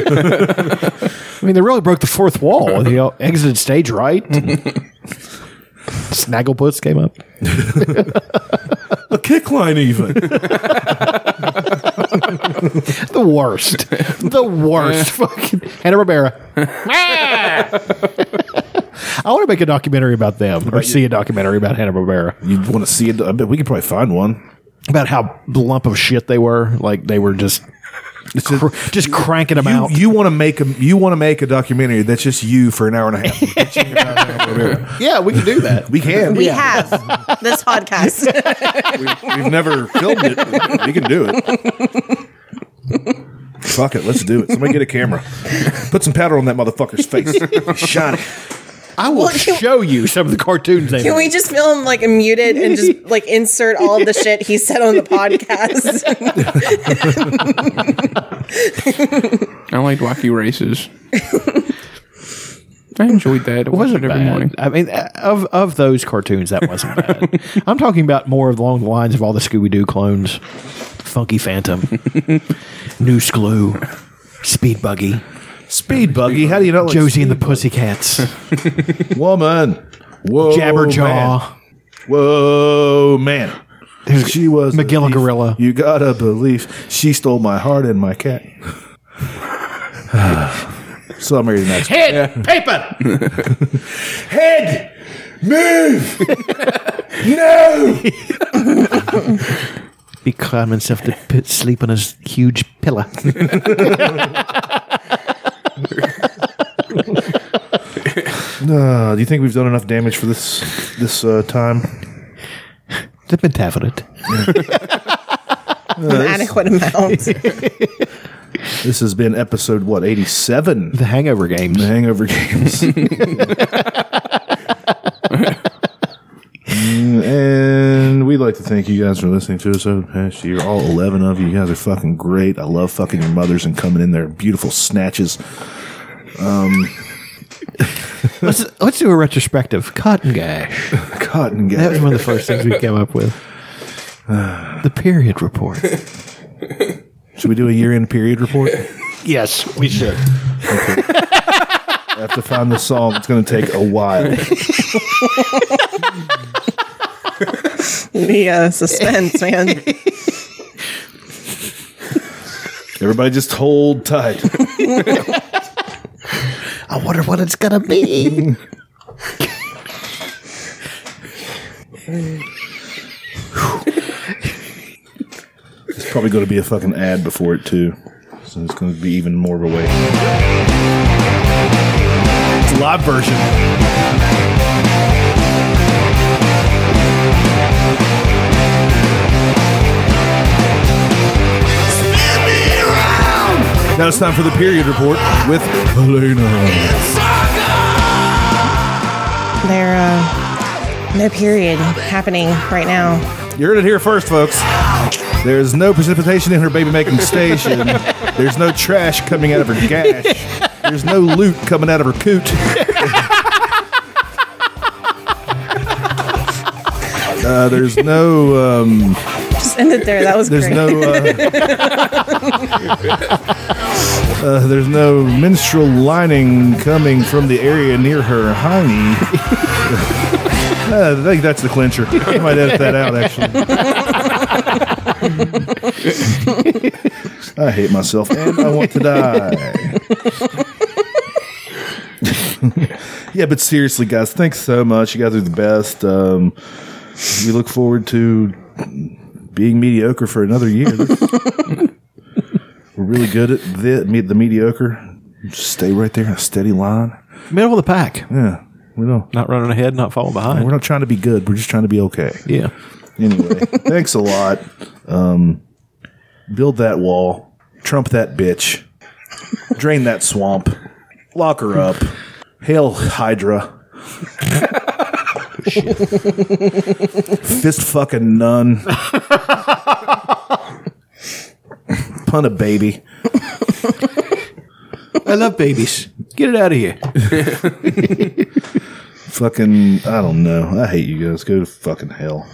L: I mean, they really broke the fourth wall. You know, exited stage <laughs> right. Snagglepuss came up.
C: a kick line, even.
L: <laughs> the worst. The worst. <laughs> Fucking Hanna <laughs> Barbera. I want to make a documentary about them or see a documentary about Hanna Barbera.
C: You want to see it? I bet we could probably find one
L: about how lump of shit they were. Like they were just cr- just cranking them
C: You,
L: out.
C: you want to make a you want to make a documentary that's just you for an hour and a half. <laughs>
L: yeah, we can do that.
C: We can.
G: We have this podcast.
C: We've never filmed it. but We can do it. Fuck it, let's do it. Somebody get a camera. Put some powder on that motherfucker's face. Shine it.
F: I will show you some of the cartoons they
G: Can we just film like muted and just
C: <laughs>
G: like insert all of the shit he said on the podcast?
D: I liked Wacky Races. <laughs> I enjoyed that. It wasn't every
F: bad.
D: morning.
F: I mean, uh, of of those cartoons, that wasn't <laughs> bad. I'm talking about more along the lines of all the Scooby Doo clones, Funky <laughs> Phantom, Noose Glue, Speed Buggy,
C: Speed Buggy. How do you know?
F: Josie and the <laughs> Pussycats,
C: Woman. Whoa.
F: Oh, Jabberjaw.
C: man. Whoa, man. She was McGill Gorilla. You gotta believe she stole my heart and my cat. <sighs> so I'm reading that.
H: Head, paper,
C: Head! <laughs> Move! no!
F: He climbed himself to pit sleep on his huge <laughs> pillow.
C: Uh, do you think we've done enough damage for this this uh, time?
F: They've been taffing it.
G: An adequate amount.
C: This has been episode what eighty seven. <laughs> The
F: Hangover games.
C: The Hangover <laughs> games. Mm, and we'd like to thank you guys for listening to us over the past year. All eleven of you, you guys are fucking great. I love fucking your mothers and coming in there beautiful snatches. Um,
F: <laughs> let's let's do a retrospective. Cotton gash.
C: Cotton gash.
F: <laughs> That was one of the first things we came up with. <sighs> the period report.
C: Should we do a year end period report?
F: <laughs> yes, we should.
C: I have to find the song. It's going to take a while.
G: the uh, suspense, man.
C: Everybody just hold tight.
F: I wonder what it's gonna be.
C: It's probably going to be a fucking ad before it, too. So it's going to be even more of a wait.
F: It's live version.
C: Now it's time for the period report with Helena.
G: They're uh, no period happening right now.
C: You heard it here first, folks. There's no precipitation in her baby making station. There's no trash coming out of her gash. There's no loot coming out of her coot. Uh, there's no um,
G: Just end it there. That was
C: There's
G: great.
C: no, uh, there's no menstrual lining coming from the area near her hiney. <laughs> Uh, I think that's the clincher. I might edit that out. Actually, I hate myself and I want to die. <laughs> yeah, but seriously, guys, thanks so much. You guys are the best. Um, we look forward to being mediocre for another year. We're really good at the, me- the mediocre. Just stay right there in a steady line.
F: <laughs> Middle of the pack.
C: Yeah, we don't.
F: Not running ahead, not falling behind.
C: We're not trying to be good. We're just trying to be okay.
F: Yeah.
C: Anyway, thanks a lot. Um, build that wall. Trump that bitch. Drain that swamp. Lock her up. Hail Hydra. Fist fucking nun. Pun a baby.
F: I love babies. Get it out of here.
C: Fucking, I don't know. I hate you guys. Go to fucking hell.